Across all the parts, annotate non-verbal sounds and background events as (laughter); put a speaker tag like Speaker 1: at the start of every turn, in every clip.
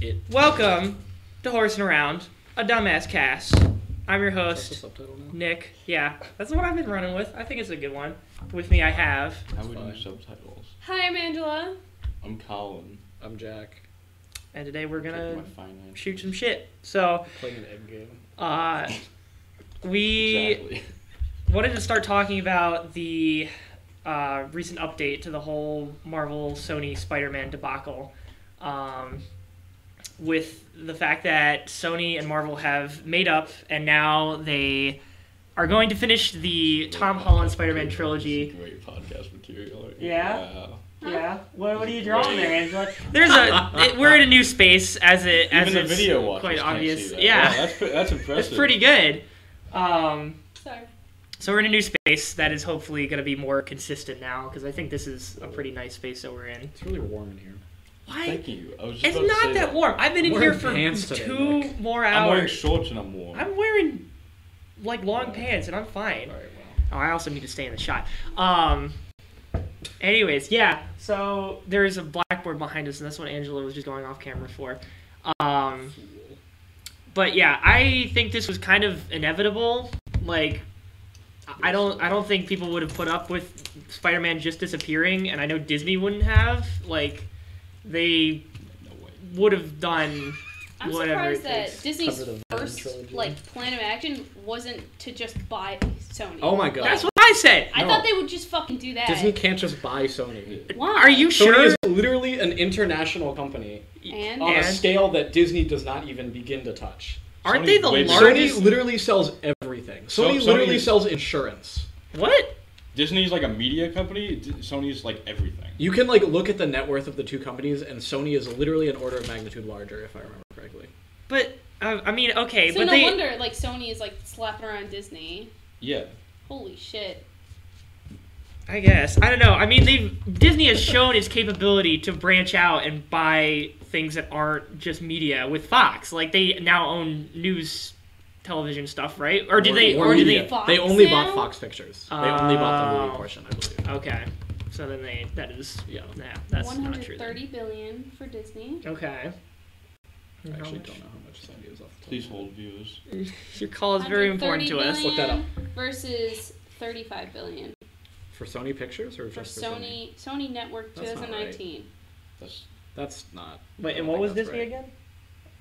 Speaker 1: It.
Speaker 2: Welcome to Horsing Around, a dumbass cast. I'm your
Speaker 1: That's the
Speaker 2: host,
Speaker 1: subtitle now.
Speaker 2: Nick. Yeah, that's the one I've been running with. I think it's a good one. With me, I have.
Speaker 3: I would do
Speaker 1: fine.
Speaker 3: subtitles.
Speaker 4: Hi, I'm Angela.
Speaker 3: I'm Colin.
Speaker 1: I'm Jack.
Speaker 2: And today we're
Speaker 3: Take
Speaker 2: gonna
Speaker 3: my finance.
Speaker 2: shoot some shit. So,
Speaker 1: Playing an egg game.
Speaker 2: uh, we
Speaker 3: Exactly.
Speaker 2: wanted to start talking about the uh, recent update to the whole Marvel Sony Spider Man debacle. Um, with the fact that Sony and Marvel have made up, and now they are going to finish the
Speaker 3: (laughs)
Speaker 2: Tom Holland Spider Man trilogy.
Speaker 3: Great podcast material. right?
Speaker 2: Yeah?
Speaker 3: Wow.
Speaker 2: Yeah. What, what are you drawing there, Angela? (laughs) There's a. It, we're in a new space as it as
Speaker 3: Even the
Speaker 2: it's
Speaker 3: video watch.
Speaker 2: quite obvious.
Speaker 3: That.
Speaker 2: Yeah,
Speaker 3: Wow, that's pre- that's impressive.
Speaker 2: it's pretty good. Um,
Speaker 4: Sorry.
Speaker 2: so we're in a new space that is hopefully going to be more consistent now because I think this is a pretty nice space that we're in.
Speaker 1: It's really warm in here.
Speaker 2: Why?
Speaker 3: Thank you. I was just
Speaker 2: It's
Speaker 3: about to
Speaker 2: not
Speaker 3: say
Speaker 2: that warm. I've been in
Speaker 1: I'm
Speaker 2: here
Speaker 1: wearing
Speaker 2: for
Speaker 1: pants today,
Speaker 2: two
Speaker 1: Nick.
Speaker 2: more
Speaker 3: I'm wearing
Speaker 2: hours.
Speaker 3: shorts and I'm warm.
Speaker 2: I'm wearing like long pants and I'm fine.
Speaker 1: Alright,
Speaker 2: Oh, I also need to stay in the shot. Um. Anyways, yeah. So there is a blackboard behind us, and that's what Angela was just going off camera for. Um. But yeah, I think this was kind of inevitable. Like, I I don't, I don't think people would have put up with Spider-Man just disappearing, and I know Disney wouldn't have. Like, they
Speaker 3: No way.
Speaker 2: would have done
Speaker 4: I'm
Speaker 2: whatever. it
Speaker 4: surprised that
Speaker 2: takes.
Speaker 4: Disney's
Speaker 1: Cover the Venom
Speaker 4: first
Speaker 1: trilogy.
Speaker 4: like plan of action wasn't to just buy Sony.
Speaker 1: Oh my god.
Speaker 2: That's what I said.
Speaker 4: I
Speaker 1: no.
Speaker 4: thought they would just fucking do that.
Speaker 1: Disney can't just buy Sony.
Speaker 4: Why?
Speaker 2: Are you
Speaker 1: Sony
Speaker 2: sure?
Speaker 1: is literally an international company
Speaker 4: And
Speaker 1: on a
Speaker 2: And-
Speaker 1: scale that Disney does not even begin to touch.
Speaker 2: Aren't
Speaker 3: Sony's
Speaker 2: they the
Speaker 3: way bigger.
Speaker 2: largest?
Speaker 1: Sony literally sells everything.
Speaker 3: So-
Speaker 1: Sony
Speaker 3: Sony
Speaker 1: literally
Speaker 3: is-
Speaker 1: sells insurance.
Speaker 2: What?
Speaker 3: Disney's like a media company. D- Sony's like everything.
Speaker 1: You can like look at the net worth of the two companies, and Sony is literally an order of magnitude larger, if I remember correctly.
Speaker 2: But uh, I mean, okay,
Speaker 4: so
Speaker 2: but
Speaker 4: no
Speaker 2: they.
Speaker 4: wonder like Sony is like slapping around Disney.
Speaker 3: Yeah.
Speaker 4: Holy shit.
Speaker 2: I guess I don't know. I mean, they Disney has shown its capability to branch out and buy things that aren't just media with Fox. Like they now own news, television stuff, right? Or did they?
Speaker 1: More
Speaker 2: Or did
Speaker 1: media.
Speaker 2: they?
Speaker 4: Fox
Speaker 1: They only
Speaker 4: now?
Speaker 1: bought Fox Pictures. They only bought the movie
Speaker 2: Oh.
Speaker 1: portion, I believe.
Speaker 2: Okay, so then they. That is.
Speaker 1: Yeah.
Speaker 2: Yeah, that's
Speaker 4: One
Speaker 2: not
Speaker 4: hundred
Speaker 2: true. then.
Speaker 4: thirty billion for Disney.
Speaker 2: Okay.
Speaker 1: I actually
Speaker 2: How
Speaker 1: don't know how much Sony is off the top.
Speaker 3: Please hold viewers.
Speaker 2: much- Your call is very important to us.
Speaker 4: 130
Speaker 1: Look that up.
Speaker 4: billion Versus thirty-five billion
Speaker 1: For Sony Pictures or
Speaker 4: for
Speaker 1: just
Speaker 4: Sony Sony Network
Speaker 1: That's not right.
Speaker 4: 2019.
Speaker 3: That's
Speaker 1: That's not.
Speaker 2: Wait,
Speaker 1: I don't
Speaker 2: and what was
Speaker 1: think that's
Speaker 2: Disney
Speaker 1: right.
Speaker 2: again?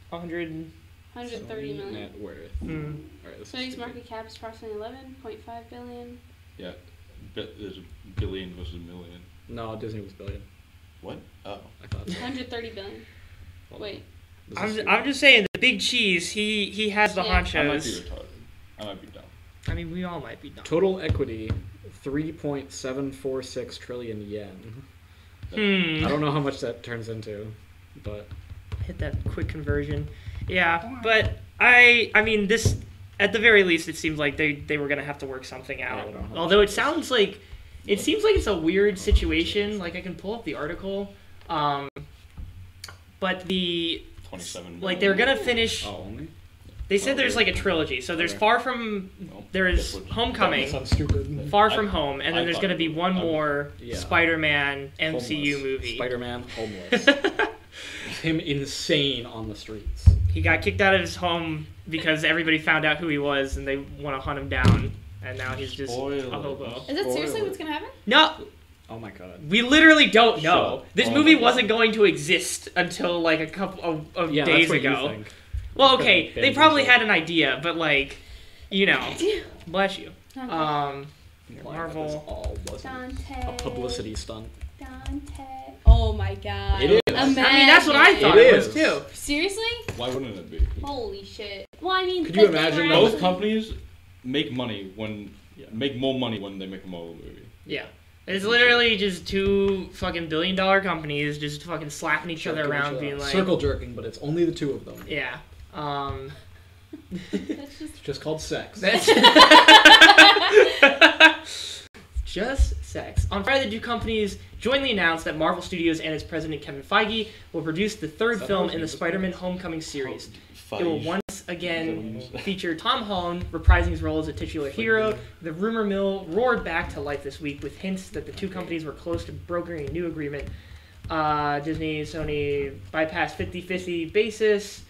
Speaker 2: One hundred.
Speaker 4: 130
Speaker 1: Sony
Speaker 4: million.
Speaker 1: Net worth.
Speaker 2: Mm.
Speaker 1: Alright, this is
Speaker 4: Sony's
Speaker 1: stupid.
Speaker 4: market cap is approximately 11.5 billion.
Speaker 1: (laughs)
Speaker 3: yeah. Bi- there's a billion versus a million.
Speaker 1: No, Disney was billion.
Speaker 3: What? Oh.
Speaker 1: I thought. so.
Speaker 4: 130 billion.
Speaker 1: Hold on.
Speaker 4: Wait.
Speaker 1: This is
Speaker 2: I'm,
Speaker 1: stupid.
Speaker 2: I'm just saying the big cheese. He he has the
Speaker 4: Yeah. I might
Speaker 3: I might be
Speaker 2: honchos.
Speaker 3: retarded. I might be dumb.
Speaker 2: I mean, we all might be dumb.
Speaker 1: Total equity, three point seven four six trillion yen.
Speaker 2: Mm-hmm.
Speaker 1: I
Speaker 2: Hmm.
Speaker 1: don't know how much that turns into, but
Speaker 2: Hit that quick conversion. Yeah, but I I mean this at the very least it seems like they they were gonna have to work something
Speaker 1: I
Speaker 2: out.
Speaker 1: don't know how much
Speaker 2: Although
Speaker 1: it
Speaker 2: it
Speaker 1: is.
Speaker 2: sounds like it seems like it's a weird situation. Like I can pull up the article, um, but the
Speaker 3: Twenty-seven.
Speaker 2: like they're gonna finish.
Speaker 1: oh, only.
Speaker 2: They said there's like a trilogy. So there's
Speaker 1: Okay.
Speaker 2: Far From
Speaker 3: Nope.
Speaker 2: there's
Speaker 3: That would-
Speaker 2: Homecoming.
Speaker 1: That sounds stupid.
Speaker 2: Far
Speaker 3: I-
Speaker 2: From Home, and then
Speaker 3: I
Speaker 2: there's
Speaker 3: thought
Speaker 2: gonna
Speaker 3: it
Speaker 2: be
Speaker 3: was-
Speaker 2: one
Speaker 3: I'm-
Speaker 2: more
Speaker 1: yeah.
Speaker 2: Spider-Man MCU movie.
Speaker 1: Spider-Man
Speaker 2: (laughs)
Speaker 1: homeless. Him insane on the streets.
Speaker 2: He got kicked out of his home because everybody found out who he was and they want to hunt him down. And now he's just
Speaker 3: Spoilers.
Speaker 2: a hobo.
Speaker 4: Is that seriously
Speaker 1: Spoiler.
Speaker 4: what's gonna happen?
Speaker 2: No,
Speaker 1: Oh my god.
Speaker 2: we literally don't know.
Speaker 3: Shut up.
Speaker 2: This
Speaker 3: Oh
Speaker 2: movie
Speaker 3: my God.
Speaker 2: wasn't going to exist until like a couple of, of
Speaker 1: Yeah,
Speaker 2: days
Speaker 1: that's what you
Speaker 2: ago.
Speaker 1: think.
Speaker 2: Well, okay,
Speaker 1: Okay,
Speaker 2: they probably
Speaker 1: so-
Speaker 2: had an idea, but like, you know, bless you.
Speaker 4: Dante.
Speaker 2: Um,
Speaker 1: You're lying. That
Speaker 2: Marvel.
Speaker 1: was all wasn't
Speaker 4: Dante.
Speaker 1: a publicity stunt.
Speaker 4: Dante. Oh my god.
Speaker 1: It is.
Speaker 4: Imagine.
Speaker 2: I mean, that's what I thought
Speaker 1: It
Speaker 2: it, was
Speaker 1: is.
Speaker 2: too.
Speaker 4: Seriously?
Speaker 3: Why wouldn't it be?
Speaker 4: Holy shit. Well, I mean,
Speaker 1: Could you
Speaker 4: but they
Speaker 1: imagine
Speaker 4: were
Speaker 1: that?
Speaker 3: Both
Speaker 4: actually- (laughs)
Speaker 3: companies make money when
Speaker 1: Yeah.
Speaker 3: make more money when they make a Marvel movie.
Speaker 2: Yeah. It's literally just two fucking billion dollar companies just fucking slapping each other
Speaker 1: Jerking
Speaker 2: around,
Speaker 1: each
Speaker 2: being
Speaker 1: other.
Speaker 2: like,
Speaker 1: circle jerking, but it's only the two of them.
Speaker 2: yeah. Um,
Speaker 4: That's just
Speaker 1: It's just called sex.
Speaker 2: That's- (laughs) Just sex. On Friday, the two companies jointly announced that Marvel Studios and its president Kevin Feige will produce the
Speaker 1: Is
Speaker 2: third
Speaker 1: that
Speaker 2: film
Speaker 1: how
Speaker 2: in the
Speaker 1: it's
Speaker 2: Spider-Man: Homecoming series. It will once again
Speaker 3: Feige.
Speaker 2: feature Tom Holland reprising his role as a titular hero. The rumor mill roared back to life this week with hints that the two companies were close to brokering a new agreement Uh, Disney Sony bypassed 50-50 basis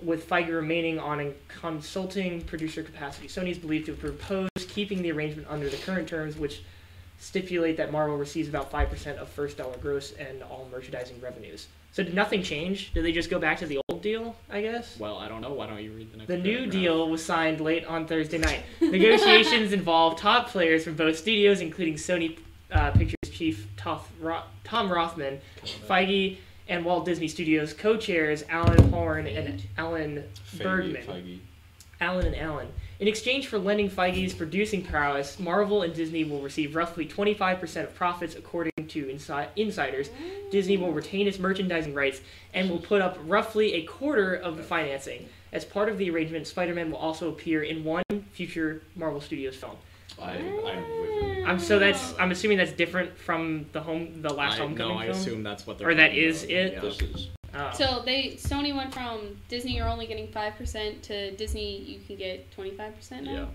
Speaker 2: with Feige remaining on a consulting producer capacity. Sony is believed to have proposed keeping the arrangement under the current terms, which stipulate that Marvel receives about 5% of first dollar gross and all merchandising revenues. So did nothing change? Did they just go back to the old deal, I guess?
Speaker 1: Well, I don't know. Why don't you read the next?
Speaker 2: The new
Speaker 1: paragraph?
Speaker 2: deal was signed late on Thursday night. Negotiations (laughs) involved top players from both studios, including Sony uh, Pictures chief Toth Ro- Tom Rothman, Feige, and Walt Disney Studios co-chairs Alan Horn and Alan
Speaker 3: Feige,
Speaker 2: Bergman.
Speaker 3: Feige.
Speaker 2: Allen and Allen. In exchange for lending Feige's producing prowess, Marvel and Disney will receive roughly 25% of profits, according to insi- insiders. Disney will retain its merchandising rights and will put up roughly a quarter of the financing. As part of the arrangement, Spider Man will also appear in one future Marvel Studios film.
Speaker 3: I, I'm with
Speaker 4: Ah.
Speaker 3: him.
Speaker 2: Um, so that's I'm assuming that's different from the home the last
Speaker 1: I,
Speaker 2: homecoming
Speaker 1: no, I
Speaker 2: film.
Speaker 1: assume that's what they're.
Speaker 2: Or that
Speaker 1: talking
Speaker 2: is
Speaker 1: about.
Speaker 2: it?
Speaker 1: Yeah.
Speaker 3: This is
Speaker 2: Oh.
Speaker 4: So they Sony went from Disney you're only getting five percent to Disney you can get twenty five percent
Speaker 1: Yeah.
Speaker 4: now.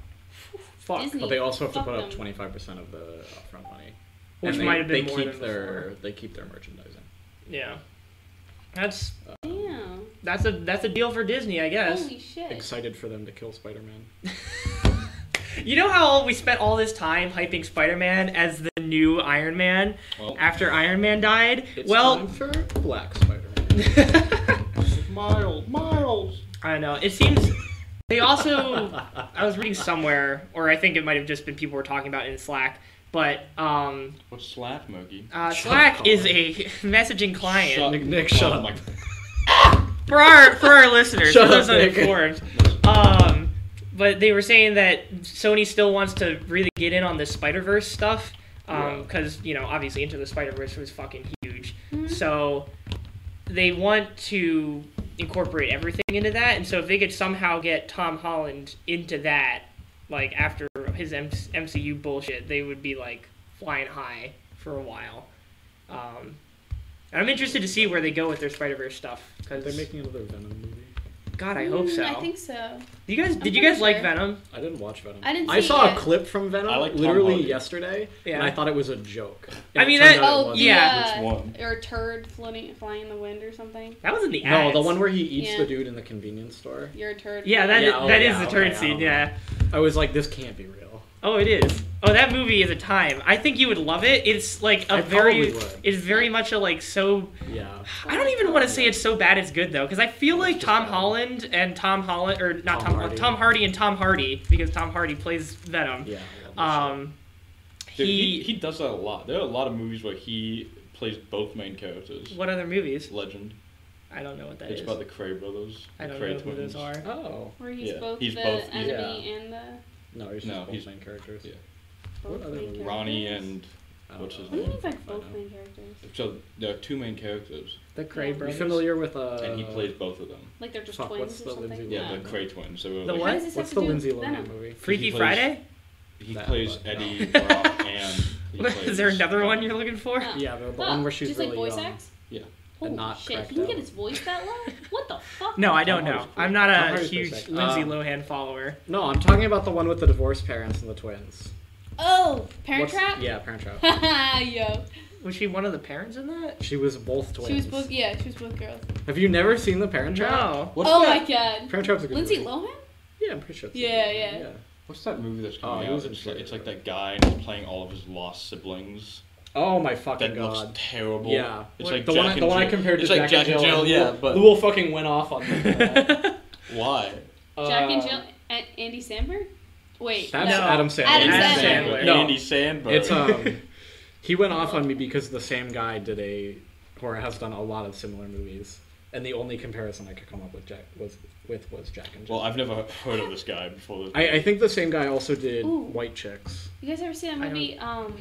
Speaker 2: Fuck.
Speaker 4: Disney-
Speaker 1: But they also have to
Speaker 4: Fuck
Speaker 1: put up
Speaker 4: them.
Speaker 1: twenty five percent of the upfront money,
Speaker 2: Which
Speaker 1: and they,
Speaker 2: might have been
Speaker 1: they
Speaker 2: more
Speaker 1: keep
Speaker 2: than
Speaker 1: their they keep their merchandising.
Speaker 2: Yeah. That's
Speaker 4: Damn.
Speaker 2: that's a that's a deal for Disney, I guess.
Speaker 4: Holy shit.
Speaker 1: Excited for them to kill Spider Man.
Speaker 2: You know how we spent all this time hyping Spider-Man as the new Iron Man
Speaker 3: well,
Speaker 2: after Iron Man died?
Speaker 1: It's time
Speaker 2: well,
Speaker 1: for Black Spider Man.
Speaker 2: (laughs)
Speaker 3: Miles, Miles.
Speaker 2: I don't know. It seems they also I was reading somewhere or I think it might have just been people were talking about it in Slack, but um
Speaker 3: What's slap, Mogi?
Speaker 2: uh,
Speaker 1: Shut
Speaker 2: Slack
Speaker 1: up.
Speaker 2: is a (laughs) messaging client
Speaker 1: Nick- Nick, shut
Speaker 3: Oh
Speaker 1: up.
Speaker 3: my-
Speaker 2: for our for our listeners,
Speaker 1: Shut
Speaker 2: for
Speaker 1: up,
Speaker 2: those
Speaker 1: Nick.
Speaker 2: uninformed. Um, but they were saying that Sony still wants to really get in on this Spider Verse stuff,
Speaker 1: Yeah.
Speaker 2: because you know obviously Into the Spider Verse was fucking huge, so they want to incorporate everything into that. And so if they could somehow get Tom Holland into that, like after his M- MCU bullshit, they would be like flying high for a while. Um, and I'm interested to see where they go with their Spider Verse stuff
Speaker 1: Are they
Speaker 2: because
Speaker 1: making another Venom movie?
Speaker 2: God, I hope
Speaker 4: Mm,
Speaker 2: so.
Speaker 4: I think so.
Speaker 2: you guys, did you
Speaker 4: pretty
Speaker 2: guys like
Speaker 4: sure.
Speaker 2: Venom?
Speaker 1: I didn't watch Venom.
Speaker 4: I didn't
Speaker 1: I
Speaker 4: see
Speaker 1: saw
Speaker 4: it.
Speaker 1: a clip from Venom
Speaker 3: I like Tom
Speaker 1: literally
Speaker 3: Hardy.
Speaker 1: yesterday,
Speaker 2: Yeah.
Speaker 1: and I thought it was a joke.
Speaker 2: I
Speaker 1: And it
Speaker 2: mean,
Speaker 1: turned
Speaker 2: that-
Speaker 1: out it
Speaker 4: Oh
Speaker 1: wasn't.
Speaker 4: yeah,
Speaker 3: Which one?
Speaker 4: or turd floating, flying in the wind or something.
Speaker 2: That was in the
Speaker 1: No,
Speaker 2: ads.
Speaker 1: the one where he eats
Speaker 4: Yeah.
Speaker 1: the dude in the convenience store.
Speaker 4: You're a turd.
Speaker 2: Yeah, that
Speaker 1: Yeah, oh,
Speaker 2: is, that is
Speaker 1: yeah,
Speaker 2: the
Speaker 1: okay,
Speaker 2: turn
Speaker 1: I
Speaker 2: scene.
Speaker 1: don't know.
Speaker 2: Yeah.
Speaker 1: I was like, this can't be real.
Speaker 2: Oh, it is. Oh, that movie is a time. I think you would love it. It's like a
Speaker 1: I
Speaker 2: very.
Speaker 1: probably would.
Speaker 2: It's very much a like so.
Speaker 1: Yeah.
Speaker 2: I don't even want to say it's so bad it's good though, because I feel like Tom Holland and Tom Holland or not
Speaker 1: Tom
Speaker 2: Tom Holland,
Speaker 1: Hardy.
Speaker 2: Tom Hardy and Tom Hardy because Tom Hardy plays Venom.
Speaker 1: Yeah. I love
Speaker 2: Um,
Speaker 3: Dude, he,
Speaker 2: he,
Speaker 3: he does that a lot. There are a lot of movies where he plays both main characters.
Speaker 2: What other movies?
Speaker 3: Legend.
Speaker 2: I don't know what that
Speaker 3: it's
Speaker 2: is.
Speaker 3: about the Cray brothers.
Speaker 2: I
Speaker 3: the
Speaker 2: don't
Speaker 3: Cray
Speaker 2: know who
Speaker 3: twins.
Speaker 2: those are.
Speaker 4: Um,
Speaker 1: this. Oh.
Speaker 4: Where he's
Speaker 3: Yeah,
Speaker 4: both
Speaker 3: he's
Speaker 4: the
Speaker 3: both-
Speaker 4: enemy
Speaker 1: yeah.
Speaker 4: and the.
Speaker 1: No, he's just
Speaker 3: No,
Speaker 1: both
Speaker 3: he's-
Speaker 1: main characters. Oh.
Speaker 3: yeah.
Speaker 1: What
Speaker 4: Both
Speaker 1: other
Speaker 4: main
Speaker 1: movie?
Speaker 3: Ronnie
Speaker 4: characters?
Speaker 3: and
Speaker 1: I don't
Speaker 3: what's
Speaker 1: know.
Speaker 3: his
Speaker 4: What do you
Speaker 3: name?
Speaker 4: mean it's like both
Speaker 1: I know.
Speaker 4: main characters?
Speaker 3: So there are two main characters,
Speaker 2: The Cray
Speaker 4: You
Speaker 1: You
Speaker 2: brothers.
Speaker 1: familiar with uh?
Speaker 3: and he plays both of them.
Speaker 4: Like they're just
Speaker 1: Fuck,
Speaker 4: twins
Speaker 1: what's
Speaker 4: or
Speaker 1: the
Speaker 4: something?
Speaker 1: Lindsay
Speaker 3: Yeah,
Speaker 1: Yeah.
Speaker 3: the Cray twins. So
Speaker 2: The
Speaker 3: like,
Speaker 4: How
Speaker 2: what?
Speaker 4: does this
Speaker 1: What's
Speaker 4: have
Speaker 1: the
Speaker 4: to do
Speaker 1: Lindsay
Speaker 4: with Venom?
Speaker 1: Lohan movie?
Speaker 2: Freaky
Speaker 3: He plays-
Speaker 2: Friday?
Speaker 3: He
Speaker 1: That
Speaker 3: plays
Speaker 1: one.
Speaker 3: Eddie Brock and. He plays
Speaker 2: (laughs) Is there another one you're looking for?
Speaker 4: Oh.
Speaker 1: (laughs) Yeah, the, the
Speaker 4: Huh,
Speaker 1: one where she's
Speaker 4: just
Speaker 1: really
Speaker 4: like voice
Speaker 1: young.
Speaker 4: acts.
Speaker 3: Yeah.
Speaker 4: Holy
Speaker 1: not
Speaker 4: shit!
Speaker 1: cracked
Speaker 4: He can
Speaker 1: out.
Speaker 4: get his voice that low? What the fuck?
Speaker 2: No, I don't
Speaker 1: Tom
Speaker 2: know.
Speaker 1: Hardy's cool.
Speaker 2: I'm not
Speaker 1: Tom
Speaker 2: a
Speaker 1: Hardy's
Speaker 2: huge
Speaker 1: perfect.
Speaker 2: Lindsay
Speaker 1: Um,
Speaker 2: Lohan follower.
Speaker 1: No, I'm talking about the one with the divorced parents and the twins.
Speaker 4: Oh, Parent
Speaker 1: What's-
Speaker 4: Trap.
Speaker 1: Yeah, Parent Trap.
Speaker 4: Yeah. (laughs) Yo,
Speaker 2: Was she one of the parents in that?
Speaker 1: She was both twins.
Speaker 4: she was both. Yeah, she was both girls.
Speaker 1: Have you never seen the Parent Trap?
Speaker 2: (laughs) No.
Speaker 3: What's
Speaker 4: oh
Speaker 3: that?
Speaker 4: my god.
Speaker 1: Parent Trap's a good
Speaker 4: Lindsay
Speaker 1: movie.
Speaker 4: Lohan?
Speaker 1: Yeah, I'm pretty sure. it's a good
Speaker 4: Yeah,
Speaker 1: movie,
Speaker 4: yeah.
Speaker 3: What's that movie that's
Speaker 1: Oh,
Speaker 3: coming
Speaker 1: he
Speaker 3: out?
Speaker 1: was in
Speaker 3: It's like,
Speaker 1: Fury
Speaker 3: it's like
Speaker 1: Road.
Speaker 3: that guy and he's playing all of his lost siblings.
Speaker 1: Oh my fucking
Speaker 3: That
Speaker 1: god.
Speaker 3: looks terrible.
Speaker 1: Yeah,
Speaker 3: It's
Speaker 2: What-
Speaker 3: like
Speaker 1: the
Speaker 3: Jack
Speaker 1: one I,
Speaker 3: and
Speaker 1: the one I
Speaker 3: Jill.
Speaker 1: compared to
Speaker 3: it's like Jack and Jill. Yeah,
Speaker 1: Lou-
Speaker 3: but
Speaker 1: Lou fucking went off on
Speaker 4: (laughs)
Speaker 1: that.
Speaker 3: why?
Speaker 4: Jack
Speaker 1: Uh,
Speaker 4: and Jill. A- Andy Samberg. Wait.
Speaker 1: That's
Speaker 4: no.
Speaker 1: Adam Sandler.
Speaker 4: Adam
Speaker 2: Adam
Speaker 4: Sandler.
Speaker 2: Sandler.
Speaker 1: No.
Speaker 3: Andy Sandberg.
Speaker 1: It's um, (laughs) he went off on me because the same guy did a or has done a lot of similar movies, and the only comparison I could come up with Jack was with was Jack and Jill.
Speaker 3: Well, I've never heard of this guy before. This
Speaker 1: I, I think the same guy also did
Speaker 4: Ooh.
Speaker 1: White Chicks.
Speaker 4: You guys ever see that
Speaker 2: I
Speaker 4: movie? Um,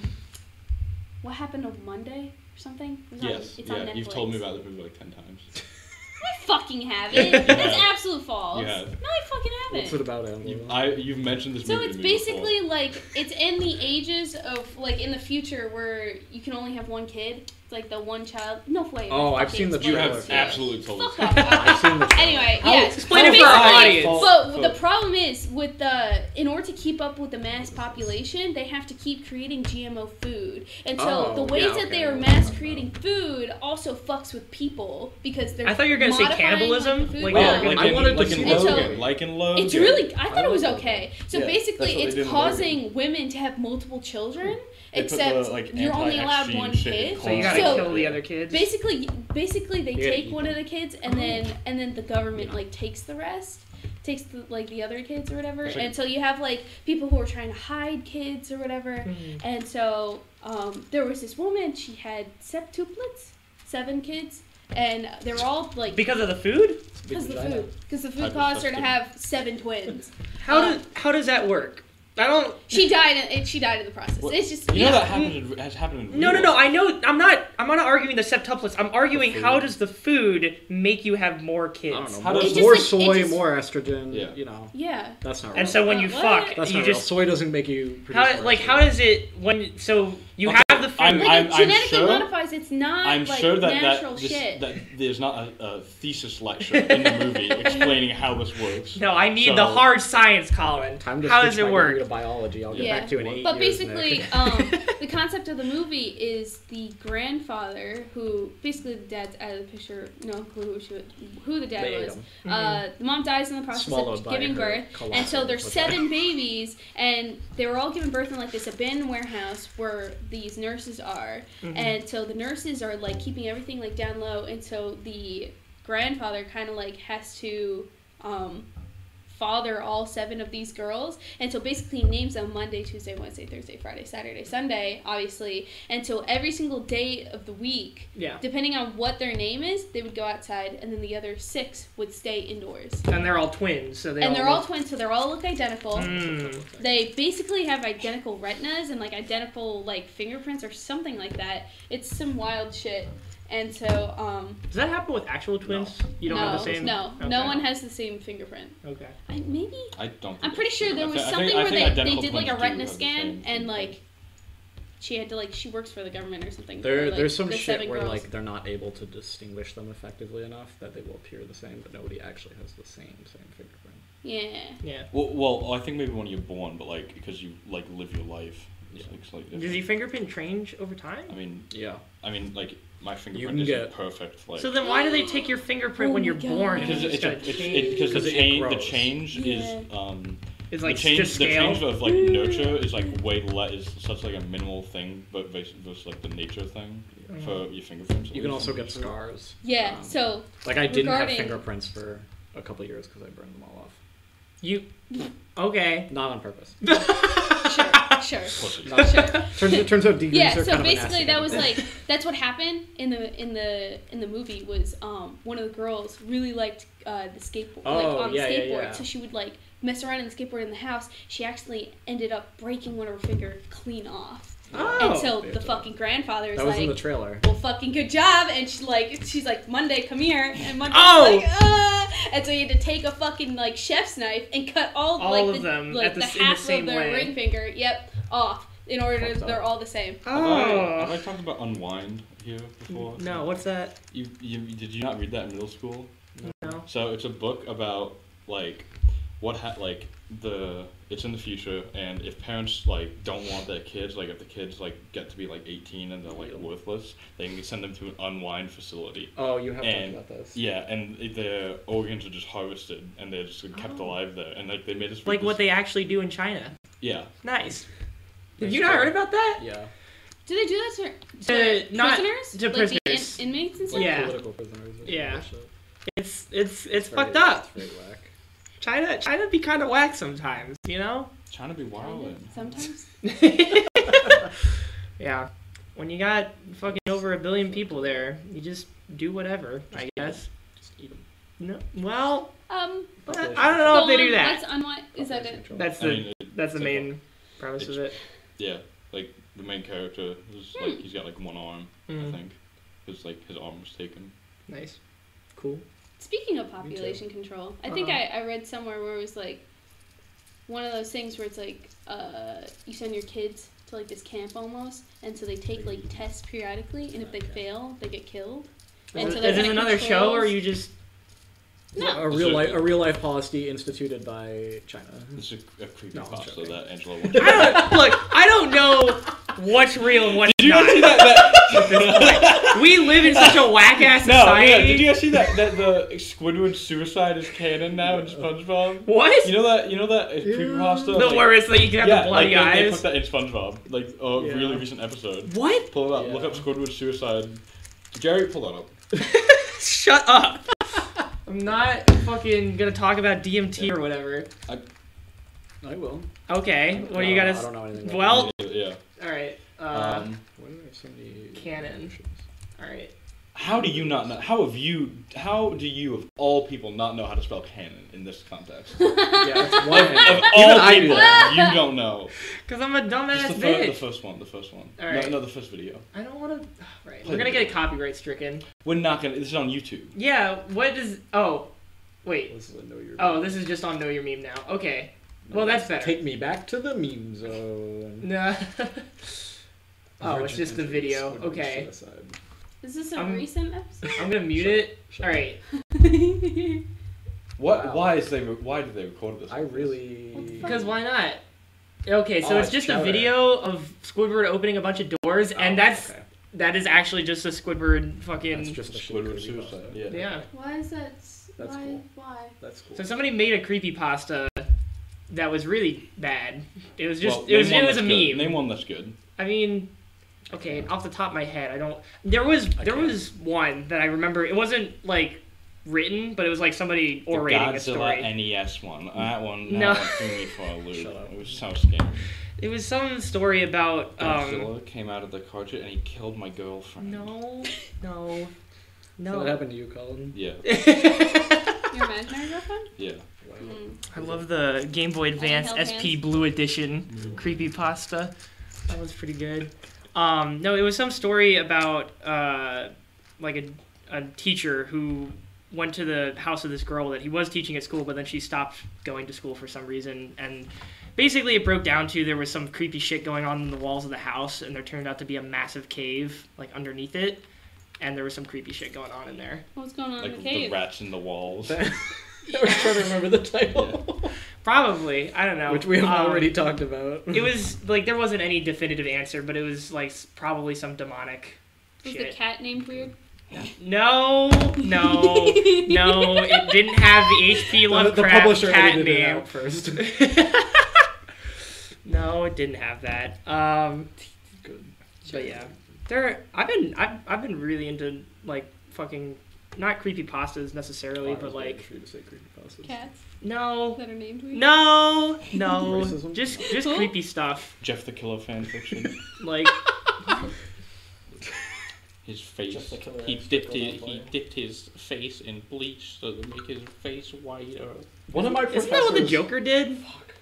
Speaker 4: what happened on Monday or something? It was on-
Speaker 3: yes,
Speaker 4: it's on
Speaker 3: yeah. You've told me
Speaker 4: Netflix.
Speaker 3: about this movie like ten times.
Speaker 4: I fucking have it. That's absolute false.
Speaker 3: You have.
Speaker 4: No, I fucking have
Speaker 1: What's it about? Adam?
Speaker 3: You, I, you've mentioned this
Speaker 4: So
Speaker 3: movie.
Speaker 4: it's
Speaker 3: to me before.
Speaker 4: basically like it's in the ages of like in the future where you can only have one kid, It's like the one child. No wait.
Speaker 1: Oh,
Speaker 4: I
Speaker 1: I've
Speaker 4: fucking
Speaker 1: seen the
Speaker 4: explained
Speaker 3: You
Speaker 1: trailer.
Speaker 3: have
Speaker 4: this to you.
Speaker 3: absolutely told us.
Speaker 4: Fuck off.
Speaker 1: I've
Speaker 4: (laughs)
Speaker 1: seen the trailer.
Speaker 4: anyway,
Speaker 2: I'll
Speaker 4: yeah.
Speaker 2: explain
Speaker 4: but
Speaker 2: it for our
Speaker 4: basically-
Speaker 2: audience.
Speaker 4: But
Speaker 3: Full-
Speaker 4: the problem is with the in order to keep up with the mass population, they have to keep creating GMO food, and so
Speaker 1: Oh,
Speaker 4: the ways
Speaker 1: yeah,
Speaker 4: that
Speaker 1: okay.
Speaker 4: they are mass creating food also fucks with people because they're.
Speaker 2: I thought you were gonna say
Speaker 4: modifying, like,
Speaker 2: cannibalism,
Speaker 4: the food.
Speaker 2: like,
Speaker 4: No.
Speaker 2: yeah,
Speaker 1: I wanted to
Speaker 3: like
Speaker 1: see
Speaker 3: in
Speaker 4: that.
Speaker 3: Logan.
Speaker 4: And so-
Speaker 3: like in Logan.
Speaker 4: It's really. I thought
Speaker 5: I
Speaker 4: it was
Speaker 5: like that.
Speaker 4: okay. So
Speaker 5: Yeah, that's
Speaker 4: basically,
Speaker 5: what they did
Speaker 4: it's
Speaker 5: in Oregon.
Speaker 4: causing women to have multiple children,
Speaker 5: They put the,
Speaker 4: except
Speaker 5: like,
Speaker 4: you're only allowed
Speaker 5: anti-vaccine
Speaker 4: one
Speaker 5: shit in
Speaker 4: kid.
Speaker 2: So you gotta
Speaker 4: So-
Speaker 2: kill the other kids.
Speaker 4: Basically, basically they
Speaker 1: Yeah,
Speaker 4: take
Speaker 1: you
Speaker 4: one
Speaker 1: can-
Speaker 4: of the kids and then and then the government like takes the rest, takes the, like the other kids or whatever,
Speaker 1: It's like-
Speaker 4: and so you have like people who are trying to hide kids or whatever,
Speaker 2: Mhm.
Speaker 4: and so um, there was this woman she had septuplets, seven kids, and they were all like
Speaker 2: Because of the food?
Speaker 4: because the
Speaker 1: Vagina.
Speaker 4: food because the
Speaker 3: I
Speaker 4: food
Speaker 3: just
Speaker 4: caused her to
Speaker 3: trusted.
Speaker 4: have seven twins.
Speaker 2: How
Speaker 4: Uh,
Speaker 2: does how does that work? I don't.
Speaker 4: She died. in- She died in the process.
Speaker 3: Well,
Speaker 4: it's just
Speaker 3: You know
Speaker 4: yeah.
Speaker 3: that happened. In, has happened in
Speaker 2: No, no,
Speaker 3: real
Speaker 2: no.
Speaker 3: life.
Speaker 2: I know. I'm not. I'm not arguing the septuplets. I'm arguing
Speaker 1: The food.
Speaker 2: how does the food make you have more kids?
Speaker 1: I don't know.
Speaker 3: How
Speaker 1: More,
Speaker 3: does-
Speaker 1: more
Speaker 4: It just, like,
Speaker 1: soy,
Speaker 4: it just-
Speaker 1: more estrogen.
Speaker 3: Yeah.
Speaker 1: You know,
Speaker 4: Yeah.
Speaker 1: that's not real.
Speaker 2: And so when you
Speaker 4: What?
Speaker 2: fuck,
Speaker 1: that's
Speaker 2: you
Speaker 1: not
Speaker 2: just
Speaker 1: real. Soy doesn't make you. Produce
Speaker 2: how
Speaker 1: more
Speaker 2: like how
Speaker 1: estrogen.
Speaker 2: does it when so you
Speaker 3: Okay,
Speaker 2: have the food?
Speaker 3: I'm-
Speaker 4: Like
Speaker 3: I'm-
Speaker 4: it
Speaker 3: I'm
Speaker 4: genetically
Speaker 3: sure-
Speaker 4: modifies. It's not
Speaker 3: I'm
Speaker 4: like
Speaker 3: sure that
Speaker 4: natural
Speaker 3: that, this,
Speaker 4: shit.
Speaker 3: that there's not a, a thesis lecture in the
Speaker 4: (laughs)
Speaker 3: movie explaining how this works.
Speaker 2: no, I need
Speaker 3: So-
Speaker 2: the hard science, Colin.
Speaker 1: Time to
Speaker 2: How
Speaker 1: switch
Speaker 2: does
Speaker 1: my
Speaker 2: it
Speaker 1: degree
Speaker 2: work?
Speaker 1: To biology. I'll get
Speaker 4: Yeah.
Speaker 1: back to you in eight
Speaker 4: But
Speaker 1: years,
Speaker 4: basically,
Speaker 1: Nick.
Speaker 4: um,
Speaker 1: (laughs)
Speaker 4: the concept of the movie is the grandfather who basically the dad's out of the picture. No clue who, she, was- who the dad
Speaker 1: They ate
Speaker 4: was.
Speaker 1: 'em.
Speaker 4: Uh, the mom dies in the process
Speaker 1: Swallowed
Speaker 4: of
Speaker 1: by
Speaker 4: giving
Speaker 1: her
Speaker 4: birth, and so
Speaker 1: colossal
Speaker 4: there's
Speaker 1: vagina.
Speaker 4: seven babies, and they were all given birth in like this abandoned warehouse where these nurses are,
Speaker 1: Mm-hmm.
Speaker 4: and so the nurses are like keeping everything like down low, and so the grandfather kind of like has to. Um, father all seven of these girls. And so basically he names them Monday, Tuesday, Wednesday, Thursday, Friday, Saturday, Sunday, obviously. And so every single day of the week,
Speaker 2: yeah,
Speaker 4: depending on what their name is, they would go outside and then the other six would stay indoors.
Speaker 2: and they're all twins, so they
Speaker 4: and
Speaker 2: all
Speaker 4: they're all
Speaker 2: look-
Speaker 4: twins, so they are all look identical.
Speaker 1: Hmm.
Speaker 2: Mm.
Speaker 4: They basically have identical retinas and like identical like fingerprints or something like that. It's some wild shit. And so, um,
Speaker 2: Does that happen with actual twins? You don't
Speaker 4: no,
Speaker 2: have the same.
Speaker 4: no,
Speaker 2: okay.
Speaker 4: no one has the same fingerprint.
Speaker 2: Okay.
Speaker 4: I, maybe
Speaker 3: I don't. Think
Speaker 4: I'm pretty
Speaker 3: it's
Speaker 4: sure there
Speaker 3: true. I
Speaker 4: was
Speaker 3: thi- I
Speaker 4: something
Speaker 3: think- I
Speaker 4: where
Speaker 3: think
Speaker 4: they, they
Speaker 3: identical
Speaker 4: did like a
Speaker 3: twins do
Speaker 4: retina
Speaker 3: have the same-
Speaker 4: scan and like she had to like she works for the government or something.
Speaker 1: There,
Speaker 4: or, like,
Speaker 1: there's some
Speaker 4: the
Speaker 1: shit
Speaker 4: seven
Speaker 1: where
Speaker 4: girls.
Speaker 1: like they're not able to distinguish them effectively enough that they will appear the same, but nobody actually has the same same fingerprint.
Speaker 4: yeah.
Speaker 2: Yeah.
Speaker 3: Well, well, I think maybe when you're born, but like because you like live your life, it's
Speaker 1: Yeah.
Speaker 3: like slightly
Speaker 2: Does your
Speaker 3: different.
Speaker 2: fingerprint change over time?
Speaker 3: I mean,
Speaker 1: Yeah,
Speaker 3: I mean, like my
Speaker 1: can
Speaker 3: fingerprint isn't
Speaker 1: get-
Speaker 3: perfect. Like
Speaker 2: so then why do they take your fingerprint
Speaker 4: Oh
Speaker 2: when
Speaker 4: my
Speaker 2: you're
Speaker 4: God.
Speaker 2: born? and
Speaker 3: because
Speaker 2: it's
Speaker 3: it's,
Speaker 2: gonna
Speaker 3: a, it's it,
Speaker 2: change?
Speaker 3: because the
Speaker 1: Because it
Speaker 3: change the
Speaker 1: grows.
Speaker 3: change
Speaker 4: Yeah.
Speaker 3: is um
Speaker 2: It's like
Speaker 3: the change
Speaker 2: just
Speaker 3: the
Speaker 2: scale.
Speaker 3: change
Speaker 2: (laughs)
Speaker 3: of like nurture is like way less is such like a minimal thing, but vers- versus like the nature thing for your fingerprints. at
Speaker 1: you can
Speaker 3: least.
Speaker 1: also get scars.
Speaker 4: Yeah.
Speaker 1: Um, (laughs)
Speaker 4: so
Speaker 1: like I didn't have
Speaker 4: regarding-
Speaker 1: fingerprints for a couple years because I burned them all off,
Speaker 2: You. Okay.
Speaker 1: not on
Speaker 4: (laughs)
Speaker 1: purpose.
Speaker 4: sure.
Speaker 3: Pussy.
Speaker 1: Not-
Speaker 4: Sure.
Speaker 1: turns, it turns out degrees
Speaker 4: yeah,
Speaker 1: are
Speaker 4: so
Speaker 1: kind
Speaker 4: basically
Speaker 1: of a nasty
Speaker 4: that was
Speaker 1: thing.
Speaker 4: like that's what happened in the in the in the movie was um one of the girls really liked uh, the skateboard like
Speaker 1: Oh,
Speaker 4: on
Speaker 1: yeah,
Speaker 4: the
Speaker 1: yeah,
Speaker 4: skateboard
Speaker 1: yeah.
Speaker 4: so she would like mess around on the skateboard in the house she actually ended up breaking one of her finger clean off
Speaker 2: Oh.
Speaker 4: and so
Speaker 1: Yeah.
Speaker 4: the fucking grandfather is
Speaker 1: that was
Speaker 4: like
Speaker 1: in the trailer.
Speaker 4: well, fucking good job. And she like, she's like, Monday, come here. And Monday's
Speaker 2: Oh!
Speaker 4: like, ah. And so you had to take a fucking like chef's knife and cut all,
Speaker 2: All
Speaker 4: like,
Speaker 2: of
Speaker 4: the,
Speaker 2: them
Speaker 4: like
Speaker 2: at the
Speaker 4: the
Speaker 2: s- in the
Speaker 4: half
Speaker 2: same
Speaker 4: of the
Speaker 2: way.
Speaker 4: ring finger, yep, off in order
Speaker 1: Fucked
Speaker 4: to,
Speaker 1: up.
Speaker 4: they're all the same.
Speaker 3: Have I, have I
Speaker 2: Oh.
Speaker 3: talked about unwind here before?
Speaker 2: No. What's that?
Speaker 3: You, you did you not read that in middle school?
Speaker 2: No.
Speaker 3: So it's a book about like what ha- like the it's in the future and if parents like don't want their kids like if the kids like get to be like 18 and they're like worthless they can send them to an unwind facility
Speaker 1: Oh, you have
Speaker 3: and
Speaker 1: talked about this.
Speaker 3: yeah and their organs are just harvested and they're just kept alive there and like they made us read
Speaker 2: Like what
Speaker 3: this-
Speaker 2: they actually do in China.
Speaker 3: yeah
Speaker 2: Nice. Have
Speaker 1: Nice
Speaker 2: you not
Speaker 1: try.
Speaker 2: heard about that?
Speaker 1: Yeah,
Speaker 4: Do they do that to,
Speaker 2: To- Uh,
Speaker 4: to
Speaker 2: not-
Speaker 4: prisoners?
Speaker 2: to
Speaker 4: like the
Speaker 2: prisoners.
Speaker 4: in- inmates and stuff?
Speaker 1: like
Speaker 2: Yeah.
Speaker 1: political prisoners. or some
Speaker 2: Yeah.
Speaker 1: bullshit.
Speaker 2: It's it's it's
Speaker 1: It's
Speaker 2: fucked
Speaker 1: very-
Speaker 2: up.
Speaker 1: It's very whack.
Speaker 2: China China be kind of whack sometimes, you know?
Speaker 3: trying to be wild
Speaker 4: Sometimes.
Speaker 2: yeah. When you got fucking over a billion people there, you just do whatever, I guess.
Speaker 1: Just eat 'em.
Speaker 2: No. Well,
Speaker 4: Um,
Speaker 2: I don't know if they do that.
Speaker 4: That's unwi- is that
Speaker 1: Population
Speaker 4: it?
Speaker 1: control.
Speaker 2: That's
Speaker 3: I mean,
Speaker 2: the
Speaker 3: it,
Speaker 2: that's the
Speaker 3: it's
Speaker 2: main premise of it.
Speaker 3: yeah like the main character is like he's got like one arm i
Speaker 2: Mm.
Speaker 3: think because like his arm was taken
Speaker 2: Nice. Cool.
Speaker 4: Speaking of population control, I think
Speaker 2: Uh-huh.
Speaker 4: I, I read somewhere where it was like one of those things where it's like uh, you send your kids to like this camp almost, and so they take like tests periodically, and if they fail, they get killed. And
Speaker 2: Is
Speaker 4: so
Speaker 2: it-
Speaker 4: they're
Speaker 2: is it
Speaker 4: kinda
Speaker 2: another show, or are
Speaker 4: controls-
Speaker 2: you just
Speaker 4: No.
Speaker 1: A real life a real life policy instituted by China.
Speaker 3: It's a, a creepy
Speaker 1: No, I'm
Speaker 3: pasta
Speaker 1: joking.
Speaker 3: that (laughs) Angela wants. Did
Speaker 2: look? I don't know what's real and what's
Speaker 3: you guys
Speaker 2: not.
Speaker 3: see that? that
Speaker 2: (laughs) We live in such a whack ass
Speaker 3: no,
Speaker 2: society.
Speaker 3: yeah, did you guys see that? That (laughs) the Squidward suicide is canon now in SpongeBob.
Speaker 2: what?
Speaker 3: You know that? You know that uh, creepy pasta.
Speaker 2: the where it's like you can have
Speaker 3: yeah,
Speaker 2: the bloody
Speaker 3: like, they- They,
Speaker 2: eyes.
Speaker 3: put that in SpongeBob, like a
Speaker 1: Yeah.
Speaker 3: really recent episode.
Speaker 2: what?
Speaker 3: Pull it up.
Speaker 1: Yeah.
Speaker 3: Look up Squidward suicide. Jerry, pull that up.
Speaker 2: Shut up. I'm not fucking gonna talk about DMT or whatever.
Speaker 1: I will.
Speaker 2: Okay, what do you
Speaker 1: I
Speaker 2: gotta?
Speaker 1: don't- I don't know anything. about
Speaker 2: well-
Speaker 1: that.
Speaker 3: Yeah.
Speaker 2: All right. Uh,
Speaker 3: um,
Speaker 1: Why are there so many
Speaker 2: Canon. (laughs)
Speaker 1: options?
Speaker 2: all right.
Speaker 3: how do you not know? How have you? How do you, of all people, not know how to spell canon in this
Speaker 2: (laughs)
Speaker 3: context? Of
Speaker 1: Yeah, that's one.
Speaker 3: all
Speaker 1: (laughs) Even I do
Speaker 3: people,
Speaker 1: that.
Speaker 3: you don't
Speaker 2: (laughs)
Speaker 3: know.
Speaker 2: Cause I'm a dumbass
Speaker 3: Just the, fir- the
Speaker 2: bitch.
Speaker 3: first one. The first one.
Speaker 2: All right.
Speaker 3: No, no, the first video.
Speaker 2: I don't want to. (sighs) Right, we're gonna get copyright stricken.
Speaker 3: We're not gonna. This is on YouTube.
Speaker 2: Yeah. What is? Oh, wait.
Speaker 1: This is a know your.
Speaker 2: Oh, this is just on Know Your Meme now. Okay.
Speaker 1: No,
Speaker 2: well, that's better.
Speaker 1: Take me back to the oh, meme zone.
Speaker 2: No. oh, it's
Speaker 1: Virgin
Speaker 2: just the
Speaker 1: Engines
Speaker 2: video.
Speaker 1: would be
Speaker 2: Okay.
Speaker 1: suicide.
Speaker 4: Is this a
Speaker 2: I'm- (laughs)
Speaker 4: recent episode?
Speaker 2: (laughs)
Speaker 4: (laughs)
Speaker 2: I'm gonna mute it.
Speaker 1: Shut
Speaker 2: All
Speaker 1: up.
Speaker 2: right.
Speaker 3: What?
Speaker 1: Wow.
Speaker 3: Why is they? re- Why did they record this?
Speaker 1: I really.
Speaker 4: What
Speaker 2: Because why not? Okay, so
Speaker 1: Oh,
Speaker 2: it's
Speaker 1: I
Speaker 2: just a
Speaker 1: shout
Speaker 2: video of Squidward opening a bunch of doors,
Speaker 1: Oh,
Speaker 2: and that's
Speaker 1: okay.
Speaker 2: that is actually just a Squidward fucking.
Speaker 1: That's just a shitty
Speaker 3: Squidward
Speaker 1: creepypasta.
Speaker 3: suicide. Yeah.
Speaker 2: yeah.
Speaker 4: why is that? s-
Speaker 1: That's
Speaker 4: why?
Speaker 1: cool.
Speaker 4: Why?
Speaker 1: That's cool.
Speaker 2: So somebody made a creepy pasta that was really bad. It was just
Speaker 3: Well,
Speaker 2: it was
Speaker 3: name one
Speaker 2: it was a
Speaker 3: that's
Speaker 2: meme.
Speaker 3: good. Name one that's good.
Speaker 2: I mean, okay, off the top of my head, I don't. There was
Speaker 1: I
Speaker 2: there
Speaker 1: can't.
Speaker 2: was one that I remember. It wasn't like written, but it was like somebody
Speaker 3: The
Speaker 2: orating a
Speaker 3: Godzilla
Speaker 2: story.
Speaker 3: NES one. That one.
Speaker 2: No.
Speaker 3: That one threw me for a
Speaker 2: (laughs)
Speaker 3: loop.
Speaker 1: Shut up.
Speaker 3: It was so scary.
Speaker 2: It was some story about um.
Speaker 3: Godzilla came out of the cartridge and he killed my girlfriend.
Speaker 2: No,
Speaker 1: So
Speaker 2: no,
Speaker 1: What
Speaker 2: no.
Speaker 1: happened to you, Colin?
Speaker 2: (laughs)
Speaker 3: Yeah,
Speaker 4: Your imaginary girlfriend?
Speaker 3: yeah.
Speaker 1: Wow. (laughs)
Speaker 4: Mm.
Speaker 2: I love the Game Boy Advance
Speaker 4: held
Speaker 2: SP Blue Edition creepy pasta. That was pretty good. Um, no, it was some story about uh, like a, a teacher who went to the house of this girl that he was teaching at school, but then she stopped going to school for some reason. And basically, it broke down to there was some creepy shit going on in the walls of the house, and there turned out to be a massive cave like underneath it, and there was some creepy shit going on in there.
Speaker 4: What's going on in
Speaker 3: Like
Speaker 4: the
Speaker 3: the,
Speaker 4: cave?
Speaker 3: rats in
Speaker 2: (laughs)
Speaker 3: the walls.
Speaker 1: I was trying to remember the title,
Speaker 2: Probably, I don't know.
Speaker 1: which we have
Speaker 2: Um,
Speaker 1: already talked about.
Speaker 2: it was like there wasn't any definitive answer, but it was like s- probably some demonic
Speaker 4: was the
Speaker 2: shit.
Speaker 4: cat named weird?
Speaker 2: no, no, (laughs)
Speaker 4: (laughs)
Speaker 2: no! It didn't have the
Speaker 1: the,
Speaker 2: H.P. Lovecraft
Speaker 1: the publisher
Speaker 2: cat
Speaker 1: edited it
Speaker 2: name.
Speaker 1: out
Speaker 2: (laughs)
Speaker 1: first.
Speaker 2: No, it didn't have that. Um,
Speaker 1: Good.
Speaker 2: but yeah, there. I've been I've I've been really into like fucking not creepy pastas necessarily,
Speaker 1: I was
Speaker 2: but
Speaker 1: waiting
Speaker 2: like
Speaker 1: for you to say creepypastas.
Speaker 4: Cats
Speaker 2: no,
Speaker 4: that are named weird.
Speaker 2: no, no,
Speaker 1: Racism?
Speaker 2: just just
Speaker 4: Huh?
Speaker 2: creepy stuff
Speaker 3: Jeff the Killer fanfiction.
Speaker 2: like.
Speaker 4: (laughs)
Speaker 3: His face.
Speaker 1: Jeff the Killer
Speaker 3: he
Speaker 1: actually
Speaker 3: dipped
Speaker 1: killed
Speaker 3: his,
Speaker 1: that
Speaker 3: he
Speaker 1: boy.
Speaker 3: dipped his face in bleach so to make his face whiter.
Speaker 1: One of my professors.
Speaker 2: Isn't that what the Joker did?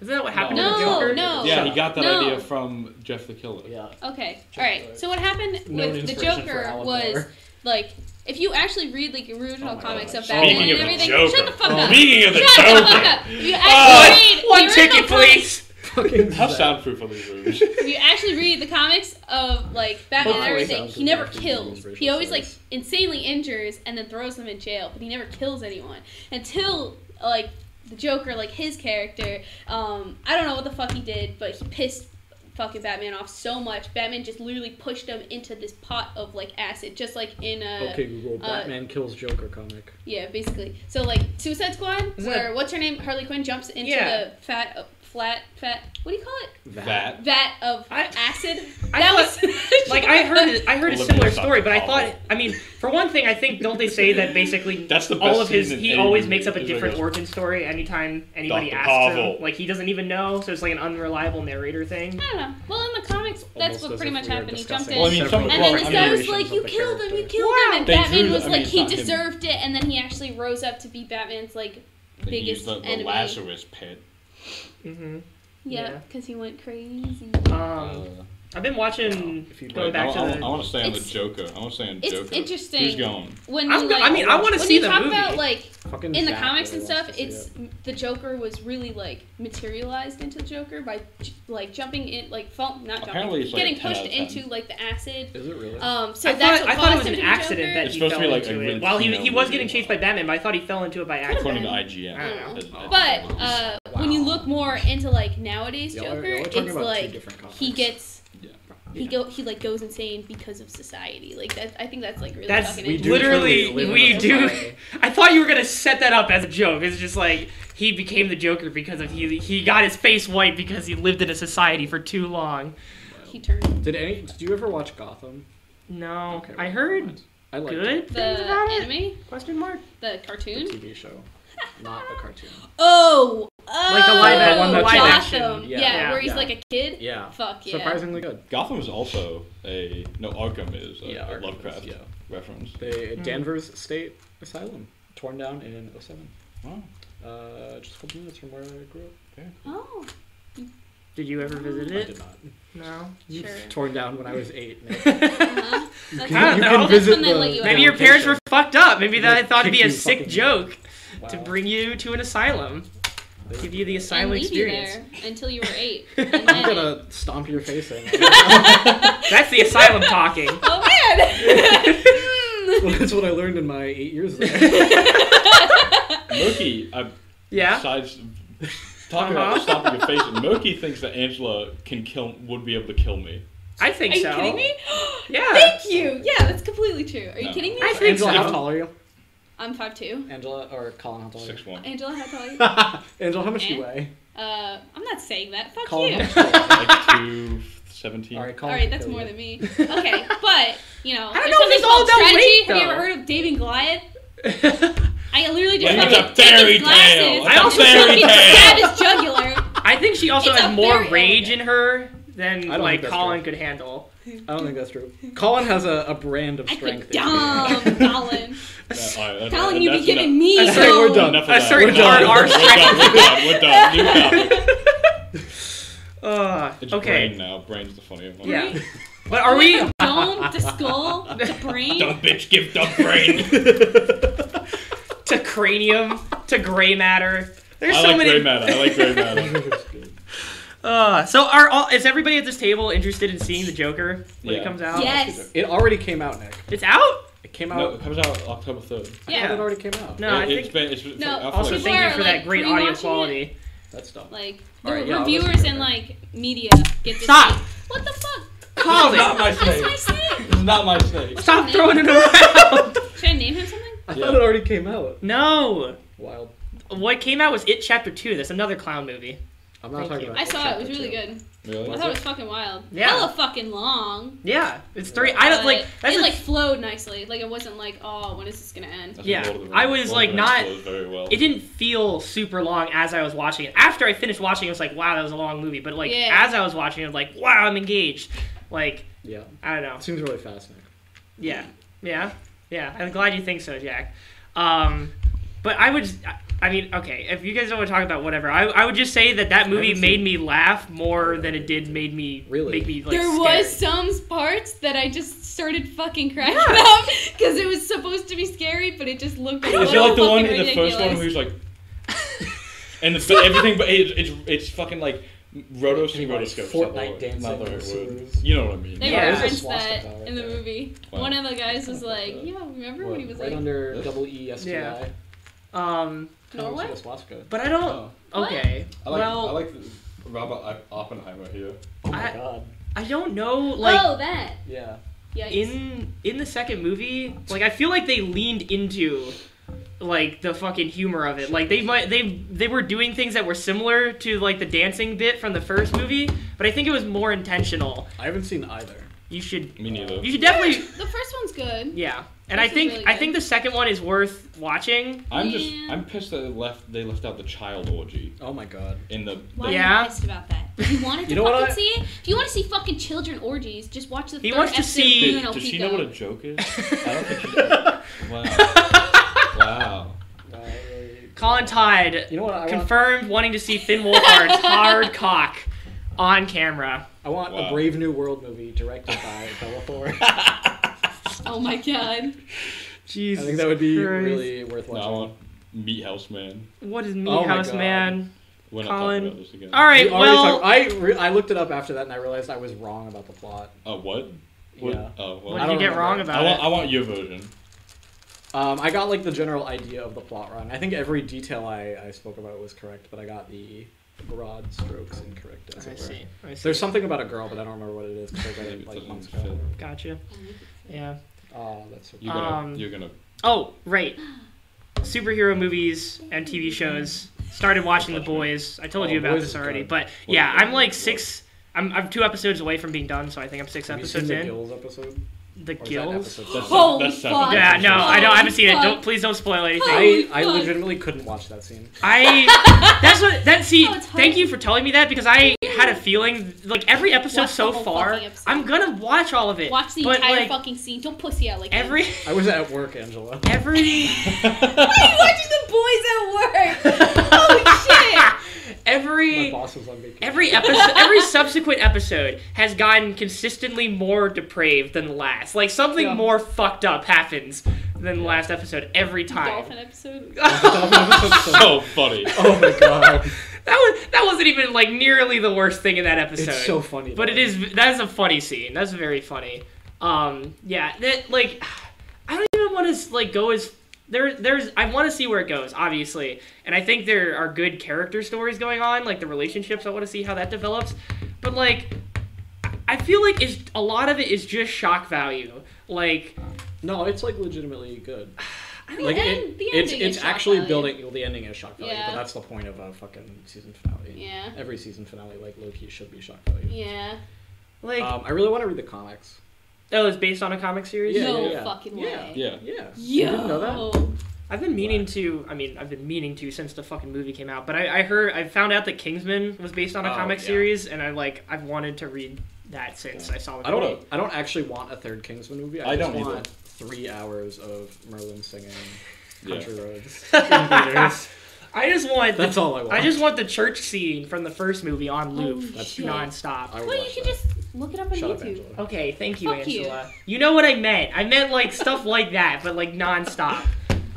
Speaker 2: Isn't that what happened to the
Speaker 4: No,
Speaker 2: Joker?
Speaker 4: no.
Speaker 3: yeah,
Speaker 1: Shut
Speaker 3: he
Speaker 1: up.
Speaker 3: got that
Speaker 4: Oh, No.
Speaker 3: idea from Jeff the Killer.
Speaker 1: Yeah. (laughs)
Speaker 4: Okay.
Speaker 1: Joker.
Speaker 4: All right. So what happened
Speaker 1: Known
Speaker 4: with the
Speaker 1: inspiration for
Speaker 4: Joker
Speaker 1: Alan
Speaker 4: was
Speaker 1: Moore.
Speaker 4: like, if you actually read like original
Speaker 1: Oh my
Speaker 4: comics
Speaker 1: God. Oh.
Speaker 4: of Batman
Speaker 1: Speaking
Speaker 4: and
Speaker 1: of the
Speaker 4: everything, shut the
Speaker 3: Joker.
Speaker 4: fuck up.
Speaker 3: Speaking of the
Speaker 4: shut the fuck
Speaker 3: Joker.
Speaker 4: up. If you actually read
Speaker 2: One
Speaker 4: the
Speaker 2: ticket,
Speaker 4: original comics-
Speaker 2: please.
Speaker 1: Fucking
Speaker 3: How
Speaker 1: Zach.
Speaker 3: soundproof are these
Speaker 2: (laughs)
Speaker 3: rooms?
Speaker 4: If you actually read the comics of like Batman and
Speaker 1: Hopefully
Speaker 4: everything,
Speaker 1: sounds
Speaker 4: he never
Speaker 1: different from
Speaker 4: kills.
Speaker 1: these
Speaker 4: He always like
Speaker 1: racial slurs.
Speaker 4: insanely injures and then throws them in jail, but he never kills anyone until like the Joker, like his character. Um, I don't know what the fuck he did, but he pissed fucking Batman off so much. Batman just literally pushed him into this pot of like acid, just like in a
Speaker 1: Okay, Google.
Speaker 4: uh,
Speaker 1: Batman kills Joker comic.
Speaker 4: yeah, basically. So like Suicide Squad,
Speaker 2: Isn't
Speaker 4: where what's her name Harley Quinn jumps into
Speaker 2: Yeah.
Speaker 4: the fat, uh, flat, fat. What do you call it?
Speaker 3: That.
Speaker 4: vat of
Speaker 2: I-
Speaker 4: acid.
Speaker 2: I
Speaker 4: that
Speaker 2: thought- (laughs)
Speaker 4: was (laughs)
Speaker 2: Like I heard, it, I heard a
Speaker 3: Olivia
Speaker 2: similar
Speaker 3: Scott
Speaker 2: story, but I thought,
Speaker 3: Hall.
Speaker 2: I mean, for one thing, I think don't they say that basically
Speaker 3: That's the best
Speaker 2: all of his,
Speaker 3: scene in
Speaker 2: he
Speaker 3: any
Speaker 2: always
Speaker 3: movie,
Speaker 2: makes up a
Speaker 3: is where he
Speaker 2: different
Speaker 3: goes,
Speaker 2: origin story anytime anybody
Speaker 3: Dr.
Speaker 2: asks
Speaker 3: Pavel.
Speaker 2: him. Like he doesn't even know, so it's like an unreliable narrator thing.
Speaker 4: I don't know. Well, in the comics, that's
Speaker 1: Almost
Speaker 4: what
Speaker 1: as
Speaker 4: pretty
Speaker 1: if
Speaker 4: much
Speaker 1: we were
Speaker 4: happened. He jumped
Speaker 1: discussing
Speaker 4: in,
Speaker 3: Well, I mean, some-
Speaker 1: separate
Speaker 4: and then this
Speaker 3: well,
Speaker 4: guy
Speaker 3: I
Speaker 4: was
Speaker 3: mean,
Speaker 4: like,
Speaker 1: iterations
Speaker 4: "You
Speaker 1: of the
Speaker 4: killed him! You
Speaker 1: character.
Speaker 4: killed him!" And
Speaker 3: They
Speaker 4: Batman
Speaker 3: drew-
Speaker 4: was
Speaker 3: I mean,
Speaker 4: like,
Speaker 3: it's
Speaker 4: "He
Speaker 3: not him.
Speaker 4: deserved it!" And then he actually rose up to be Batman's like,
Speaker 3: They
Speaker 4: biggest
Speaker 3: used the, the
Speaker 4: enemy.
Speaker 3: Lazarus pit.
Speaker 2: hmm
Speaker 4: yeah,
Speaker 2: Yeah.
Speaker 4: because he went crazy.
Speaker 2: Um,
Speaker 3: Uh,
Speaker 2: I've been watching.
Speaker 1: If you
Speaker 2: Going
Speaker 1: like-
Speaker 2: back
Speaker 3: I,
Speaker 2: to the.
Speaker 3: want to stay on the
Speaker 4: It's-
Speaker 3: Joker. I want to stay on
Speaker 4: it's
Speaker 3: Joker.
Speaker 4: interesting.
Speaker 3: Who's going?
Speaker 4: When
Speaker 2: I'm
Speaker 4: you,
Speaker 2: go-
Speaker 4: like,
Speaker 2: I mean, I wanna
Speaker 4: when
Speaker 2: see
Speaker 4: you
Speaker 2: the
Speaker 4: talk
Speaker 2: movie.
Speaker 4: about like
Speaker 1: Fucking
Speaker 4: in the
Speaker 1: Zach
Speaker 4: comics
Speaker 1: really
Speaker 4: and stuff,
Speaker 1: wants to see
Speaker 4: it's
Speaker 1: it.
Speaker 4: the Joker was really like materialized into Joker by j- like jumping in, like fall, not jumping,
Speaker 3: Apparently it's, like,
Speaker 4: getting
Speaker 3: 10 out
Speaker 4: pushed
Speaker 3: of 10.
Speaker 4: into like the acid.
Speaker 1: Is it really?
Speaker 4: Um, so
Speaker 2: I
Speaker 4: that's
Speaker 2: thought,
Speaker 4: what
Speaker 2: I thought it
Speaker 4: caused
Speaker 2: was
Speaker 4: him
Speaker 2: an
Speaker 4: to be
Speaker 2: accident
Speaker 4: Joker.
Speaker 2: that
Speaker 3: It's
Speaker 2: he
Speaker 3: supposed
Speaker 2: fell
Speaker 3: to be, like, a
Speaker 2: into it.
Speaker 3: really
Speaker 2: While he,
Speaker 3: female
Speaker 2: he was
Speaker 3: movie.
Speaker 2: getting chased by Batman, but I thought he fell into it by accident.
Speaker 4: (laughs)
Speaker 3: According to IGN.
Speaker 2: I don't
Speaker 3: it- it-
Speaker 4: But uh, when you look more into like nowadays
Speaker 1: Y'all are-
Speaker 4: Joker,
Speaker 1: y'all are talking
Speaker 4: it's
Speaker 1: about two
Speaker 4: like
Speaker 1: different comics.
Speaker 4: he gets
Speaker 3: yeah.
Speaker 4: he go he like goes insane because of society. Like that, I think that's like really
Speaker 2: That's
Speaker 4: fucking
Speaker 1: We do
Speaker 4: interesting.
Speaker 2: literally
Speaker 1: truly live in
Speaker 2: we
Speaker 1: a
Speaker 2: do.
Speaker 1: society.
Speaker 2: I thought you were gonna set that up as a joke. It's just like he became the Joker because of he he got his face white because he lived in a society for too long.
Speaker 4: He turned
Speaker 1: Did any? Did you ever watch Gotham?
Speaker 2: No,
Speaker 1: Okay,
Speaker 2: I
Speaker 1: well,
Speaker 2: heard
Speaker 1: nevermind. I like
Speaker 2: good
Speaker 4: the
Speaker 2: things about it.
Speaker 4: anime,
Speaker 2: Question mark.
Speaker 4: the
Speaker 1: the
Speaker 4: cartoon.
Speaker 1: TV show, not the
Speaker 4: (laughs)
Speaker 1: cartoon.
Speaker 4: Oh, oh,
Speaker 2: Like the live-
Speaker 1: the one that's
Speaker 4: Gotham.
Speaker 1: live
Speaker 2: action.
Speaker 4: Yeah,
Speaker 1: Yeah.
Speaker 4: where he's
Speaker 1: Yeah.
Speaker 4: like a kid.
Speaker 1: Yeah.
Speaker 4: Fuck yeah.
Speaker 1: Surprisingly good.
Speaker 3: Gotham is also a no Arkham is a,
Speaker 1: Yeah,
Speaker 3: a
Speaker 1: Arkham is,
Speaker 3: Lovecraft
Speaker 1: yeah.
Speaker 3: reference.
Speaker 1: The Danvers State Asylum, torn down in 07.
Speaker 3: Wow.
Speaker 1: Uh, just a couple minutes from where I grew up.
Speaker 4: Oh,
Speaker 2: Did you ever visit
Speaker 1: I
Speaker 2: it?
Speaker 1: did not.
Speaker 2: No.
Speaker 1: It (laughs) was
Speaker 4: Sure.
Speaker 1: Torn down when I was eight. No.
Speaker 4: uh-huh. That's
Speaker 2: I don't
Speaker 1: you
Speaker 2: know.
Speaker 1: can
Speaker 2: That's
Speaker 1: visit
Speaker 4: when they
Speaker 1: the-
Speaker 4: let you out.
Speaker 2: Ah, Maybe your parents were fucked up. Maybe
Speaker 1: They'll
Speaker 2: that I thought it'd be
Speaker 1: kick
Speaker 2: a
Speaker 1: you
Speaker 2: sick
Speaker 1: fucking-
Speaker 2: joke
Speaker 1: Wow.
Speaker 2: to bring you to an asylum,
Speaker 1: They-
Speaker 2: give you the
Speaker 4: and
Speaker 2: asylum
Speaker 4: leave you
Speaker 2: experience.
Speaker 4: there until you were
Speaker 1: (laughs)
Speaker 4: eight.
Speaker 1: I'm
Speaker 4: And then,
Speaker 1: gonna stomp your face in.
Speaker 2: That's the
Speaker 4: (laughs)
Speaker 2: asylum talking.
Speaker 4: oh
Speaker 1: (laughs)
Speaker 4: man. (laughs) Hmm.
Speaker 1: That's what I learned in my eight years there.
Speaker 3: Mookie, I,
Speaker 2: Yeah.
Speaker 3: besides talking about
Speaker 2: Uh-huh.
Speaker 3: stomping your face, Mookie thinks that Angela can kill would be able to kill me.
Speaker 2: I think
Speaker 4: Are you
Speaker 2: so.
Speaker 4: kidding me?
Speaker 2: Yeah. (laughs)
Speaker 4: Thank you. Yeah, that's completely true. Are you
Speaker 3: No.
Speaker 4: kidding me?
Speaker 2: I think
Speaker 1: Angela,
Speaker 2: so.
Speaker 1: how tall are you?
Speaker 4: I'm five two.
Speaker 1: Angela or Colin, how tall are you?
Speaker 3: Six one.
Speaker 4: Angela, how tall are you?
Speaker 2: (laughs)
Speaker 1: Angela, how much do you
Speaker 4: Eh?
Speaker 1: weigh?
Speaker 4: Uh, I'm not saying that. Fuck
Speaker 1: Colin,
Speaker 4: you. (laughs)
Speaker 1: how much do you weigh?
Speaker 3: like two seventeen.
Speaker 1: All right, Colin.
Speaker 4: All right, that's more than
Speaker 2: (laughs)
Speaker 4: me. Okay, but you know,
Speaker 2: I don't know
Speaker 4: there's
Speaker 2: if
Speaker 4: something
Speaker 2: it's all
Speaker 4: called
Speaker 2: about
Speaker 4: strategy.
Speaker 2: weight,
Speaker 4: Have you
Speaker 2: though.
Speaker 4: ever heard of Dave
Speaker 2: (laughs)
Speaker 4: and Goliath? I literally just
Speaker 3: Wait,
Speaker 4: fucking
Speaker 3: it's a
Speaker 4: take
Speaker 3: fairy
Speaker 4: his glasses.
Speaker 3: tale.
Speaker 2: It's a
Speaker 4: also
Speaker 2: fairy
Speaker 4: fucking
Speaker 3: tale.
Speaker 4: grab his jugular.
Speaker 2: I think she also
Speaker 4: It's a
Speaker 2: has more
Speaker 4: very
Speaker 2: rage
Speaker 4: elegant-
Speaker 2: in her than
Speaker 1: I don't
Speaker 2: like
Speaker 1: think that's
Speaker 2: Colin
Speaker 1: true.
Speaker 2: could
Speaker 4: (laughs)
Speaker 2: handle.
Speaker 1: I don't think that's true. Colin has a, a brand of
Speaker 4: I
Speaker 1: strength.
Speaker 4: could
Speaker 1: that
Speaker 4: dumb (laughs) Colin.
Speaker 3: Uh,
Speaker 4: Colin, you be giving me
Speaker 2: That's right,
Speaker 4: some-
Speaker 1: we're done.
Speaker 3: Enough
Speaker 2: a
Speaker 3: of that.
Speaker 2: certain
Speaker 3: We're done.
Speaker 2: R- R
Speaker 3: We're done. We're done. We're done. New topic.
Speaker 2: Uh,
Speaker 3: It's brain
Speaker 2: okay.
Speaker 3: now. Brain's the funnier one.
Speaker 2: Yeah. But are we?
Speaker 4: The dome, the skull,
Speaker 2: (laughs)
Speaker 4: the brain.
Speaker 3: Dumb bitch, give dumb brain.
Speaker 2: to cranium to gray matter. There's
Speaker 3: I
Speaker 2: so
Speaker 3: like
Speaker 2: many.
Speaker 3: gray matter. I like gray matter. (laughs)
Speaker 1: you do.
Speaker 2: Uh, so are all is everybody at this table interested in seeing the Joker when
Speaker 3: Yeah.
Speaker 2: it comes out?
Speaker 4: Yes.
Speaker 1: (laughs) it already came out, Nick.
Speaker 2: It's out.
Speaker 1: It came
Speaker 3: No, it
Speaker 1: out.
Speaker 3: comes out October third.
Speaker 1: I thought It
Speaker 4: Yeah.
Speaker 1: already came out.
Speaker 2: No, I
Speaker 3: it, has
Speaker 2: think.
Speaker 3: been. It's been
Speaker 4: No,
Speaker 3: out for
Speaker 2: Also,
Speaker 3: like
Speaker 4: people
Speaker 2: thank you
Speaker 4: are,
Speaker 2: for that
Speaker 4: like,
Speaker 2: great audio
Speaker 4: rewatching it.
Speaker 2: quality. (laughs)
Speaker 1: That's dumb.
Speaker 4: Like the
Speaker 1: All right, yeah, I'll
Speaker 4: reviewers
Speaker 1: listen to
Speaker 4: and
Speaker 1: it.
Speaker 4: like media get this.
Speaker 2: Stop.
Speaker 4: shit. What the fuck?
Speaker 3: It's not my
Speaker 4: That's my
Speaker 3: snake. (laughs)
Speaker 4: snake.
Speaker 3: It's not my snake.
Speaker 2: Stop throwing it
Speaker 4: (laughs)
Speaker 2: around.
Speaker 4: Should I name him something?
Speaker 1: I
Speaker 3: Yeah.
Speaker 1: thought it already came out.
Speaker 2: no.
Speaker 1: Wild.
Speaker 2: What came out was It Chapter Two. That's another clown movie.
Speaker 1: I'm not
Speaker 2: Thank
Speaker 1: talking
Speaker 2: you.
Speaker 1: about
Speaker 4: I saw it. It was
Speaker 1: Chapter
Speaker 4: really
Speaker 1: two.
Speaker 4: good.
Speaker 3: Really?
Speaker 4: I thought it was fucking wild.
Speaker 2: Yeah.
Speaker 4: Hella fucking long.
Speaker 2: Yeah, it's three. I don't like.
Speaker 4: but
Speaker 2: That's
Speaker 4: it
Speaker 2: the
Speaker 4: like flowed nicely. Like it wasn't like, oh, when is this gonna end?
Speaker 3: That's
Speaker 2: Yeah.
Speaker 3: Lord of the
Speaker 2: I
Speaker 3: Rings.
Speaker 2: was,
Speaker 3: Lord of the
Speaker 2: like,
Speaker 3: Rings flows very well.
Speaker 2: it didn't feel super long as I was watching it. After I finished watching, it, I was like, wow, that was a long movie. But like
Speaker 4: Yeah.
Speaker 2: as I was watching, it, I was like, wow, I'm engaged. Like
Speaker 1: Yeah.
Speaker 2: I don't know.
Speaker 1: It seems really fast, Nick.
Speaker 2: Yeah, yeah, yeah. I'm glad you think so, Jack. Um, but I would. I mean, okay. If you guys don't want to talk about whatever, I, I would just say that that movie
Speaker 1: haven't
Speaker 2: made
Speaker 1: seen-
Speaker 2: me laugh more than it did made me
Speaker 1: Really?
Speaker 2: make me like.
Speaker 4: there
Speaker 2: scared.
Speaker 4: was some parts that I just started fucking cracking (laughs) up because it was supposed to be scary, but it just looked a
Speaker 3: Is
Speaker 4: little
Speaker 3: it like the
Speaker 4: fucking
Speaker 3: one in the
Speaker 4: ridiculous.
Speaker 3: first one
Speaker 2: (laughs)
Speaker 3: who's like, and the, but everything, but it, it's it's fucking like rotoscopes.
Speaker 1: Anyway,
Speaker 3: rotoscopes.
Speaker 1: Fortnite
Speaker 3: that's the
Speaker 1: dancing
Speaker 3: word.
Speaker 1: sewers.
Speaker 3: You know what I mean?
Speaker 4: They
Speaker 2: Yeah, there's a
Speaker 4: referenced that
Speaker 1: swastika right
Speaker 4: in the
Speaker 1: there.
Speaker 4: movie.
Speaker 3: Wow.
Speaker 4: One of the guys was like,
Speaker 1: What?
Speaker 4: "Yeah, remember
Speaker 1: What,
Speaker 4: when he was
Speaker 1: right
Speaker 4: like
Speaker 1: under
Speaker 3: This?
Speaker 1: double E S T
Speaker 2: Yeah.
Speaker 1: I.
Speaker 2: Um,
Speaker 4: Norway?"
Speaker 2: but I don't.
Speaker 3: Oh.
Speaker 4: What?
Speaker 2: Okay.
Speaker 3: I like
Speaker 2: well,
Speaker 3: I like the, Robert I- Oppenheimer here.
Speaker 1: Oh my
Speaker 2: I-
Speaker 1: god.
Speaker 2: I don't know. Like
Speaker 4: oh, that.
Speaker 1: Yeah.
Speaker 4: Yikes.
Speaker 2: in in the second movie, like I feel like they leaned into like the fucking humor of it. Like they might they they were doing things that were similar to like the dancing bit from the first movie, but I think it was more intentional.
Speaker 1: I haven't seen either.
Speaker 2: You should
Speaker 3: Me neither.
Speaker 2: you should definitely
Speaker 4: the first one's good.
Speaker 2: yeah. And
Speaker 4: This
Speaker 2: I
Speaker 4: is
Speaker 2: think
Speaker 4: really
Speaker 2: I
Speaker 4: good.
Speaker 2: think the second one is worth
Speaker 3: (laughs)
Speaker 2: watching.
Speaker 3: I'm just
Speaker 4: Yeah.
Speaker 3: I'm pissed that they left they left out the child orgy
Speaker 1: Oh my god.
Speaker 3: in the.
Speaker 4: Why
Speaker 2: Yeah.
Speaker 4: are you pissed about that? If you
Speaker 2: (laughs)
Speaker 4: wanted to
Speaker 1: You know what
Speaker 4: fucking
Speaker 1: I-
Speaker 4: see it, if you want to see fucking children orgies, just watch the
Speaker 2: He
Speaker 4: third
Speaker 2: wants to
Speaker 4: episode
Speaker 2: see-
Speaker 4: of
Speaker 3: Dude,
Speaker 4: Bruno
Speaker 3: does she
Speaker 4: Pico.
Speaker 3: know what a joke is? (laughs) I don't
Speaker 2: (laughs)
Speaker 3: think she does. Wow. wow.
Speaker 2: Colin Tide
Speaker 1: You know what I want?
Speaker 2: confirmed wanting to see Finn Wolfhard's hard cock on camera.
Speaker 1: I want
Speaker 3: Wow.
Speaker 1: a Brave New World movie directed
Speaker 4: (laughs)
Speaker 1: by Bella Thorne.
Speaker 4: Oh my god.
Speaker 1: (laughs)
Speaker 2: Jesus.
Speaker 1: I think that would be
Speaker 2: Christ.
Speaker 1: really worth
Speaker 3: No, I
Speaker 1: watching.
Speaker 3: want Meat House Man.
Speaker 2: What is Meat
Speaker 1: Oh my
Speaker 2: House
Speaker 1: God.
Speaker 2: Man?
Speaker 3: We're not
Speaker 2: Colin.
Speaker 3: talking about this again.
Speaker 2: All right,
Speaker 1: We already
Speaker 2: well,
Speaker 1: talked- I re- I looked it up after that and I realized I was wrong about the plot.
Speaker 3: Uh, what? what?
Speaker 1: Yeah.
Speaker 3: Oh, well.
Speaker 2: what
Speaker 1: I
Speaker 2: did
Speaker 1: don't
Speaker 2: you get
Speaker 1: remember.
Speaker 2: wrong
Speaker 3: I
Speaker 2: about
Speaker 3: want, I
Speaker 2: it?
Speaker 3: want your version.
Speaker 1: Um, I got like the general idea of the plot wrong. I think every detail I, I spoke about was correct, but I got the broad strokes incorrect. As
Speaker 2: I
Speaker 1: it were.
Speaker 2: see. I see.
Speaker 1: There's something about a girl, but I don't remember what it is because I read
Speaker 3: Maybe it
Speaker 1: it like
Speaker 3: doesn't
Speaker 1: months
Speaker 3: fit.
Speaker 1: ago.
Speaker 2: Gotcha. Yeah.
Speaker 1: Oh, that's so
Speaker 3: You're gonna,
Speaker 2: Um,
Speaker 3: you're (laughs) gonna.
Speaker 2: Oh, right. Superhero movies and TV shows. Started watching The Boys. I told
Speaker 1: Oh,
Speaker 2: you about
Speaker 1: Boys
Speaker 2: this
Speaker 1: is
Speaker 2: already,
Speaker 1: good.
Speaker 2: but
Speaker 3: Boys
Speaker 2: yeah,
Speaker 3: is
Speaker 2: I'm like
Speaker 3: good.
Speaker 2: six. I'm, I'm two episodes away from being done, so I think I'm six
Speaker 1: Have you seen
Speaker 2: episodes
Speaker 1: the
Speaker 2: in.
Speaker 1: Gills episode?
Speaker 2: The
Speaker 1: Or is that an
Speaker 2: Gills.
Speaker 1: episode?
Speaker 3: That's,
Speaker 4: Holy
Speaker 3: that's
Speaker 4: fuck.
Speaker 2: Yeah, no, I don't. I haven't seen it.
Speaker 4: Fuck.
Speaker 2: Don't please don't spoil anything.
Speaker 1: I, I
Speaker 4: fuck.
Speaker 1: legitimately couldn't watch that scene.
Speaker 2: I that's what that see.
Speaker 4: Oh, it's hard.
Speaker 2: thank you for telling me that because I had a feeling like every episode
Speaker 4: Watch the
Speaker 2: so
Speaker 4: whole
Speaker 2: far,
Speaker 4: fucking episode.
Speaker 2: I'm gonna watch all of it.
Speaker 4: Watch the
Speaker 2: but,
Speaker 4: entire
Speaker 2: like,
Speaker 4: fucking scene. Don't pussy out like that.
Speaker 2: every (laughs)
Speaker 1: I was at work, Angela.
Speaker 2: every
Speaker 4: Why are you watching the boys at work?
Speaker 2: (laughs)
Speaker 4: Holy shit!
Speaker 1: My
Speaker 2: every
Speaker 1: boss was on vacation.
Speaker 2: every episode every subsequent episode has gotten consistently more depraved than the last. Like something
Speaker 1: Yeah.
Speaker 2: more fucked up happens than the last episode every time. (laughs)
Speaker 4: Dolphin episode.
Speaker 3: so funny.
Speaker 1: (laughs) oh my god,
Speaker 2: That was that wasn't even like nearly the worst thing in that episode.
Speaker 1: it's so funny.
Speaker 2: But
Speaker 1: though.
Speaker 2: it is that is a funny scene. That's very funny. Um, yeah, that like I don't even want to like go as there. There's I want to see where it goes, obviously, and I think there are good character stories going on, like the relationships. I want to see how that develops, but like I feel like it's a lot of it is just shock value. Like
Speaker 1: No, it's like legitimately good.
Speaker 2: I
Speaker 4: The
Speaker 2: mean,
Speaker 1: Like
Speaker 4: end-
Speaker 1: it,
Speaker 4: the
Speaker 1: it's
Speaker 4: ending is
Speaker 1: it's
Speaker 4: shock
Speaker 1: actually
Speaker 4: value.
Speaker 1: building. Well, the ending is shock value,
Speaker 4: Yeah.
Speaker 1: but that's the point of a fucking season finale.
Speaker 4: Yeah.
Speaker 1: Every season finale, like Loki, should be shock value.
Speaker 4: Yeah.
Speaker 2: like
Speaker 1: Um, I really want to read the comics.
Speaker 2: oh, it's based on a comic series.
Speaker 1: Yeah,
Speaker 4: no
Speaker 1: yeah, yeah.
Speaker 4: fucking
Speaker 1: Yeah.
Speaker 4: way.
Speaker 3: Yeah.
Speaker 1: Yeah.
Speaker 4: Yo.
Speaker 1: You didn't know that?
Speaker 2: I've been meaning to. I mean, I've been meaning to since the fucking movie came out. But I, I heard, I found out that Kingsman was based on a
Speaker 1: Oh,
Speaker 2: comic
Speaker 1: yeah.
Speaker 2: series, and I like, I've wanted to read that since I saw the
Speaker 1: I don't.
Speaker 2: movie.
Speaker 1: I don't actually want a third Kingsman movie. I,
Speaker 3: I
Speaker 1: just
Speaker 3: don't either.
Speaker 1: want three hours of Merlin singing
Speaker 3: Yeah.
Speaker 1: "Country
Speaker 3: (laughs)
Speaker 1: Roads." in theaters.
Speaker 2: I just want.
Speaker 1: That's
Speaker 2: The,
Speaker 1: all I want.
Speaker 2: I just want the church scene from the first movie on loop,
Speaker 4: Holy
Speaker 1: That's
Speaker 4: Oh, shit.
Speaker 2: nonstop.
Speaker 1: I would
Speaker 4: Well, you
Speaker 1: watch
Speaker 4: should
Speaker 1: that.
Speaker 4: just look it up on
Speaker 1: Shut up,
Speaker 4: YouTube. Oh,
Speaker 1: Angela.
Speaker 2: Okay, thank you,
Speaker 4: Fuck you.
Speaker 2: Angela. You. know what I meant. I meant like stuff like that, but
Speaker 1: (laughs)
Speaker 2: like nonstop.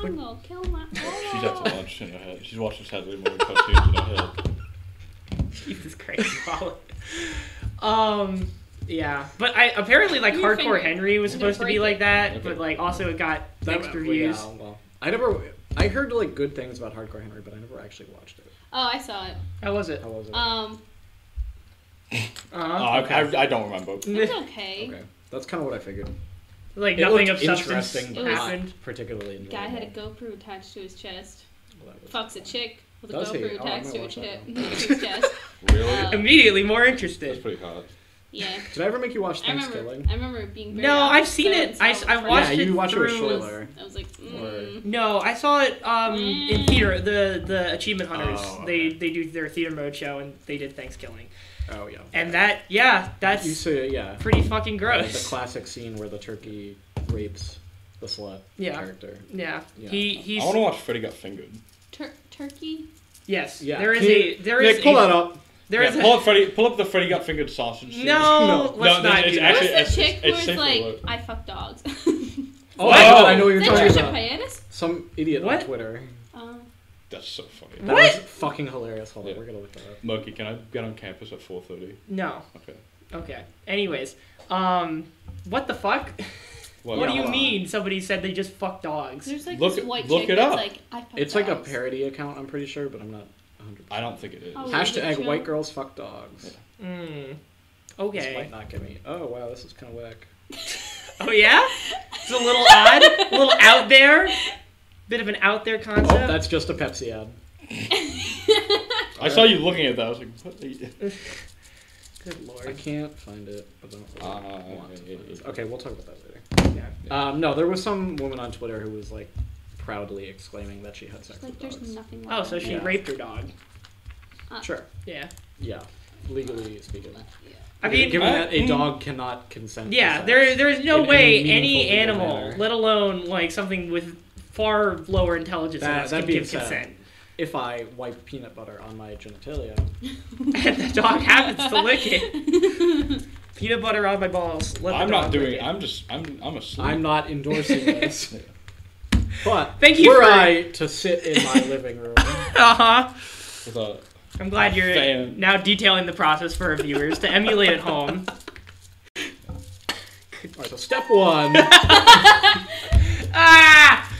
Speaker 4: I'm gonna
Speaker 3: (laughs)
Speaker 4: kill my.
Speaker 3: She's had to lunch in her head. She's watching Saturday morning cartoons in her (laughs) head.
Speaker 2: Jesus Christ, Colin. Um, yeah, but I apparently like
Speaker 4: Your
Speaker 2: Hardcore
Speaker 4: finger.
Speaker 2: Henry was
Speaker 4: I'm gonna
Speaker 2: supposed to be
Speaker 4: break
Speaker 2: like
Speaker 4: it.
Speaker 2: that,
Speaker 3: Okay.
Speaker 2: but like also it got
Speaker 1: That-
Speaker 2: mixed
Speaker 1: well,
Speaker 2: reviews.
Speaker 1: yeah, well, I never. I heard like good things about Hardcore Henry, but I never actually watched it.
Speaker 4: (laughs) Oh, I saw it.
Speaker 2: How was it?
Speaker 1: How was it? (laughs)
Speaker 4: Um,
Speaker 2: Uh-huh.
Speaker 3: Oh, I, I, I don't remember.
Speaker 4: it's okay.
Speaker 1: okay, that's kind of what I figured.
Speaker 2: (laughs) like
Speaker 1: It
Speaker 2: nothing
Speaker 1: looked
Speaker 2: of substance
Speaker 1: interesting, but
Speaker 4: It was-
Speaker 2: happened.
Speaker 1: not particularly. Enjoyable.
Speaker 4: Guy had a GoPro attached to his chest.
Speaker 1: Well, that was-
Speaker 4: Fucks a chick with a
Speaker 1: Does he?
Speaker 4: GoPro
Speaker 1: Oh, I
Speaker 4: attached to
Speaker 1: might
Speaker 4: his
Speaker 1: watch
Speaker 4: chest. (laughs)
Speaker 1: that
Speaker 4: to his chest.
Speaker 2: Uh,
Speaker 3: Really?
Speaker 2: Immediately more
Speaker 3: That's
Speaker 2: interested.
Speaker 3: pretty hard.
Speaker 1: (laughs)
Speaker 4: Yeah.
Speaker 1: Did I ever make you watch
Speaker 4: I remember.
Speaker 1: Thanksgiving?
Speaker 4: I remember being. Very
Speaker 2: No,
Speaker 4: out
Speaker 2: I've
Speaker 4: of
Speaker 2: seen
Speaker 4: stone,
Speaker 2: it.
Speaker 4: so
Speaker 2: I-
Speaker 4: was
Speaker 2: I
Speaker 4: like-
Speaker 2: watched
Speaker 1: yeah, you
Speaker 2: it
Speaker 1: watched it with
Speaker 2: through-
Speaker 1: Schuyler.
Speaker 4: I was like, mm.
Speaker 2: No, I saw it um, in
Speaker 4: Mm.
Speaker 2: theater. The the Achievement Hunters
Speaker 1: Oh,
Speaker 2: they
Speaker 1: okay.
Speaker 2: they do their theater mode show and they did Thanksgiving
Speaker 1: Oh yeah.
Speaker 2: and that yeah
Speaker 1: you
Speaker 2: that's
Speaker 1: see, yeah.
Speaker 2: pretty fucking
Speaker 1: Uh, The
Speaker 2: gross.
Speaker 1: classic scene where the turkey rapes the slut
Speaker 2: Yeah.
Speaker 1: character.
Speaker 2: Yeah,
Speaker 1: Yeah.
Speaker 2: he
Speaker 3: I
Speaker 2: he's
Speaker 3: want to watch Freddy Got Fingered.
Speaker 4: Tur- turkey.
Speaker 2: yes.
Speaker 1: Yeah.
Speaker 2: There is
Speaker 1: Can
Speaker 2: a
Speaker 1: you-
Speaker 2: there
Speaker 1: Nick,
Speaker 2: is
Speaker 1: pull
Speaker 2: a,
Speaker 1: that up.
Speaker 2: there
Speaker 3: yeah,
Speaker 2: is
Speaker 3: pull
Speaker 2: a
Speaker 3: up Freddy. Pull up the Freddy Got Fingered sausage. scene.
Speaker 1: (laughs)
Speaker 2: no.
Speaker 1: No,
Speaker 2: Let's
Speaker 3: no,
Speaker 2: not
Speaker 3: it's
Speaker 2: do
Speaker 3: actually-
Speaker 2: that.
Speaker 4: What's
Speaker 3: it's-
Speaker 4: the chick
Speaker 3: it's
Speaker 4: who's
Speaker 3: safer
Speaker 4: like,
Speaker 3: word.
Speaker 4: I fuck dogs? (laughs) Is
Speaker 1: Oh, I know, I know what you're
Speaker 4: that
Speaker 1: talking
Speaker 4: Trisha
Speaker 1: about.
Speaker 4: Paytas?
Speaker 1: Some idiot
Speaker 2: What?
Speaker 1: on Twitter.
Speaker 4: Um,
Speaker 3: That's so funny.
Speaker 1: That
Speaker 2: What?
Speaker 1: was fucking hilarious. Hold on,
Speaker 3: Yeah.
Speaker 1: we're gonna look that up.
Speaker 3: Murky, can I get on campus at 4:30?
Speaker 2: No.
Speaker 3: Okay.
Speaker 2: Okay. Anyways, um, what the fuck?
Speaker 3: Well,
Speaker 2: what do
Speaker 1: yeah,
Speaker 2: you
Speaker 1: hold on.
Speaker 2: mean somebody said they just fuck dogs?
Speaker 4: there's like
Speaker 3: Look
Speaker 4: this
Speaker 3: it-
Speaker 4: white
Speaker 3: look
Speaker 4: chick
Speaker 3: it
Speaker 4: that's
Speaker 3: up.
Speaker 4: like, I fuck
Speaker 1: It's like a
Speaker 4: dogs.
Speaker 1: parody account, I'm pretty sure, but I'm not 100.
Speaker 3: I don't think it is.
Speaker 4: Oh.
Speaker 1: Hashtag
Speaker 4: Joe?
Speaker 1: white girls fuck dogs.
Speaker 2: Mm.
Speaker 1: This might
Speaker 2: Okay.
Speaker 1: not get me. Oh wow, this is kind of whack.
Speaker 2: Oh yeah? It's a little odd, a little out there. Bit of an out there
Speaker 1: Oh,
Speaker 2: concept.
Speaker 1: that's just a Pepsi ad.
Speaker 3: I saw you looking at that. I was like, what? Are you...
Speaker 2: Good
Speaker 1: I
Speaker 2: lord.
Speaker 1: can't find it, but I don't really
Speaker 3: Ah,
Speaker 1: want to
Speaker 3: yeah,
Speaker 1: find
Speaker 3: yeah,
Speaker 1: it.
Speaker 3: yeah.
Speaker 1: Okay, we'll talk about that later.
Speaker 2: Yeah.
Speaker 1: Um, no, there was some woman on Twitter who was like proudly exclaiming that she had sex
Speaker 4: It's like,
Speaker 1: with
Speaker 4: there's
Speaker 1: dogs.
Speaker 4: nothing wrong
Speaker 2: Oh, so
Speaker 4: with
Speaker 2: she
Speaker 1: Yeah.
Speaker 2: raped her dog. Uh,
Speaker 1: Sure.
Speaker 2: Yeah.
Speaker 1: Yeah. Legally speaking.
Speaker 4: that. Yeah.
Speaker 2: I mean,
Speaker 1: given
Speaker 3: I-
Speaker 1: that a
Speaker 3: mm.
Speaker 1: dog cannot consent.
Speaker 2: yeah,
Speaker 1: to sex.
Speaker 2: there there's no
Speaker 1: In any
Speaker 2: way any,
Speaker 1: meaningful legal
Speaker 2: animal,
Speaker 1: manner.
Speaker 2: let alone like something with far lower intelligence than
Speaker 1: That,
Speaker 2: us
Speaker 1: that
Speaker 2: can
Speaker 1: being
Speaker 2: give
Speaker 1: said,
Speaker 2: consent. (laughs)
Speaker 1: if I wipe peanut butter on my
Speaker 4: (laughs)
Speaker 1: genitalia,
Speaker 2: and the dog happens to lick it. (laughs) Peanut butter on my balls. Let the
Speaker 3: (laughs) I'm
Speaker 2: dog
Speaker 3: not
Speaker 2: lick
Speaker 3: doing.
Speaker 1: (laughs)
Speaker 2: it.
Speaker 3: I'm just. I'm. I'm asleep.
Speaker 1: I'm not endorsing this. But
Speaker 2: Thank you
Speaker 1: were
Speaker 2: for-
Speaker 1: I to sit in my living (laughs) room,
Speaker 2: Uh huh.
Speaker 3: With a
Speaker 2: I'm glad you're
Speaker 3: Fan.
Speaker 2: now detailing the process for our viewers to emulate
Speaker 1: (laughs)
Speaker 2: at home.
Speaker 1: All right, so step (laughs) one,
Speaker 2: Ah!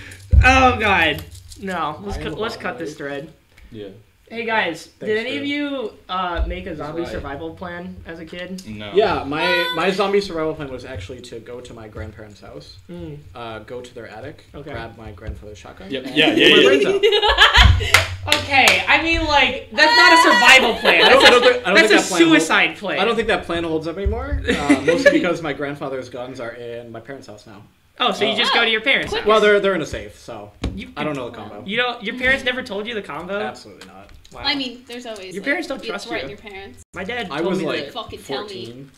Speaker 2: Oh god. No. Let's
Speaker 1: I
Speaker 2: cut.
Speaker 1: am
Speaker 2: Let's cut this
Speaker 1: alive.
Speaker 2: thread.
Speaker 3: yeah.
Speaker 2: Hey guys, did
Speaker 1: Thanks,
Speaker 2: any of
Speaker 1: Drew.
Speaker 2: you uh, make a zombie
Speaker 1: right.
Speaker 2: survival plan as a kid?
Speaker 3: No.
Speaker 1: yeah, my my zombie survival plan was actually to go to my grandparents' house,
Speaker 2: Mm.
Speaker 1: uh, go to their attic,
Speaker 2: Okay.
Speaker 1: grab my grandfather's shotgun,
Speaker 3: Yep.
Speaker 1: and
Speaker 3: Yeah, yeah,
Speaker 1: blow my
Speaker 3: yeah.
Speaker 1: brains out.
Speaker 2: Okay, I mean like that's not a survival plan.
Speaker 1: I
Speaker 2: (laughs) That's
Speaker 1: don't,
Speaker 2: a,
Speaker 1: I don't think, I don't
Speaker 2: that's
Speaker 1: think
Speaker 2: a
Speaker 1: that plan holds-
Speaker 2: suicide plan.
Speaker 1: I don't think that plan holds up anymore,
Speaker 2: (laughs)
Speaker 1: uh, mostly because my grandfather's guns are in my parents' house now.
Speaker 2: Oh, so you just go to your parents?
Speaker 4: Quick.
Speaker 2: house.
Speaker 1: Well, they're they're in a safe, so
Speaker 2: You,
Speaker 1: I don't know the combo.
Speaker 2: You don't. Your parents never told you the combo.
Speaker 1: Absolutely not.
Speaker 2: Wow.
Speaker 4: I mean, there's always
Speaker 2: Your
Speaker 4: like,
Speaker 2: parents don't
Speaker 4: it's
Speaker 2: trust
Speaker 4: right
Speaker 2: you.
Speaker 4: Your parents.
Speaker 2: my dad. Told
Speaker 1: I was
Speaker 2: me
Speaker 1: like
Speaker 2: the,
Speaker 4: Fucking tell me.
Speaker 1: 14,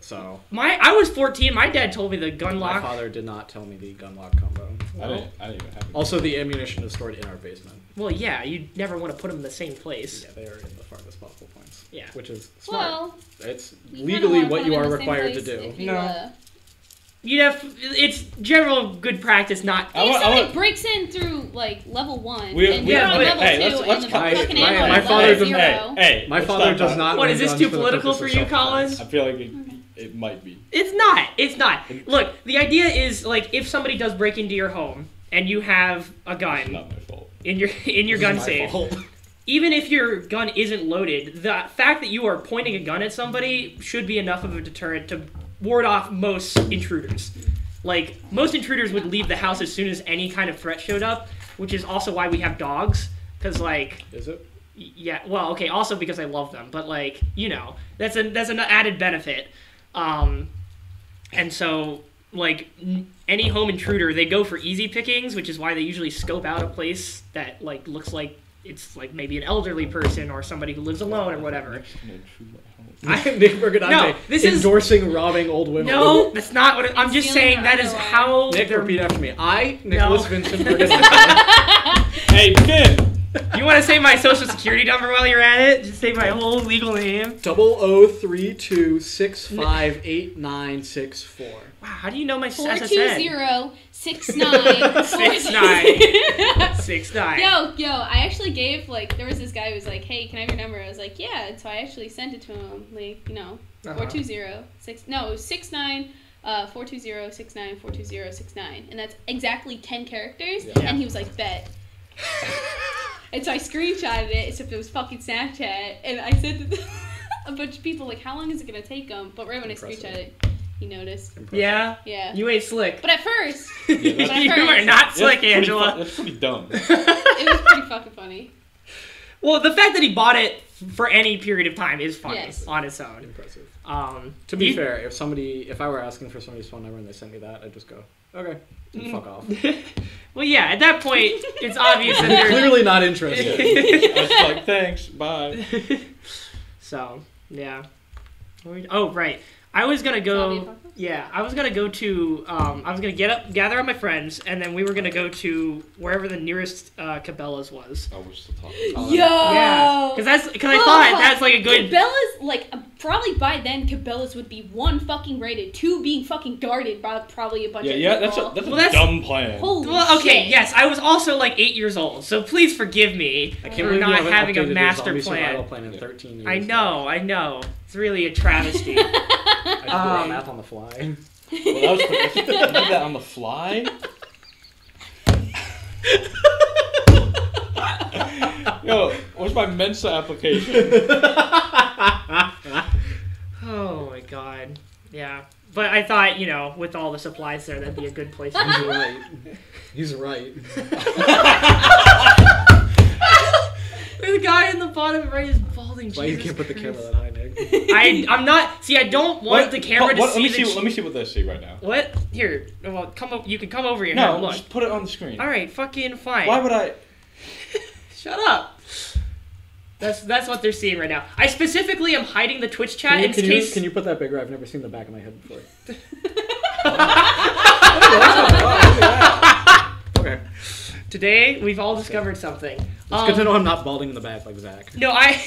Speaker 1: so
Speaker 2: my. I was 14. My dad told me the gun
Speaker 1: my
Speaker 2: lock.
Speaker 1: father did not tell me the gun lock combo.
Speaker 3: I didn't. I didn't even have. a-
Speaker 1: Also, the ammunition is stored in our basement.
Speaker 2: Well, yeah, you never want to put them in the same place.
Speaker 1: Yeah, they are in the farthest possible points.
Speaker 2: Yeah.
Speaker 1: Which is smart.
Speaker 4: Well,
Speaker 1: it's
Speaker 4: you kinda
Speaker 1: legally
Speaker 4: wanna
Speaker 1: what
Speaker 4: put
Speaker 1: you
Speaker 4: them in
Speaker 1: are
Speaker 4: the same
Speaker 1: required to
Speaker 4: place
Speaker 1: do.
Speaker 4: if you,
Speaker 2: No.
Speaker 4: uh,
Speaker 2: You have. It's general good practice not.
Speaker 3: I
Speaker 4: if
Speaker 3: want- I
Speaker 4: somebody
Speaker 3: want-
Speaker 4: breaks in through like level one
Speaker 3: We-
Speaker 4: and
Speaker 3: we-
Speaker 4: you're on
Speaker 2: wait,
Speaker 4: level
Speaker 3: hey,
Speaker 4: 2
Speaker 3: let's- let's
Speaker 4: and the
Speaker 1: cut
Speaker 4: fucking
Speaker 1: this. My-
Speaker 4: ammo
Speaker 1: my
Speaker 4: is
Speaker 1: father does-
Speaker 4: level zero.
Speaker 3: Hey, hey.
Speaker 1: My
Speaker 3: let's
Speaker 1: father
Speaker 3: stop
Speaker 1: does
Speaker 3: that.
Speaker 1: not.
Speaker 2: What
Speaker 1: own
Speaker 2: is this
Speaker 1: guns
Speaker 2: too
Speaker 1: for the
Speaker 2: political
Speaker 1: purpose
Speaker 2: for
Speaker 1: of
Speaker 2: you,
Speaker 1: self-defense.
Speaker 2: Collins?
Speaker 3: I feel like it, it might be.
Speaker 2: It's not. It's not. Look, the idea is like if somebody does break into your home and you have a
Speaker 3: It's
Speaker 2: gun
Speaker 3: not my fault.
Speaker 2: in your in your
Speaker 1: This is
Speaker 2: gun
Speaker 1: my
Speaker 2: safe,
Speaker 1: fault.
Speaker 2: even if your gun isn't loaded, the fact that you are pointing a gun at somebody should be enough of a deterrent to ward off most intruders. Like, most intruders would leave the house as soon as any kind of threat showed up, which is also why we have dogs. Because, like,
Speaker 1: Is (laughs) it?
Speaker 2: y- yeah, well, okay, also because I love them, but, like, you know, that's, a, that's an added benefit. Um, and so, like, n- any home intruder, they go for easy pickings, which is why they usually scope out a place that, like, looks like it's, like, maybe an elderly person or somebody who lives alone or whatever.
Speaker 3: I'm gonna shoot my home.
Speaker 1: Nick Mercadante
Speaker 2: No, this is-
Speaker 1: endorsing robbing old women.
Speaker 2: No, that's not what I, am just
Speaker 4: Stealing
Speaker 2: saying.
Speaker 4: her
Speaker 2: That is
Speaker 4: underwear.
Speaker 2: how
Speaker 1: Nick,
Speaker 2: they're.
Speaker 1: repeat after me. I, Nicholas
Speaker 2: No. (laughs)
Speaker 1: Vincent Mercadante.
Speaker 3: Hey, Finn.
Speaker 2: You want to say my social security number while you're at it? Just say my whole legal name.
Speaker 1: Double O three two six five eight nine six four.
Speaker 2: Wow, how do you know my
Speaker 4: Four
Speaker 2: SSN?
Speaker 4: two zero six
Speaker 3: (laughs)
Speaker 4: nine (laughs)
Speaker 2: Six nine. Six nine.
Speaker 4: Yo, yo, I actually gave like there was this guy who was like, Hey, can I have your number? I was like, Yeah, and so I actually sent it to him, like, you know,
Speaker 2: Uh-huh.
Speaker 4: four two zero six no, it was six nine uh, 42069 42069 and that's exactly 10 characters
Speaker 1: Yeah.
Speaker 4: and he was like bet and so I screenshotted it except it was fucking Snapchat and I sent it to (laughs) a bunch of people like how long is it gonna take them but right when
Speaker 1: Impressive.
Speaker 4: I screenshot it he noticed
Speaker 2: Yeah.
Speaker 4: yeah
Speaker 2: You ain't slick.
Speaker 4: but at first
Speaker 1: (laughs)
Speaker 4: that's-
Speaker 2: you are not
Speaker 3: That's
Speaker 2: slick,
Speaker 3: pretty fu-
Speaker 2: Angela.
Speaker 3: That's pretty dumb.
Speaker 4: it was pretty fucking funny
Speaker 2: (laughs) Well, the fact that he bought it for any period of time is funny
Speaker 4: Yes.
Speaker 2: on its own.
Speaker 1: Impressive.
Speaker 2: Um,
Speaker 1: To be
Speaker 2: you-
Speaker 1: fair, if somebody, if I were asking for somebody's phone number and they sent me that, I'd just go, okay, and
Speaker 2: Mm.
Speaker 1: fuck
Speaker 2: (laughs)
Speaker 1: off.
Speaker 2: Well, yeah. At that
Speaker 4: (laughs)
Speaker 2: point, it's obvious that they're
Speaker 1: Clearly not
Speaker 2: (laughs)
Speaker 1: interested.
Speaker 3: I was just like, thanks, bye.
Speaker 2: So yeah. What were we- Oh right. I was gonna
Speaker 4: Zombie
Speaker 2: go.
Speaker 4: apocalypse?
Speaker 2: Yeah, I was gonna go to. Um, I was gonna get up, gather up my friends, and then we were gonna go to wherever the nearest uh, Cabela's was.
Speaker 3: I was still talking.
Speaker 1: Oh,
Speaker 4: yo
Speaker 2: Yeah, because that's because I thought that's like a good.
Speaker 4: Oh. Cabela's, like, uh, probably by then, Cabela's would be one fucking raided, two being fucking guarded by probably a bunch
Speaker 3: Yeah,
Speaker 4: of
Speaker 3: yeah,
Speaker 4: people.
Speaker 3: that's a, that's a
Speaker 2: Well, that's-
Speaker 3: dumb plan.
Speaker 4: Holy
Speaker 2: Well, okay,
Speaker 4: shit.
Speaker 2: yes, I was also like eight years old, so please forgive me
Speaker 1: I can't
Speaker 2: for
Speaker 1: believe you
Speaker 2: not
Speaker 1: haven't
Speaker 2: having a
Speaker 1: updated your
Speaker 2: master
Speaker 1: zombie survival
Speaker 2: plan.
Speaker 1: plan in
Speaker 3: Yeah.
Speaker 1: 13 years.
Speaker 2: I know, I know. It's really a travesty. (laughs)
Speaker 1: I just did that
Speaker 2: Um,
Speaker 1: math on the fly.
Speaker 3: Well, that was pretty, you did that on the fly? Yo, where's my
Speaker 1: (laughs)
Speaker 3: Mensa application?
Speaker 2: oh my god, yeah. But I thought, you know, with all the supplies there, that'd be a good place to
Speaker 1: He's right. He's right.
Speaker 2: The guy in the bottom right is balding.
Speaker 1: Why you
Speaker 2: Jesus
Speaker 1: can't put the
Speaker 2: Christ.
Speaker 1: camera that high,
Speaker 2: (laughs)
Speaker 1: Nick?
Speaker 2: I, I'm not. See, I don't want
Speaker 3: What-
Speaker 2: the camera
Speaker 3: what-
Speaker 2: to
Speaker 3: let
Speaker 2: see.
Speaker 3: me
Speaker 2: the
Speaker 3: see.
Speaker 2: ch-
Speaker 3: Let me see what they see right now.
Speaker 2: What? Here, well, come. Up, you can come over here. and
Speaker 3: No,
Speaker 2: have a look.
Speaker 3: just put it on the screen.
Speaker 2: All right, fucking fine.
Speaker 3: Why
Speaker 2: (laughs)
Speaker 3: would I?
Speaker 2: Shut up. That's that's what they're seeing right now. I specifically am hiding the Twitch chat
Speaker 1: Can you,
Speaker 2: in
Speaker 1: can, you,
Speaker 2: case.
Speaker 1: can you put that bigger? I've never seen the back of my head before. okay.
Speaker 2: Today we've all discovered something. Um,
Speaker 1: It's good to know I'm not balding in the back like Zach.
Speaker 2: No, I.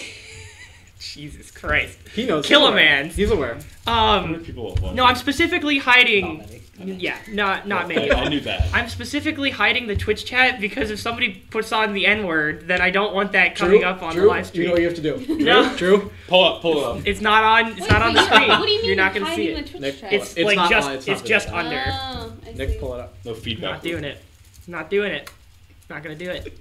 Speaker 2: (laughs) Jesus Christ.
Speaker 1: He knows.
Speaker 2: Kill a
Speaker 1: he's aware.
Speaker 2: man.
Speaker 1: He's aware. Um,
Speaker 3: How many
Speaker 2: Um,
Speaker 3: people at once?
Speaker 2: no, I'm specifically hiding.
Speaker 5: Not many.
Speaker 2: yeah, not not
Speaker 1: (laughs)
Speaker 2: many.
Speaker 3: I knew that.
Speaker 2: I'm specifically hiding the Twitch chat because if somebody puts on the N word, then I don't want that coming
Speaker 1: Drew,
Speaker 2: up on
Speaker 1: Drew,
Speaker 2: the live
Speaker 1: You
Speaker 2: stream.
Speaker 1: know what you have to do. Drew,
Speaker 2: No.
Speaker 1: Drew.
Speaker 3: Pull up, pull up.
Speaker 2: it's not on. It's
Speaker 4: Wait,
Speaker 2: not on the
Speaker 4: wait,
Speaker 2: screen.
Speaker 4: What do you mean?
Speaker 2: are not gonna see
Speaker 4: hiding
Speaker 2: it.
Speaker 4: The Twitch
Speaker 1: Nick,
Speaker 4: chat?
Speaker 2: It's,
Speaker 1: It's
Speaker 2: like
Speaker 1: not
Speaker 2: just.
Speaker 1: on- it's not
Speaker 2: it's just
Speaker 1: visible.
Speaker 2: on there.
Speaker 4: Oh, I see.
Speaker 1: Nick, pull it up.
Speaker 3: No feedback.
Speaker 2: Not doing it. Not doing it. Not gonna do it.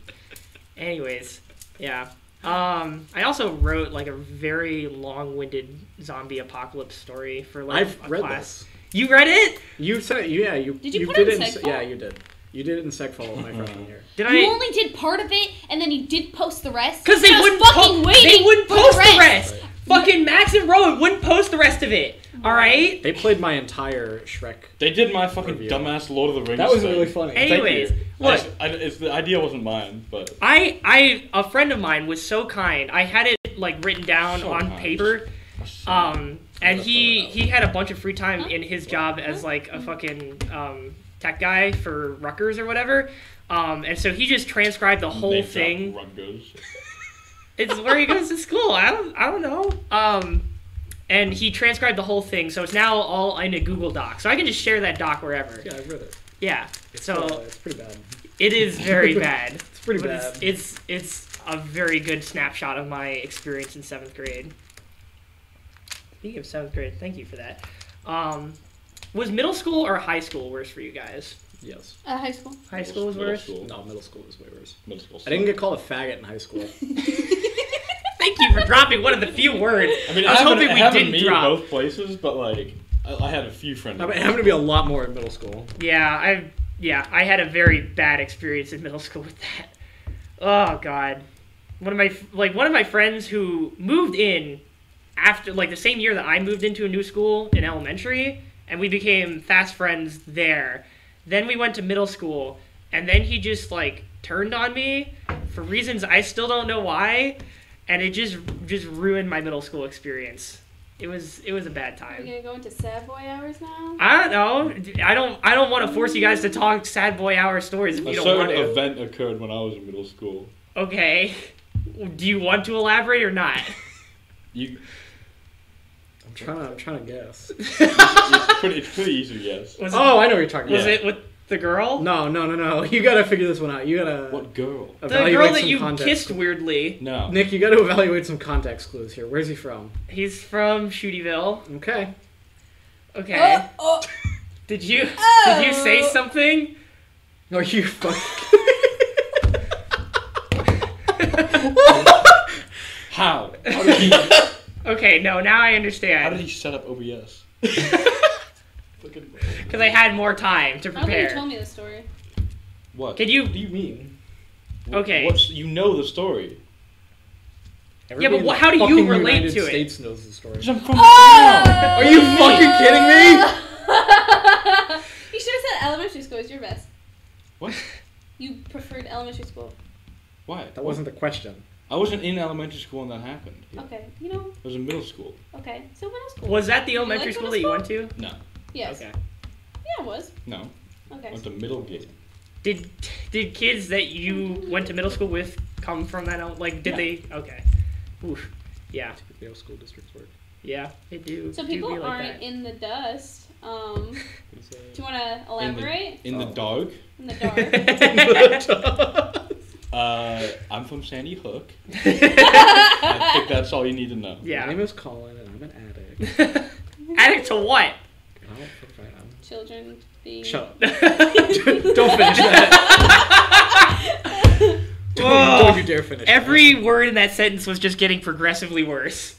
Speaker 2: Anyways, yeah. Um, I also wrote like a very long-winded zombie apocalypse story for like a
Speaker 1: I've read
Speaker 2: class.
Speaker 1: this.
Speaker 2: You read it?
Speaker 1: You said yeah. You
Speaker 4: Did you put
Speaker 1: did
Speaker 4: it in
Speaker 1: in
Speaker 4: Segfall?
Speaker 1: yeah you did. You did it in Segfall my freshman year.
Speaker 2: Did
Speaker 4: You
Speaker 2: I?
Speaker 4: only did part of it, and then you did post the rest.
Speaker 2: Because they
Speaker 4: I was
Speaker 2: wouldn't
Speaker 4: fucking
Speaker 2: po-
Speaker 4: waiting.
Speaker 2: They wouldn't
Speaker 4: for
Speaker 2: post the rest. Fucking Max and Rowan wouldn't post the rest of it. All right.
Speaker 1: They played my entire Shrek.
Speaker 3: They did my fucking
Speaker 1: Review.
Speaker 3: dumbass Lord of the Rings.
Speaker 1: That was
Speaker 3: thing.
Speaker 1: really funny.
Speaker 2: Hey. Anyways,
Speaker 3: Thank you.
Speaker 2: look.
Speaker 3: I just- I, it's, the idea wasn't mine, but
Speaker 2: I, I, a friend of mine was so kind. I had it like written down
Speaker 3: So
Speaker 2: on
Speaker 3: kind.
Speaker 2: paper, um, and he he had a bunch of free time in his job as
Speaker 4: Huh?
Speaker 2: like a fucking um, tech guy for Rutgers or whatever, um, and so he just transcribed the whole
Speaker 3: Name drop
Speaker 2: thing.
Speaker 3: Rutgers.
Speaker 2: It's where he goes to school. I don't I don't know. Um, and he transcribed the whole thing, so it's now all in a Google Doc, so I can just share that doc wherever.
Speaker 1: Yeah, I've read it.
Speaker 2: Yeah.
Speaker 1: Uh,
Speaker 2: So
Speaker 1: it's pretty bad.
Speaker 2: it is (laughs) very bad.
Speaker 1: It's pretty
Speaker 2: But
Speaker 1: bad.
Speaker 2: It's, it's it's a very good snapshot of my experience in seventh grade. Speaking of seventh grade, thank you for that. Um, was middle school or high school worse for you guys?
Speaker 1: yes.
Speaker 4: Uh, high school.
Speaker 2: High school was
Speaker 3: Middle
Speaker 2: worse.
Speaker 3: school.
Speaker 1: No, middle school was way worse.
Speaker 3: Middle school.
Speaker 1: I didn't get called a faggot in high school.
Speaker 2: Thank you for dropping one of the few words.
Speaker 3: I mean,
Speaker 2: I was
Speaker 3: happened-
Speaker 2: hoping
Speaker 3: it
Speaker 2: we
Speaker 3: happened to
Speaker 2: didn't
Speaker 3: me in
Speaker 2: drop.
Speaker 3: both places, but like, I, I had a few friends.
Speaker 1: I mean, it happened to be a lot more in middle school.
Speaker 2: Yeah, I yeah I had a very bad experience in middle school with that. Oh God, one of my like one of my friends who moved in after like the same year that I moved into a new school in elementary, and we became fast friends there. Then we went to middle school, and then he just like turned on me for reasons I still don't know why, and it just just ruined my middle school experience. It was it was a bad
Speaker 4: Are
Speaker 2: time.
Speaker 4: we gonna go into Savoy hours now?
Speaker 2: I don't know. I don't. I don't want to force you guys to talk sad boy hour stories if
Speaker 3: a
Speaker 2: you don't want
Speaker 3: certain
Speaker 2: to.
Speaker 3: event occurred when I was in middle school.
Speaker 2: Okay. Do you want to elaborate or not?
Speaker 3: You,
Speaker 1: I'm trying to. I'm trying to
Speaker 2: (laughs)
Speaker 1: guess.
Speaker 3: it's pretty, it's pretty easy, yes.
Speaker 2: Was,
Speaker 1: Oh, I know what you're talking
Speaker 2: was
Speaker 1: about.
Speaker 3: Yeah.
Speaker 2: it with the girl?
Speaker 1: No, no, no, no. You gotta figure this one out. You gotta.
Speaker 3: What girl?
Speaker 2: The
Speaker 1: Evaluate
Speaker 2: girl that
Speaker 1: some
Speaker 2: you
Speaker 1: context.
Speaker 2: kissed weirdly.
Speaker 3: No.
Speaker 1: Nick, you got to evaluate some context clues here. Where's he from?
Speaker 2: He's from Shootyville.
Speaker 1: Okay.
Speaker 2: Okay.
Speaker 4: Oh,
Speaker 2: Did you?
Speaker 4: oh,
Speaker 2: Did you say something?
Speaker 1: No, you
Speaker 2: (laughs)
Speaker 1: fuck.
Speaker 2: (laughs)
Speaker 3: How? How did he? how
Speaker 2: Okay. No. Now I understand.
Speaker 3: did he set up OBS? Fucking-
Speaker 2: Because I had more time to
Speaker 4: I don't think you
Speaker 2: prepare.
Speaker 4: told me this story.
Speaker 3: what?
Speaker 2: Did
Speaker 1: What do
Speaker 2: you?
Speaker 1: you mean?
Speaker 3: Wh-
Speaker 2: okay.
Speaker 3: What's, you know the story.
Speaker 1: Everybody
Speaker 2: but
Speaker 1: in
Speaker 2: wh-
Speaker 1: the
Speaker 2: how do you
Speaker 1: fucking
Speaker 2: relate
Speaker 1: United
Speaker 2: to it?
Speaker 1: States knows the story.
Speaker 3: 'Cause I'm from Oh!
Speaker 2: Oh!
Speaker 1: Are you
Speaker 4: Oh!
Speaker 1: fucking
Speaker 4: (laughs)
Speaker 1: kidding me?
Speaker 2: (laughs)
Speaker 4: you should have said elementary school is your best.
Speaker 3: What?
Speaker 4: You preferred elementary school.
Speaker 3: Why?
Speaker 1: That wasn't the question.
Speaker 3: I wasn't in elementary school when that happened.
Speaker 4: Okay, you know,
Speaker 3: I was in middle school.
Speaker 4: okay. So middle school.
Speaker 2: Was that the elementary
Speaker 4: like
Speaker 2: school
Speaker 4: middle
Speaker 2: that you went
Speaker 4: school?
Speaker 2: to?
Speaker 3: No.
Speaker 4: Yes.
Speaker 2: Okay.
Speaker 4: Yeah, it was.
Speaker 3: No. I
Speaker 4: Okay.
Speaker 3: went to middle gate.
Speaker 2: Did did kids that you went to middle school with come from that? out- Like, did
Speaker 3: Yeah.
Speaker 2: they? Okay. Oof. Yeah.
Speaker 1: Typically how school districts
Speaker 2: (laughs)
Speaker 1: work.
Speaker 2: Yeah. They do.
Speaker 4: So
Speaker 2: do be
Speaker 4: people
Speaker 2: like
Speaker 4: aren't
Speaker 2: that.
Speaker 4: in the dust. Um,
Speaker 1: (laughs)
Speaker 4: do you want to elaborate?
Speaker 3: In the
Speaker 1: Oh.
Speaker 3: dog.
Speaker 4: In the,
Speaker 2: (laughs)
Speaker 4: dark.
Speaker 3: Uh, I'm from Sandy Hook.
Speaker 4: (laughs)
Speaker 3: I think that's all you need to know.
Speaker 1: My name
Speaker 2: yeah.
Speaker 1: is Colin, and I'm an addict.
Speaker 2: Addict to what? (laughs)
Speaker 1: I don't provide. I'm...
Speaker 4: Children being.
Speaker 1: Shut up. (laughs) don't finish that.
Speaker 2: (laughs)
Speaker 1: don't, don't you dare finish. that.
Speaker 2: Every word in that sentence was just getting progressively worse.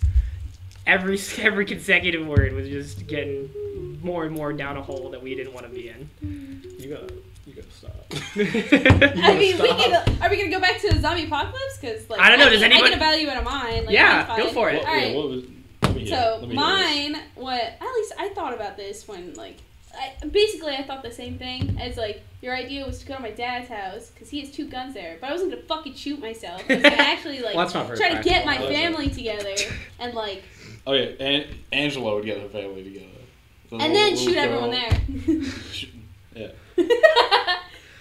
Speaker 2: Every every consecutive word was just getting more and more down a hole that we didn't want to be in. (laughs)
Speaker 1: You gotta. You gotta stop.
Speaker 4: (laughs) I mean, we
Speaker 1: Stop.
Speaker 4: can, are we gonna go back to the zombie apocalypse? Because like,
Speaker 2: I don't know, does
Speaker 4: I, can- I
Speaker 2: anyone-
Speaker 4: can value out of mine? Like,
Speaker 2: Yeah,
Speaker 4: I'm
Speaker 2: go
Speaker 4: fine.
Speaker 2: for it.
Speaker 3: What,
Speaker 4: All right.
Speaker 3: yeah, what was, let me hear it.
Speaker 4: So
Speaker 3: Let me hear this.
Speaker 4: mine, what at least I thought about this when like, I, basically I thought the same thing as like your idea was to go to my dad's house because he has two guns there, but I wasn't gonna fucking shoot myself. I was
Speaker 2: (laughs)
Speaker 4: gonna actually like
Speaker 1: Well, that's not very
Speaker 4: try to get my
Speaker 1: practical,
Speaker 3: is it?
Speaker 4: family together and
Speaker 3: (laughs)
Speaker 4: like,
Speaker 3: Oh yeah, An- Angela would get her family together. The little-
Speaker 4: and then
Speaker 3: little
Speaker 4: shoot
Speaker 3: girl.
Speaker 4: everyone there. (laughs)
Speaker 3: Sh- yeah.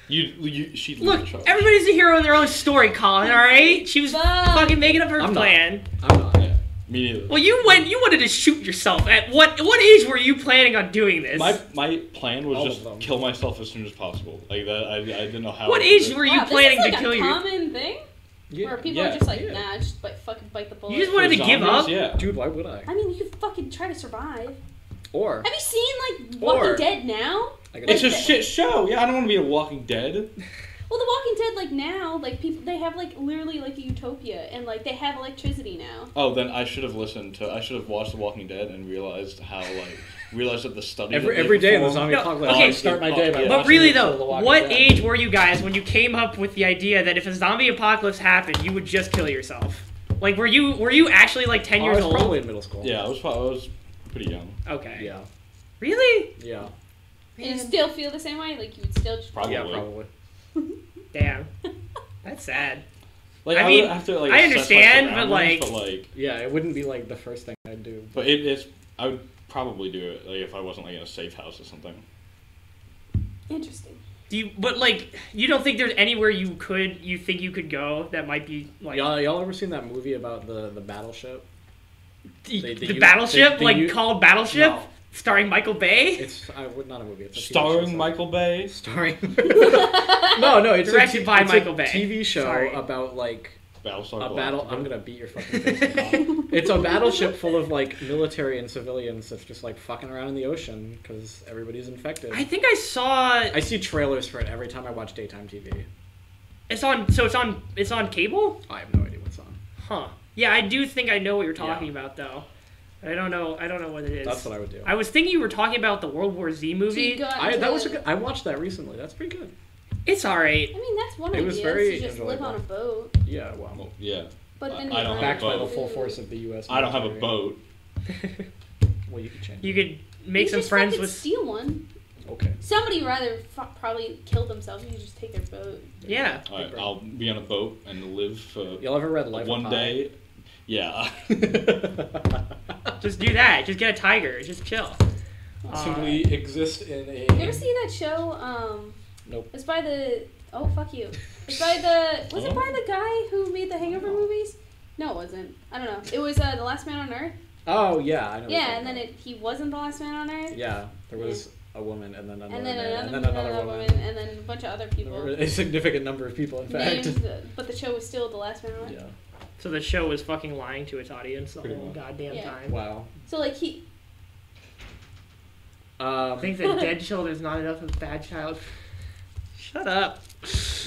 Speaker 3: You, you, she'd leave
Speaker 2: Look,
Speaker 3: the church.
Speaker 2: everybody's a hero in their own story, Colin. All right, she was
Speaker 4: Fuck.
Speaker 2: fucking making up her
Speaker 1: I'm not.
Speaker 2: plan.
Speaker 1: I'm not.
Speaker 3: Yeah. Me neither.
Speaker 2: Well, you went. You wanted to shoot yourself. At what what age were you planning on doing this?
Speaker 3: My my plan was
Speaker 1: All of
Speaker 3: just
Speaker 1: them.
Speaker 3: kill myself as soon as possible. Like that, I, I didn't know how.
Speaker 2: what
Speaker 3: I would do
Speaker 2: age
Speaker 3: it.
Speaker 2: were you
Speaker 4: Wow, this
Speaker 2: planning
Speaker 4: is, like,
Speaker 2: to kill
Speaker 4: a
Speaker 2: your?
Speaker 4: common thing
Speaker 1: Yeah.
Speaker 4: where people
Speaker 3: yeah,
Speaker 4: are just like,
Speaker 1: yeah.
Speaker 4: nah, just like fucking bite the bullet.
Speaker 2: You just
Speaker 3: For
Speaker 2: wanted to give
Speaker 3: zombies,
Speaker 2: up.
Speaker 3: Yeah.
Speaker 1: Dude, why would I?
Speaker 4: I mean, you fucking try to survive.
Speaker 1: Or
Speaker 4: Have you seen like
Speaker 1: Or-
Speaker 4: Walking Dead now?
Speaker 1: I
Speaker 3: It's
Speaker 1: gotta,
Speaker 3: a shit show. Yeah, I don't want to be a Walking Dead.
Speaker 4: Well, The Walking Dead like now, like people they have like literally like a utopia and like they have electricity now.
Speaker 3: Oh, then I should have listened to. I should have watched The Walking Dead and realized how like realized that the study.
Speaker 1: every
Speaker 3: that they
Speaker 1: every day in the
Speaker 3: performed-
Speaker 1: zombie
Speaker 2: No,
Speaker 1: apocalypse,
Speaker 2: okay.
Speaker 1: I start my day by
Speaker 3: Yeah.
Speaker 2: But
Speaker 1: watching
Speaker 2: really
Speaker 1: the
Speaker 2: though,
Speaker 1: The Walking
Speaker 2: what
Speaker 1: Dead.
Speaker 2: age were you guys when you came up with the idea that if a zombie apocalypse happened, you would just kill yourself? Like, were you were you actually like ten
Speaker 1: I
Speaker 2: years
Speaker 1: was
Speaker 2: old?
Speaker 1: Oh, probably in middle school.
Speaker 3: Yeah, I was probably, I was pretty young.
Speaker 2: Okay.
Speaker 1: Yeah.
Speaker 2: Really?
Speaker 1: Yeah.
Speaker 4: And you still feel the same way? Like you would still just
Speaker 3: Probably.
Speaker 1: Yeah, probably.
Speaker 2: Damn. That's sad.
Speaker 3: Like
Speaker 2: I
Speaker 3: I,
Speaker 2: mean,
Speaker 3: would have to like.
Speaker 2: I
Speaker 3: assess my
Speaker 2: understand, but,
Speaker 3: surroundings,
Speaker 2: like-
Speaker 3: but like,
Speaker 1: Yeah, it wouldn't be like the first thing I'd do.
Speaker 3: but it is. I would probably do it like if I wasn't like in a safe house or something.
Speaker 4: Interesting.
Speaker 2: Do you? But like, you don't think there's anywhere you could you think you could go that might be like
Speaker 1: Y'all, y'all ever seen that movie about the, the battleship?
Speaker 2: the,
Speaker 1: they- they
Speaker 2: the
Speaker 1: u-
Speaker 2: battleship,
Speaker 1: they- they
Speaker 2: like
Speaker 1: u-
Speaker 2: called Battleship,
Speaker 1: No.
Speaker 2: starring Michael Bay,
Speaker 1: It's I would not a movie. It's a TV show,
Speaker 3: Starring
Speaker 1: sorry.
Speaker 3: Michael Bay.
Speaker 1: Starring. (laughs) no, no, it's
Speaker 2: Directed
Speaker 1: a t-
Speaker 2: by
Speaker 1: it's
Speaker 2: Michael
Speaker 1: a
Speaker 2: Bay.
Speaker 1: TV show
Speaker 2: Sorry.
Speaker 1: about like
Speaker 3: Battlestar.
Speaker 1: a
Speaker 3: Galactica.
Speaker 1: battle. I'm gonna beat your fucking face. off. it's a battleship full of like military and civilians that's just like fucking around in the ocean because everybody's infected.
Speaker 2: I think I saw
Speaker 1: I see trailers for it every time I watch daytime TV.
Speaker 2: it's on. So it's on. It's on cable.
Speaker 1: I have no idea what's on.
Speaker 2: Huh. Yeah, I do think I know what you're talking
Speaker 1: Yeah.
Speaker 2: about though. I don't know. I don't know what it is.
Speaker 1: That's what I would do.
Speaker 2: I was thinking you were talking about the World War Z
Speaker 4: So you
Speaker 2: movie.
Speaker 4: go out
Speaker 1: I,
Speaker 4: into
Speaker 1: that was a
Speaker 4: the-
Speaker 1: good, I watched that recently. That's pretty good.
Speaker 2: It's all right.
Speaker 4: I mean, that's one
Speaker 1: It
Speaker 4: idea.
Speaker 1: was
Speaker 4: is
Speaker 1: very
Speaker 4: to just live
Speaker 1: enjoyable.
Speaker 4: on a boat.
Speaker 1: Yeah, well,
Speaker 3: Well, yeah.
Speaker 4: But
Speaker 3: I-
Speaker 4: then
Speaker 3: I
Speaker 4: you're
Speaker 3: don't have
Speaker 4: on
Speaker 3: a
Speaker 1: backed by the
Speaker 3: boat.
Speaker 1: full force of the U.S.
Speaker 3: I don't have a
Speaker 1: military.
Speaker 3: boat.
Speaker 1: (laughs) Well, you could change.
Speaker 2: you could make
Speaker 4: You
Speaker 2: some
Speaker 4: just
Speaker 2: friends
Speaker 4: fucking
Speaker 2: with.
Speaker 4: steal one.
Speaker 1: Okay.
Speaker 4: Somebody rather fu- probably kill themselves. You just take their boat.
Speaker 2: yeah.
Speaker 3: All right, I'll be on a boat and live for
Speaker 1: Y'all ever read Life of
Speaker 3: one
Speaker 1: Pi? (laughs)
Speaker 3: (laughs) day. Yeah. (laughs)
Speaker 2: Just do that. Just get a tiger. Just chill.
Speaker 1: Simply exist in
Speaker 4: You ever
Speaker 1: a.
Speaker 4: see that show? Um,
Speaker 1: Nope.
Speaker 4: it's by the oh fuck you. It's by the was it by the guy who made the
Speaker 1: Oh.
Speaker 4: Hangover movies? No, it wasn't. I don't know. It was uh, the Last Man on Earth.
Speaker 1: Oh yeah, I know. what you're
Speaker 4: Yeah,
Speaker 1: talking
Speaker 4: and then
Speaker 1: about.
Speaker 4: it he wasn't the Last Man on Earth.
Speaker 1: Yeah, there was a woman, and then another,
Speaker 4: And then
Speaker 1: man,
Speaker 4: another,
Speaker 1: and then another, woman.
Speaker 4: and then a bunch of other people. (laughs)
Speaker 1: There were (laughs) a significant number of people, in fact.
Speaker 4: Names, uh, but the show was still the Last Man on Earth.
Speaker 1: Yeah.
Speaker 2: So the show was fucking lying to its audience the
Speaker 1: Pretty
Speaker 2: whole
Speaker 1: much.
Speaker 2: goddamn
Speaker 4: Yeah.
Speaker 2: time.
Speaker 1: Wow.
Speaker 4: So like he
Speaker 1: Um,
Speaker 2: I think that dead child is not enough of bad child. Shut up.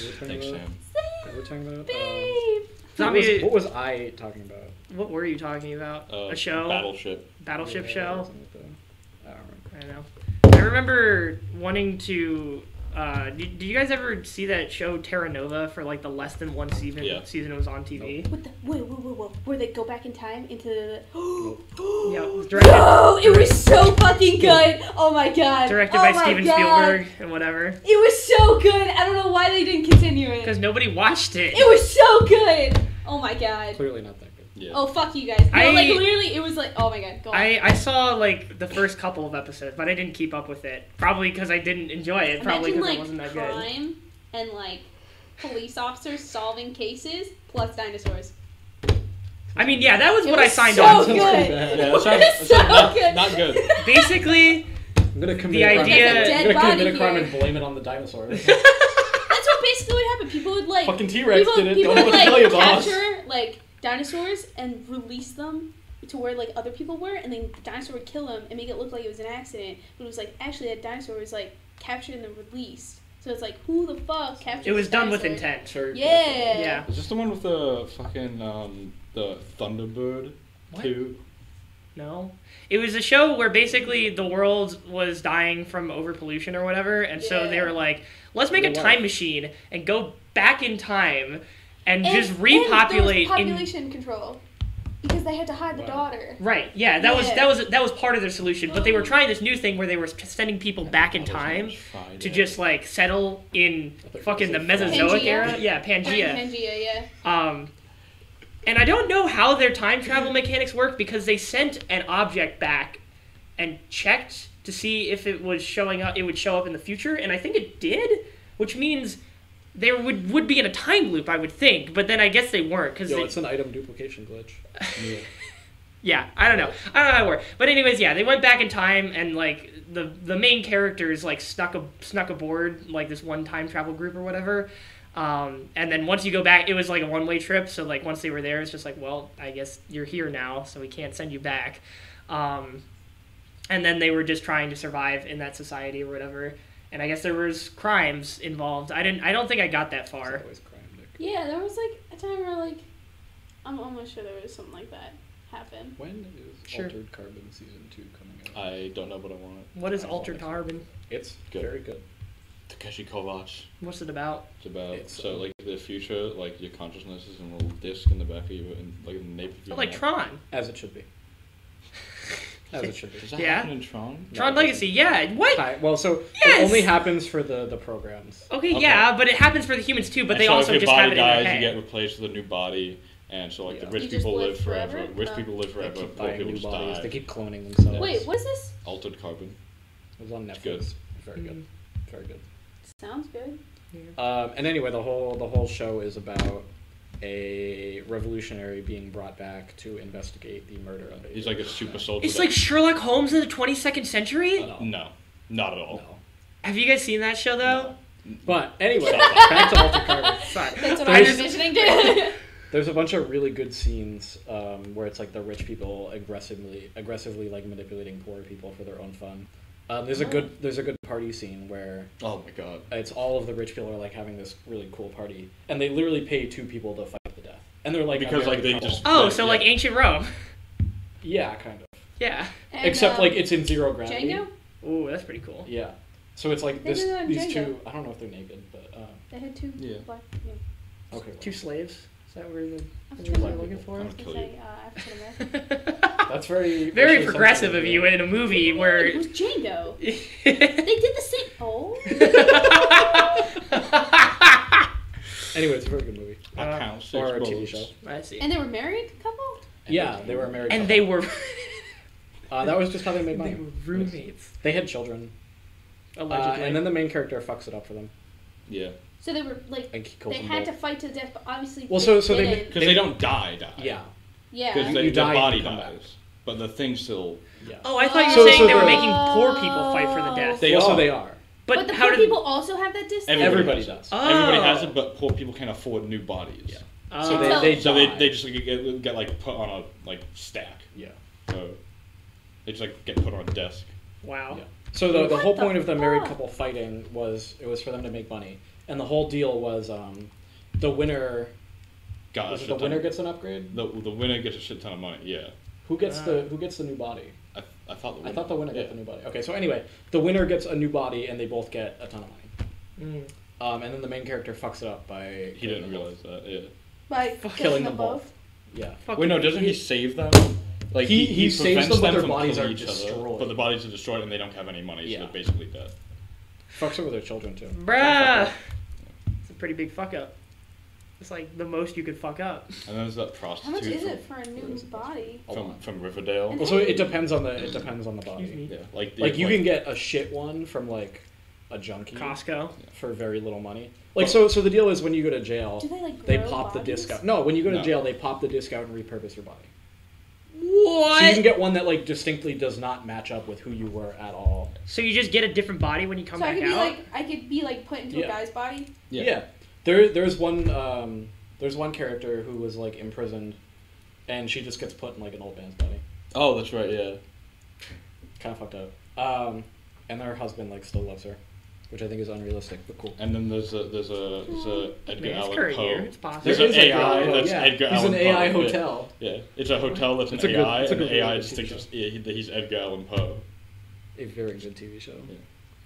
Speaker 1: we were talking
Speaker 3: Thanks,
Speaker 1: about-
Speaker 3: Sam.
Speaker 1: we We're talking about. Um,
Speaker 4: babe.
Speaker 1: what,
Speaker 2: Zombie-
Speaker 1: was, what was I talking about?
Speaker 2: What were you talking about?
Speaker 3: Uh,
Speaker 2: a show?
Speaker 3: Battleship.
Speaker 2: Battleship
Speaker 1: Oh, Yeah,
Speaker 2: show?
Speaker 1: something like that. I don't remember.
Speaker 2: I know. I remember wanting to. Uh, did, did you guys ever see that show Terra Nova for like the less than one season?
Speaker 3: Yeah.
Speaker 2: Season it was on TV.
Speaker 4: What the? Whoa, whoa, whoa, whoa. Where they go back in time into the.
Speaker 2: Yeah, it was directed,
Speaker 4: no! (gasps) It was so fucking good! Oh my god.
Speaker 2: directed
Speaker 4: Oh
Speaker 2: by
Speaker 4: my
Speaker 2: Steven
Speaker 4: God.
Speaker 2: Spielberg and whatever.
Speaker 4: It was so good! I don't know why they didn't continue it.
Speaker 2: Because nobody watched it.
Speaker 4: It was so good! Oh my god.
Speaker 1: Clearly not that good.
Speaker 3: Yeah.
Speaker 4: Oh fuck you guys. No,
Speaker 2: I-
Speaker 4: like literally, it was like, oh my god, go on.
Speaker 2: I, I saw like the first couple of episodes, but I didn't keep up with it. Probably because I didn't enjoy it. Probably
Speaker 4: Imagine
Speaker 2: because
Speaker 4: like
Speaker 2: it wasn't that good.
Speaker 4: crime and like police officers solving cases plus dinosaurs.
Speaker 2: I mean, yeah, that was
Speaker 4: It
Speaker 2: what
Speaker 4: was
Speaker 2: I
Speaker 1: (laughs)
Speaker 2: signed
Speaker 4: so
Speaker 2: on to.
Speaker 4: good.
Speaker 3: yeah,
Speaker 1: Yeah.
Speaker 3: that
Speaker 4: (laughs)
Speaker 3: sounds, that
Speaker 4: So
Speaker 3: sounds not,
Speaker 4: good.
Speaker 3: not good.
Speaker 2: (laughs) Basically,
Speaker 1: I'm gonna commit a crime.
Speaker 2: idea- There's a
Speaker 1: I'm gonna
Speaker 4: dead
Speaker 1: commit
Speaker 4: body
Speaker 1: a crime
Speaker 4: here.
Speaker 1: and blame it on the
Speaker 4: (laughs)
Speaker 1: dinosaurs.
Speaker 4: That's what basically would happen. People would like
Speaker 1: Fucking T-Rex
Speaker 4: people,
Speaker 1: did it.
Speaker 4: people
Speaker 1: Don't let
Speaker 4: would
Speaker 1: me tell you,
Speaker 4: like
Speaker 1: boss.
Speaker 4: capture like dinosaurs and release them to where like other people were, and then the dinosaur would kill them and make it look like it was an accident, but it was like actually that dinosaur was like captured and then released. So it's like who the fuck captured?
Speaker 2: it was
Speaker 4: this
Speaker 2: done with
Speaker 4: dinosaur?
Speaker 2: intent.
Speaker 1: Sure.
Speaker 4: Yeah.
Speaker 2: Yeah.
Speaker 3: Is this the one with the fucking um the Thunderbird
Speaker 2: What?
Speaker 3: two?
Speaker 2: No. It was a show where basically the world was dying from overpollution or whatever, and so they
Speaker 4: Yeah.
Speaker 2: were like, let's make a
Speaker 1: What?
Speaker 2: time machine and go back in time and,
Speaker 4: And-
Speaker 2: just
Speaker 4: and
Speaker 2: repopulate.
Speaker 4: there was
Speaker 2: in-
Speaker 4: population control because they had to hide the
Speaker 1: Wow.
Speaker 4: daughter.
Speaker 2: Right. Yeah, that was
Speaker 4: Yeah. Mm-hmm.
Speaker 2: that was that was part of their solution, but they were trying this new thing where they were sending people back in time to just like settle in
Speaker 1: thought you
Speaker 2: fucking the
Speaker 1: were gonna say
Speaker 2: Mesozoic
Speaker 4: Pangea.
Speaker 2: era. Yeah, Pangea.
Speaker 4: Pangea, yeah.
Speaker 2: Um, and I don't know how their time travel mechanics work because they sent an object back and checked to see if it was showing up. It would show up in the future, and I think it did, which means there would would be in a time loop, I would think. But then I guess they weren't because
Speaker 1: Yo, it's an item duplication glitch.
Speaker 2: yeah, I don't know. I don't know how it worked. But anyways, yeah, they went back in time and like the the main characters like snuck a snuck aboard like this one time travel group or whatever. Um, and then once you go back, it was like a one way trip. So like once they were there, it's just like, well, I guess you're here now, so we can't send you back. Um, and then they were just trying to survive in that society or whatever. And I guess there was crimes involved. I didn't. I don't think I got that far.
Speaker 1: Always crime, Nick.
Speaker 4: Yeah, there was like a time where like I'm almost sure there was something like that happen.
Speaker 1: When is
Speaker 2: Sure.
Speaker 1: Altered Carbon season two coming out?
Speaker 3: I don't know, but I want it.
Speaker 2: What is Altered Carbon?
Speaker 1: it's
Speaker 3: Good.
Speaker 1: very Uh, good.
Speaker 3: Takeshi Kovacs.
Speaker 2: What's it about?
Speaker 3: It's about
Speaker 1: It's,
Speaker 3: so
Speaker 1: um,
Speaker 3: like the future, like your consciousness is in a little disc in the back of you, and like in the nape of
Speaker 2: Oh,
Speaker 3: your
Speaker 2: like
Speaker 3: neck.
Speaker 2: Tron.
Speaker 1: As it (laughs) should be. As it should be.
Speaker 3: Does that
Speaker 2: Yeah.
Speaker 3: happen in Tron?
Speaker 1: No,
Speaker 2: Tron
Speaker 1: it doesn't.
Speaker 2: Legacy. Yeah. What?
Speaker 1: Hi- Well, so
Speaker 2: Yes!
Speaker 1: it only happens for the the programs.
Speaker 2: Okay,
Speaker 3: Okay.
Speaker 2: Yeah, but it happens for the humans too. But
Speaker 3: And
Speaker 2: they
Speaker 3: so
Speaker 2: also
Speaker 3: if your
Speaker 2: just
Speaker 3: body
Speaker 2: have it
Speaker 3: dies,
Speaker 2: in their head.
Speaker 3: you get replaced with a new body, and so like
Speaker 1: Yeah.
Speaker 3: the rich
Speaker 4: You just
Speaker 3: people
Speaker 4: live
Speaker 3: live forever.
Speaker 4: forever?
Speaker 3: Rich
Speaker 4: Oh.
Speaker 3: people live
Speaker 1: They
Speaker 3: forever.
Speaker 1: keep
Speaker 3: Poor
Speaker 1: buying
Speaker 3: people
Speaker 1: new
Speaker 3: just
Speaker 1: bodies.
Speaker 3: die.
Speaker 1: They keep cloning themselves.
Speaker 4: Wait, what's this?
Speaker 3: Altered carbon.
Speaker 1: It was on Netflix.
Speaker 3: good.
Speaker 1: Very good.
Speaker 2: Mm.
Speaker 1: Very good.
Speaker 4: Sounds good.
Speaker 1: Um, and anyway, the whole the whole show is about a revolutionary being brought back to investigate the murder of a.
Speaker 3: He's like a super soldier.
Speaker 2: It's
Speaker 3: that-
Speaker 2: like Sherlock Holmes in the 22nd century.
Speaker 1: No.
Speaker 3: no, not at all.
Speaker 1: No.
Speaker 2: Have you guys seen that show though?
Speaker 1: But anyway, back to Altered (laughs) Carbon.
Speaker 2: Sorry.
Speaker 3: (laughs)
Speaker 4: That's what
Speaker 1: I
Speaker 4: I
Speaker 1: was
Speaker 4: was
Speaker 1: There's-
Speaker 4: envisioning (laughs) too.
Speaker 1: There's a bunch of really good scenes um, where it's like the rich people aggressively aggressively like manipulating poor people for their own fun. Um, there's a good there's a good party scene where
Speaker 3: Oh my god.
Speaker 1: it's all of the rich people are like having this really cool party, and they literally pay two people to fight to death, and they're like a
Speaker 3: Because, like,
Speaker 1: married
Speaker 3: they
Speaker 1: couple.
Speaker 3: just-
Speaker 2: Oh,
Speaker 3: Right,
Speaker 2: so
Speaker 3: yeah.
Speaker 2: like ancient Rome. (laughs)
Speaker 1: yeah, kind of.
Speaker 2: Yeah.
Speaker 1: Except like it's in zero gravity.
Speaker 4: um, uh, Django.
Speaker 2: Ooh, that's pretty cool.
Speaker 1: Yeah. So it's like
Speaker 4: They
Speaker 1: this
Speaker 4: did it on
Speaker 1: these
Speaker 4: Django.
Speaker 1: two. I don't know if they're naked, but uh,
Speaker 4: They had two
Speaker 3: Yeah.
Speaker 4: black.
Speaker 1: okay.
Speaker 2: Two slaves. Is that where the
Speaker 4: I'm
Speaker 2: is that what
Speaker 1: Black
Speaker 2: you're looking for?
Speaker 3: I'm gonna kill you.
Speaker 4: uh, African American.
Speaker 1: (laughs) That's very
Speaker 2: Very
Speaker 1: racially
Speaker 2: progressive
Speaker 1: sensitive,
Speaker 2: of
Speaker 1: yeah.
Speaker 2: you in a movie where.
Speaker 3: (laughs)
Speaker 4: It was
Speaker 1: (laughs)
Speaker 4: Django. They did the same. Oh.
Speaker 1: Anyway, it's a very good movie.
Speaker 3: I
Speaker 2: Uh,
Speaker 3: count six
Speaker 1: or a
Speaker 3: bullets.
Speaker 1: TV show.
Speaker 2: I see.
Speaker 4: And they were married couple.
Speaker 1: Yeah, they were a married.
Speaker 2: And
Speaker 1: couple.
Speaker 2: they were. (laughs)
Speaker 1: Uh, that was just how they made money.
Speaker 2: they were roommates.
Speaker 1: They had children, uh,
Speaker 2: Allegedly.
Speaker 1: and then the main character fucks it up for them,
Speaker 3: Yeah,
Speaker 4: So they were like.
Speaker 1: and he kills
Speaker 4: They
Speaker 1: them
Speaker 4: had to
Speaker 1: both.
Speaker 4: fight to the death, but obviously.
Speaker 1: Well, so- so they
Speaker 4: didn't.
Speaker 3: because they, don't die. Die.
Speaker 1: Yeah,
Speaker 4: Yeah.
Speaker 3: Because
Speaker 1: You
Speaker 3: the
Speaker 1: die and
Speaker 3: body
Speaker 1: you come back.
Speaker 3: dies, but the thing still.
Speaker 1: yeah.
Speaker 2: oh, I thought you were
Speaker 1: So-
Speaker 2: saying
Speaker 1: so
Speaker 2: they were
Speaker 1: the-
Speaker 2: making poor people fight for the death.
Speaker 3: They
Speaker 1: well, so
Speaker 3: are.
Speaker 1: they are.
Speaker 4: But,
Speaker 2: but,
Speaker 4: the
Speaker 2: how
Speaker 4: poor
Speaker 2: did
Speaker 4: people also have that distance.
Speaker 3: Everybody,
Speaker 1: Everybody
Speaker 3: has
Speaker 1: does.
Speaker 3: It. Everybody has
Speaker 2: Oh.
Speaker 3: it, but poor people can't afford new bodies.
Speaker 1: Yeah.
Speaker 2: Oh.
Speaker 1: So they, they
Speaker 3: So
Speaker 1: die.
Speaker 3: uh, they, they just like, get, get like put on a like stack.
Speaker 1: yeah.
Speaker 3: So they just like get put on a desk.
Speaker 2: wow.
Speaker 1: Yeah. So the, the
Speaker 4: What
Speaker 1: whole
Speaker 4: the
Speaker 1: point of the married
Speaker 4: fuck?
Speaker 1: couple fighting was it was for them to make money, and the whole deal was um, the winner
Speaker 3: Got a
Speaker 1: was it
Speaker 3: shit
Speaker 1: the
Speaker 3: ton.
Speaker 1: winner gets an upgrade.
Speaker 3: Uh, the, the winner gets a shit ton of money. Yeah,
Speaker 1: Who gets the
Speaker 2: Ah.
Speaker 1: who gets the new body?
Speaker 3: I, I thought the winner.
Speaker 1: I thought the winner
Speaker 3: yeah.
Speaker 1: got the new body. Okay, so anyway, the winner gets a new body, and they both get a ton of money.
Speaker 2: Mm.
Speaker 1: Um, and then the main character fucks it up by
Speaker 3: Hmm. He didn't realize that. Yeah.
Speaker 4: By
Speaker 1: killing
Speaker 4: killing
Speaker 1: them
Speaker 4: them both.
Speaker 1: yeah.
Speaker 2: Fuck
Speaker 3: Wait, no,
Speaker 2: you.
Speaker 3: doesn't he save them? Like
Speaker 1: He- he saves
Speaker 3: prevents
Speaker 1: them, but their
Speaker 3: from
Speaker 1: bodies
Speaker 3: killing
Speaker 1: are
Speaker 3: each other,
Speaker 1: destroyed.
Speaker 3: but the bodies are destroyed and they don't have any money,
Speaker 1: Yeah.
Speaker 3: so they're basically dead.
Speaker 1: Fucks over their children too.
Speaker 4: Mm.
Speaker 2: Bruh. It's a pretty big fuck up. It's like the most you could fuck up.
Speaker 3: And then there's that
Speaker 4: How
Speaker 3: prostitute
Speaker 4: much is
Speaker 3: from,
Speaker 4: it for a new body?
Speaker 1: A
Speaker 3: from,
Speaker 1: lot.
Speaker 3: from Riverdale.
Speaker 1: Well, so it depends on the it depends on the
Speaker 2: Excuse me.
Speaker 1: body.
Speaker 3: Yeah, like
Speaker 1: Like you can get a shit one from like a junkie
Speaker 2: Costco.
Speaker 1: for very little money. Like so so the deal is when you go to jail,
Speaker 4: Do they like?
Speaker 1: they
Speaker 4: grow
Speaker 1: pop the
Speaker 4: bodies?
Speaker 1: disc out. No, when you go to
Speaker 3: No.
Speaker 1: jail, they pop the disc out and repurpose your body.
Speaker 2: What?
Speaker 1: So you can get one that like distinctly does not match up with who you were at all.
Speaker 2: just get a different body when you come
Speaker 4: so I
Speaker 2: back
Speaker 4: could be
Speaker 2: out.
Speaker 4: like, I could be like put into
Speaker 1: Yeah.
Speaker 4: a guy's body.
Speaker 1: Yeah. There there's one um there's one character who was like imprisoned and she just gets put in like an old man's body.
Speaker 3: Oh, that's right. Yeah.
Speaker 1: Kinda fucked up. Um and her husband like still loves her. Which I think is unrealistic, but cool.
Speaker 3: And then there's a there's a there's a Edgar
Speaker 2: Man, it's
Speaker 3: Allan
Speaker 2: current
Speaker 3: Poe.
Speaker 2: year. It's possible.
Speaker 3: There's
Speaker 1: There
Speaker 3: an
Speaker 1: is a
Speaker 3: AI
Speaker 1: hotel,
Speaker 3: that's Edgar
Speaker 1: He's an
Speaker 3: Allan
Speaker 1: AI
Speaker 3: Poe, yeah.
Speaker 1: hotel.
Speaker 3: Yeah, it's a hotel that's an
Speaker 1: It's a good-
Speaker 3: AI,
Speaker 1: it's a
Speaker 3: and
Speaker 1: good
Speaker 3: AI
Speaker 1: movie,
Speaker 3: just
Speaker 1: it's
Speaker 3: thinks
Speaker 1: a
Speaker 3: it's, yeah, he- that he's Edgar Allan Poe.
Speaker 1: A very good TV show.
Speaker 2: Pretty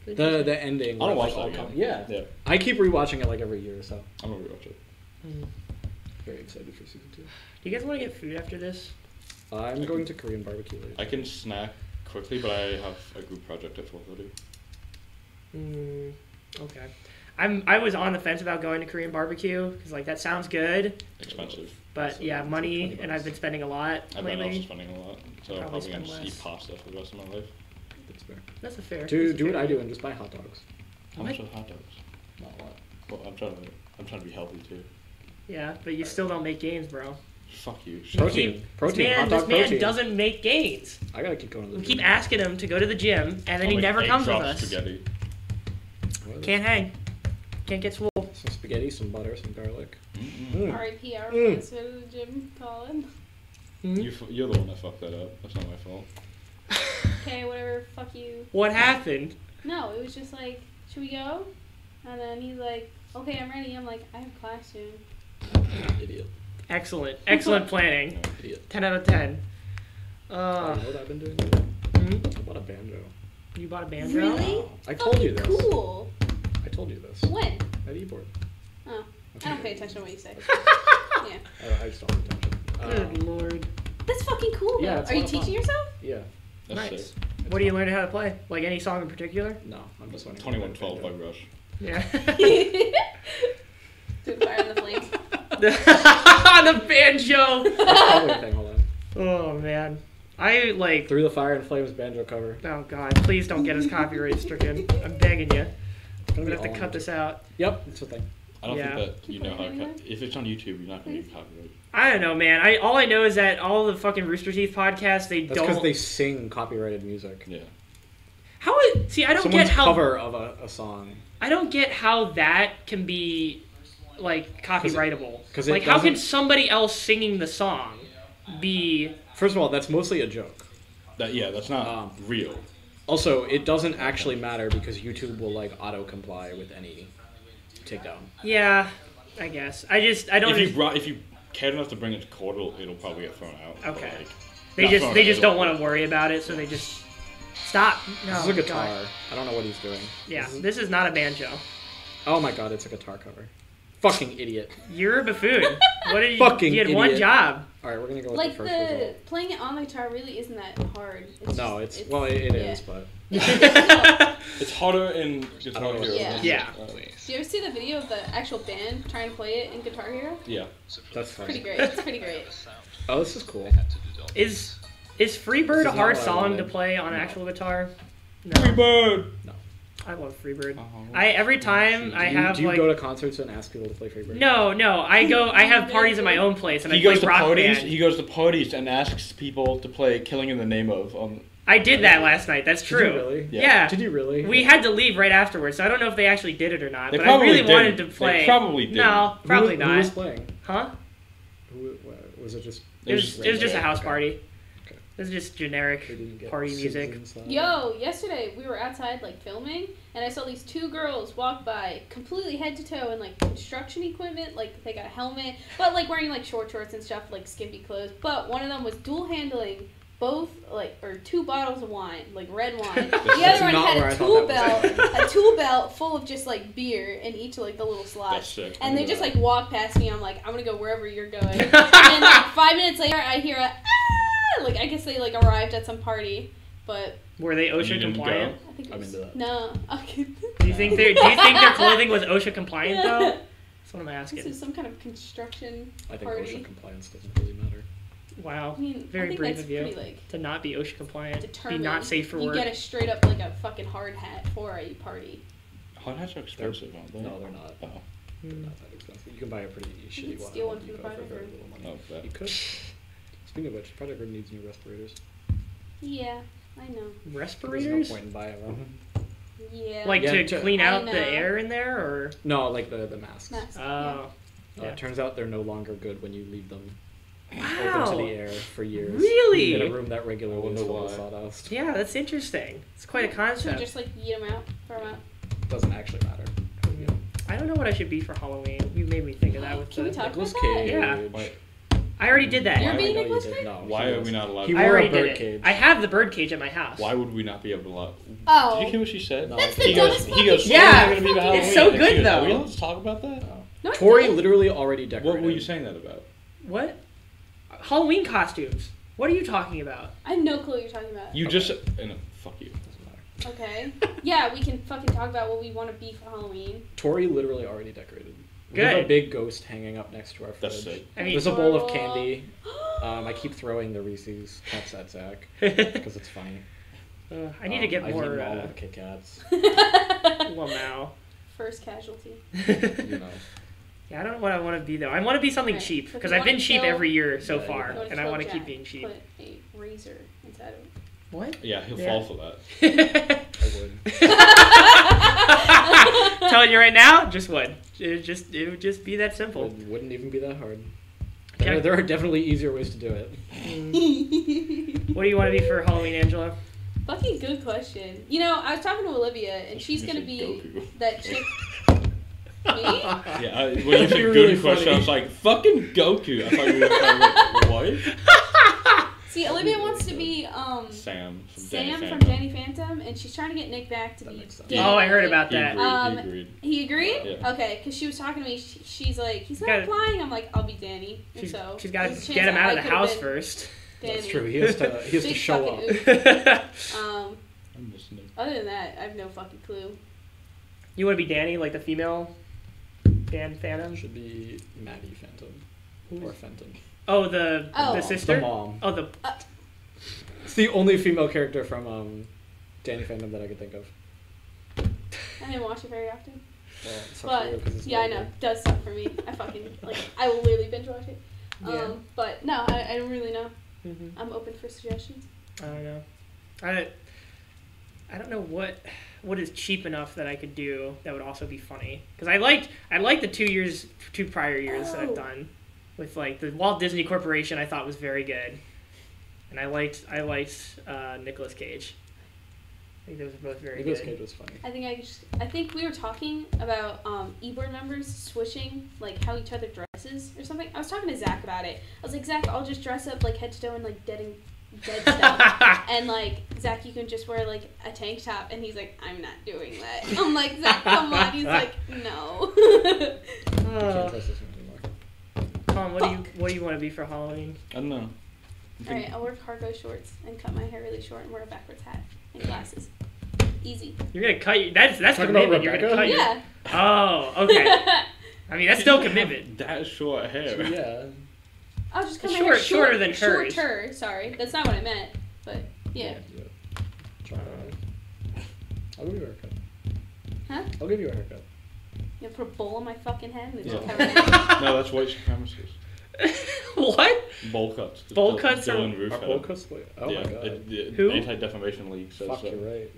Speaker 1: The
Speaker 2: interesting.
Speaker 1: the ending.
Speaker 3: I don't
Speaker 1: where,
Speaker 3: watch
Speaker 1: like, all
Speaker 3: that again.
Speaker 1: come- Yeah.
Speaker 3: Yeah,
Speaker 1: I keep rewatching it like every year or so.
Speaker 3: I'm gonna rewatch it.
Speaker 1: Very excited for season two.
Speaker 2: Do you guys want to get food after this?
Speaker 1: I'm
Speaker 3: I
Speaker 1: going to
Speaker 3: can-
Speaker 1: Korean barbecue later.
Speaker 3: I can snack quickly, but I have a group project at 4:30.
Speaker 2: Mm, okay. I'm. I was on the fence about going to Korean barbecue because like that sounds good,
Speaker 3: Expensive.
Speaker 2: but
Speaker 1: So,
Speaker 2: yeah,
Speaker 1: it's like
Speaker 2: money
Speaker 1: 20
Speaker 2: and
Speaker 1: bucks.
Speaker 2: I've been spending a lot
Speaker 3: I've been also
Speaker 2: lately.
Speaker 3: spending a lot, so
Speaker 2: Probably
Speaker 3: I'm probably gonna
Speaker 2: spend
Speaker 3: just eat
Speaker 2: less.
Speaker 3: pasta for the rest of my life.
Speaker 1: That's fair.
Speaker 2: That's a fair.
Speaker 1: Do
Speaker 2: that's a
Speaker 1: do what
Speaker 2: fair
Speaker 1: I do
Speaker 2: deal.
Speaker 1: and just buy hot dogs.
Speaker 3: How
Speaker 2: What?
Speaker 3: much are hot dogs?
Speaker 1: Not a lot.
Speaker 3: Well, I'm trying to I'm trying to be healthy too.
Speaker 2: Yeah, but you still don't make gains, bro.
Speaker 3: Fuck you. Shut up.
Speaker 1: Protein. protein.
Speaker 2: Man,
Speaker 1: hot
Speaker 2: this
Speaker 1: dog
Speaker 2: man
Speaker 1: protein.
Speaker 2: doesn't make gains.
Speaker 1: I gotta keep going to the
Speaker 2: We keep
Speaker 1: gym.
Speaker 2: asking him to go to the gym, and then he
Speaker 3: I'll make
Speaker 2: never
Speaker 3: egg
Speaker 2: comes with
Speaker 3: drop
Speaker 2: us.
Speaker 3: Spaghetti.
Speaker 1: What?
Speaker 2: Can't hang. Can't get swole.
Speaker 1: Some spaghetti, some butter, some garlic.
Speaker 2: Mm-hmm.
Speaker 1: Mm.
Speaker 4: R.I.P. Our
Speaker 1: Mm.
Speaker 4: friends go to the gym, Colin.
Speaker 3: You, fu- you're the one that fucked that up. That's not my fault.
Speaker 4: Okay, whatever. Fuck you.
Speaker 2: What happened?
Speaker 4: No, it was just like, should we go? And then he's like, okay, I'm ready. I'm like, I have class soon.
Speaker 1: Idiot.
Speaker 2: Excellent. Excellent planning.
Speaker 1: Idiot.
Speaker 2: 10 out of 10.
Speaker 1: Oh,
Speaker 2: Uh,
Speaker 1: you know what I've been doing? Lately?
Speaker 2: hmm?
Speaker 1: I bought a banjo.
Speaker 2: You bought a banjo?
Speaker 4: Really?
Speaker 1: Wow. I told you this.
Speaker 4: Fucking Cool.
Speaker 1: I told you this.
Speaker 4: When?
Speaker 1: At eBoard.
Speaker 4: Oh, I don't pay attention to what
Speaker 1: (laughs)
Speaker 4: you say. yeah,
Speaker 1: I, I just don't pay attention. Um,
Speaker 2: Good lord.
Speaker 4: that's fucking cool.
Speaker 1: Yeah,
Speaker 4: though.
Speaker 1: it's
Speaker 4: Are
Speaker 1: a
Speaker 4: you
Speaker 1: lot of fun.
Speaker 4: teaching yourself?
Speaker 1: (laughs) yeah.
Speaker 3: That's
Speaker 2: Nice.
Speaker 3: sick.
Speaker 2: What do you learn how to play? Like any song in particular?
Speaker 1: No, I'm just wondering.
Speaker 3: 2112 by Rush.
Speaker 2: (laughs) Yeah.
Speaker 4: to fire
Speaker 1: (laughs)
Speaker 4: the flames.
Speaker 2: (laughs) the banjo.
Speaker 1: Probably thing, hold on.
Speaker 2: Oh man, I like.
Speaker 1: Through the Fire and Flames banjo cover.
Speaker 2: Oh god, please don't get us copyright stricken. I'm begging you.
Speaker 1: It's
Speaker 2: I'm
Speaker 1: gonna
Speaker 2: gonna
Speaker 1: be
Speaker 2: have to
Speaker 1: all on
Speaker 2: cut
Speaker 1: YouTube.
Speaker 2: this out.
Speaker 1: Yep, it's a thing.
Speaker 3: I don't
Speaker 2: Yeah.
Speaker 3: think that you know how to
Speaker 4: Anywhere?
Speaker 3: cut. If it's on YouTube, you're not going to get copyrighted.
Speaker 2: I don't know, man. I all I know is that all the fucking Rooster Teeth podcasts they
Speaker 1: That's because
Speaker 2: don't.
Speaker 1: they sing copyrighted music.
Speaker 3: Yeah.
Speaker 2: How it, see? I don't
Speaker 1: Someone's
Speaker 2: get how
Speaker 1: cover of a, a song.
Speaker 2: I don't get how that can be like copyrightable.
Speaker 1: 'cause it
Speaker 2: like, how can
Speaker 1: doesn't-
Speaker 2: somebody else singing the song be?
Speaker 1: First of all, that's mostly a joke.
Speaker 3: That yeah, that's not
Speaker 1: Um,
Speaker 3: real.
Speaker 1: Also, it doesn't actually matter because YouTube will like auto comply with any takedown.
Speaker 2: Yeah, I guess. I just I don't.
Speaker 3: If you
Speaker 2: under-
Speaker 3: brought, if you cared enough to bring it to court, it'll, it'll probably get thrown out. but,
Speaker 2: Okay.
Speaker 3: like,
Speaker 2: They
Speaker 3: not
Speaker 2: just
Speaker 3: thrown
Speaker 2: they
Speaker 3: out,
Speaker 2: just
Speaker 3: it'll-
Speaker 2: don't want to worry about it, so they just stop. No,
Speaker 1: This is a
Speaker 2: Oh, God.
Speaker 1: guitar. I don't know what he's doing.
Speaker 2: Yeah,
Speaker 1: This is-
Speaker 2: this is not a banjo.
Speaker 1: oh my god, it's a guitar cover. Fucking idiot.
Speaker 2: You're a buffoon.
Speaker 1: (laughs)
Speaker 2: What did you?
Speaker 1: Fucking
Speaker 2: you had one
Speaker 1: idiot. (laughs)
Speaker 2: job.
Speaker 1: All right, we're gonna go with
Speaker 4: Like
Speaker 1: the first
Speaker 4: the
Speaker 1: result.
Speaker 4: playing it on the guitar really isn't that hard.
Speaker 1: No,
Speaker 4: just-
Speaker 1: it's, well, it, it is,
Speaker 4: yeah.
Speaker 1: but
Speaker 3: It's harder in Guitar
Speaker 1: Oh,
Speaker 3: Hero.
Speaker 4: yeah.
Speaker 3: than-
Speaker 2: Yeah.
Speaker 3: uh,
Speaker 4: Do you ever see the video of the actual band trying to play it in Guitar Hero?
Speaker 3: yeah.
Speaker 1: that's fine. (laughs)
Speaker 4: Pretty great. It's pretty great.
Speaker 1: Oh, this is cool.
Speaker 2: Is is
Speaker 1: This is
Speaker 2: Freebird a
Speaker 1: not
Speaker 2: hard
Speaker 1: what I
Speaker 2: song to
Speaker 1: wanted.
Speaker 2: play on an
Speaker 1: No.
Speaker 2: actual guitar? No,
Speaker 3: Freebird.
Speaker 2: I love Freebird.
Speaker 3: Uh-huh.
Speaker 2: I every time
Speaker 1: Oh,
Speaker 2: I
Speaker 1: Do you,
Speaker 2: have
Speaker 1: do you
Speaker 2: like
Speaker 1: go to concerts and ask people to play favorite?
Speaker 2: no no I go I have parties in my own place and
Speaker 3: He
Speaker 2: I play
Speaker 3: goes to
Speaker 2: rock
Speaker 3: parties.
Speaker 2: band.
Speaker 3: He goes to parties and asks people to play "Killing in the Name of." Um,
Speaker 2: I did that last night. That's
Speaker 1: Did you
Speaker 2: true.
Speaker 1: really?
Speaker 3: Yeah.
Speaker 2: Yeah.
Speaker 1: Did you really?
Speaker 2: We had to leave right afterwards, so I don't know if they actually did it or not.
Speaker 3: They
Speaker 2: but I
Speaker 3: probably
Speaker 2: really
Speaker 3: didn't.
Speaker 2: wanted to
Speaker 3: They
Speaker 2: play.
Speaker 3: probably
Speaker 2: No,
Speaker 3: didn't.
Speaker 1: Who-
Speaker 2: probably
Speaker 1: Who
Speaker 2: not.
Speaker 1: was playing?
Speaker 2: Huh?
Speaker 1: Who wa- was it? Just
Speaker 2: It was, it was just a house
Speaker 1: Okay.
Speaker 2: party.
Speaker 1: Okay.
Speaker 2: It was just
Speaker 1: They didn't
Speaker 2: generic
Speaker 1: get
Speaker 2: party music.
Speaker 1: citizens, uh,
Speaker 4: Yo, yesterday we were outside like filming, and I saw these two girls walk by, completely head to toe in like construction equipment. Like they got a helmet, but like wearing like short shorts and stuff, like skimpy clothes. But one of them was dual handling both like or two bottles of wine, like red wine. The
Speaker 1: That's
Speaker 4: other one
Speaker 1: not where
Speaker 4: had
Speaker 1: I
Speaker 4: a tool
Speaker 1: thought that
Speaker 4: belt,
Speaker 1: was
Speaker 4: a tool belt full of just like beer in each like the little
Speaker 3: that's
Speaker 4: slots.
Speaker 3: sick.
Speaker 4: And they just like walk past me. I'm like, I'm gonna go wherever
Speaker 1: (laughs)
Speaker 4: you're going. and like
Speaker 2: Were
Speaker 4: five minutes later, I hear a ah! like I guess they like arrived at some party, but
Speaker 2: they
Speaker 3: You
Speaker 2: OSHA
Speaker 3: didn't go?
Speaker 2: compliant?
Speaker 4: I think it
Speaker 1: I'm
Speaker 4: was-
Speaker 1: into that.
Speaker 4: no. Okay. (laughs)
Speaker 2: Do you think they? Do you think their clothing was OSHA compliant though? That's what I'm
Speaker 4: this
Speaker 2: asking.
Speaker 4: is some kind of construction.
Speaker 1: I think
Speaker 4: Party.
Speaker 1: OSHA compliance doesn't really matter.
Speaker 2: Wow,
Speaker 4: I mean,
Speaker 2: Very
Speaker 4: I think
Speaker 2: brave
Speaker 4: that's
Speaker 2: of you.
Speaker 4: pretty like
Speaker 2: to not be OSHA compliant, be
Speaker 4: determined.
Speaker 2: not safe for
Speaker 4: you
Speaker 2: work.
Speaker 4: get a straight up like a fucking hard hat for a party.
Speaker 3: Hard hats are expensive, aren't they?
Speaker 1: No, they're not.
Speaker 3: Oh,
Speaker 1: They're
Speaker 2: Mm.
Speaker 1: not that expensive. You can buy a pretty shitty
Speaker 4: could
Speaker 1: one.
Speaker 4: steal
Speaker 1: at
Speaker 4: one from
Speaker 1: Depot
Speaker 4: the
Speaker 1: for
Speaker 4: Project
Speaker 1: very
Speaker 4: Room.
Speaker 1: little money.
Speaker 3: no, that.
Speaker 1: You could. Speaking of which, Project Room needs new respirators.
Speaker 4: Yeah, I know.
Speaker 1: There's
Speaker 2: Respirators,
Speaker 1: no point in buying
Speaker 3: Mm-hmm.
Speaker 1: them.
Speaker 4: Yeah.
Speaker 2: like
Speaker 1: Yeah,
Speaker 2: to
Speaker 1: to-
Speaker 2: clean
Speaker 4: I
Speaker 2: out
Speaker 4: know.
Speaker 2: the air in there, or
Speaker 1: No, like the the masks.
Speaker 4: Mask,
Speaker 2: oh,
Speaker 4: yeah.
Speaker 1: Uh,
Speaker 2: Yeah.
Speaker 1: Turns out they're no longer good when you leave them open to the
Speaker 2: wow,
Speaker 1: air for years. In a
Speaker 2: really?
Speaker 1: room that
Speaker 3: I
Speaker 1: regularly
Speaker 3: wonder
Speaker 1: is full of
Speaker 3: why.
Speaker 1: sawdust.
Speaker 2: Yeah, that's interesting. It's quite a
Speaker 4: So
Speaker 2: concept.
Speaker 4: just like eat them out, throw 'em out.
Speaker 1: Doesn't actually matter.
Speaker 2: I don't know what I should be for Halloween. You made me think of that with
Speaker 4: Can
Speaker 2: the.
Speaker 4: we talk
Speaker 1: Nicolas
Speaker 4: about that?
Speaker 1: Cage.
Speaker 2: Yeah.
Speaker 3: Why,
Speaker 2: I already did that.
Speaker 4: You're
Speaker 1: Why-
Speaker 4: being
Speaker 1: no, you
Speaker 4: Nicolas
Speaker 1: did
Speaker 4: Cage?
Speaker 1: not.
Speaker 3: why
Speaker 1: He
Speaker 3: are
Speaker 1: was-
Speaker 3: we not allowed?
Speaker 1: He
Speaker 2: I
Speaker 1: wore
Speaker 2: already
Speaker 1: a
Speaker 2: did
Speaker 1: bird
Speaker 2: it.
Speaker 1: cage.
Speaker 2: I have the bird cage at my house.
Speaker 3: Why would we not be able to? Allow,
Speaker 4: Oh.
Speaker 3: Did you hear what she said?
Speaker 1: No,
Speaker 4: That's
Speaker 1: I
Speaker 4: the
Speaker 3: He
Speaker 1: didn't.
Speaker 3: goes.
Speaker 4: dumbest
Speaker 3: He goes.
Speaker 4: fucking
Speaker 2: Yeah,
Speaker 3: "We're gonna be the
Speaker 4: fucking-
Speaker 2: it's
Speaker 3: Halloween."
Speaker 2: so
Speaker 3: And she
Speaker 2: good,
Speaker 3: goes,
Speaker 2: though.
Speaker 3: Are we allowed to talk about that?
Speaker 4: No,
Speaker 3: (laughs)
Speaker 4: it's
Speaker 1: Tori
Speaker 4: not.
Speaker 1: literally already decorated.
Speaker 3: What were you saying that about?
Speaker 2: What? Halloween costumes. What are you talking about?
Speaker 4: I have no clue what you're talking about.
Speaker 3: You
Speaker 1: Okay.
Speaker 3: just. uh, no, fuck you.
Speaker 1: Doesn't matter.
Speaker 4: Okay. Yeah, we can fucking talk about what we want to be for Halloween.
Speaker 1: Tori literally already decorated. We have a
Speaker 2: Good.
Speaker 1: big ghost hanging up next to our fridge.
Speaker 3: That's sick.
Speaker 2: I mean-
Speaker 1: There's a bowl of
Speaker 4: Adorable.
Speaker 1: candy. Um, I keep throwing the Reese's cups at Zach because it's funny.
Speaker 2: Uh, (laughs) I need to
Speaker 1: (laughs)
Speaker 2: get
Speaker 1: Um, I've
Speaker 2: more
Speaker 1: eaten all
Speaker 2: uh,
Speaker 1: of the Kit Kats.
Speaker 4: (laughs)
Speaker 2: Lamau.
Speaker 1: (laughs)
Speaker 4: First casualty.
Speaker 1: You know,
Speaker 2: Yeah, I don't know what I want to be though. I want to be something
Speaker 4: Right.
Speaker 2: cheap
Speaker 4: If you
Speaker 2: because I've
Speaker 4: wanna
Speaker 2: been cheap
Speaker 4: kill-
Speaker 2: every year so
Speaker 3: Yeah, you
Speaker 2: far,
Speaker 3: wanna
Speaker 2: and I
Speaker 4: kill
Speaker 2: want to
Speaker 4: Jack,
Speaker 2: keep being cheap.
Speaker 4: Put a razor inside of him.
Speaker 2: What?
Speaker 3: Yeah, he'll
Speaker 2: Yeah.
Speaker 3: fall for that.
Speaker 4: (laughs)
Speaker 1: I
Speaker 2: (laughs)
Speaker 1: would.
Speaker 2: Telling you right now, just would. It would just it would just be that simple.
Speaker 1: It wouldn't even be that hard.
Speaker 2: Jack-
Speaker 1: There, there are definitely easier ways to do it.
Speaker 2: What do you want to be for Halloween, Angela?
Speaker 4: (laughs) Fucking good question. You know, I was talking to Olivia, and she's gonna be that chick.
Speaker 1: (laughs)
Speaker 4: Me?
Speaker 3: Yeah, I, when you
Speaker 1: That'd
Speaker 3: said
Speaker 1: be
Speaker 3: good
Speaker 1: really
Speaker 3: question,
Speaker 1: funny.
Speaker 3: I was like, fucking Goku. I thought you were talking about what?
Speaker 4: See, Olivia wants to be um
Speaker 3: Sam from
Speaker 4: Sam
Speaker 3: Danny
Speaker 4: from
Speaker 3: Phantom.
Speaker 4: Danny Phantom, and she's trying to get Nick back to
Speaker 1: That
Speaker 4: be.
Speaker 1: makes sense.
Speaker 4: Danny.
Speaker 2: Oh, I heard about
Speaker 3: He
Speaker 2: that.
Speaker 3: agreed.
Speaker 4: Um,
Speaker 3: he agreed.
Speaker 4: He agreed.
Speaker 3: Yeah.
Speaker 4: Okay, because she was talking to me. She, she's like, he's not
Speaker 2: Gotta-
Speaker 4: flying. I'm like, I'll be Danny. And
Speaker 2: She's,
Speaker 4: so
Speaker 2: she's got
Speaker 4: there's a
Speaker 2: to
Speaker 4: chance
Speaker 2: get him
Speaker 4: that
Speaker 2: out
Speaker 4: I
Speaker 2: of the
Speaker 4: could've
Speaker 2: house
Speaker 4: been
Speaker 2: first.
Speaker 4: Danny.
Speaker 1: That's true. He has to. He has to
Speaker 4: Big
Speaker 1: show up. (laughs)
Speaker 4: fucking
Speaker 2: you
Speaker 4: Um,
Speaker 3: I miss Nick.
Speaker 4: other than that, I have no fucking clue.
Speaker 2: want to be Danny, like the female Dan Phantom?
Speaker 1: Should be Maddie Phantom or Phantom.
Speaker 2: Oh, the
Speaker 4: Oh.
Speaker 2: the
Speaker 1: The
Speaker 4: The
Speaker 2: sister.
Speaker 1: mom.
Speaker 2: oh, the
Speaker 1: It's the only female character from um, Danny Phantom that I could think of.
Speaker 4: I didn't watch it very often.
Speaker 1: Well, it sucks for you
Speaker 4: But
Speaker 1: 'cause it's
Speaker 4: yeah, I
Speaker 1: really
Speaker 4: know. Does suck for me. I fucking like. I will literally binge watch it. Um,
Speaker 2: yeah.
Speaker 4: but no, I, I don't really know.
Speaker 2: hmm
Speaker 4: I'm open for suggestions.
Speaker 2: I don't know. I I don't know what what is cheap enough that I could do that would also be funny because I liked I liked the two years two prior years that I've
Speaker 4: Oh.
Speaker 2: done with like the Walt Disney Corporation I thought was very good, and I liked I liked uh, Nicolas Cage. I think those were both very
Speaker 1: Nicolas
Speaker 2: good.
Speaker 1: Cage was
Speaker 2: Uh,
Speaker 1: funny.
Speaker 4: I think I could just. I think we were talking about um, e-board members switching like how each other dresses or something. I was talking to Zach about it. I was like, Zach, I'll just dress up like head to toe in like dead and dead stuff. And like Zach, you can just wear like a tank top, and he's like, "I'm not doing that." I'm like, "Zach, come on." He's like, "No." (laughs)
Speaker 1: I can't
Speaker 2: Uh,
Speaker 1: trust this one anymore.
Speaker 3: (laughs)
Speaker 2: Tom, what do you what do you want to be for Halloween?
Speaker 3: I don't know. I
Speaker 4: All
Speaker 3: think-
Speaker 4: right, I'll wear cargo shorts and cut my hair really short and wear a backwards hat and glasses. Easy.
Speaker 2: You're gonna cut your that's that's
Speaker 1: Talking about
Speaker 2: commitment. You're gonna
Speaker 1: Rebecca?
Speaker 2: cut your-
Speaker 4: Yeah.
Speaker 2: Oh, (laughs) okay. I mean that's still
Speaker 3: She doesn't
Speaker 2: commitment.
Speaker 3: have That short hair.
Speaker 1: Yeah.
Speaker 4: (laughs) I'll just cut my
Speaker 2: Short-
Speaker 4: hair short,
Speaker 2: shorter than hers.
Speaker 4: Shorter. Sorry, that's not what I meant. But yeah.
Speaker 1: yeah. Try it.
Speaker 3: (laughs)
Speaker 1: I'll give you a haircut.
Speaker 4: Huh?
Speaker 1: I'll give you a haircut.
Speaker 4: You know, put a bowl on my fucking head and
Speaker 3: Yeah.
Speaker 4: just
Speaker 3: (laughs)
Speaker 4: cover it.
Speaker 3: (laughs) No, that's white supremacists.
Speaker 2: what?
Speaker 3: Bowl cuts.
Speaker 2: Bowl
Speaker 3: Dylan-
Speaker 2: cuts are-
Speaker 3: Dylan Roof
Speaker 1: Our
Speaker 3: had
Speaker 1: bowl
Speaker 3: it.
Speaker 1: cuts look- Oh
Speaker 3: yeah,
Speaker 1: my god.
Speaker 3: It, the
Speaker 2: Who?
Speaker 3: Anti-Defamation League says
Speaker 1: Fuck,
Speaker 3: so.
Speaker 1: you're right.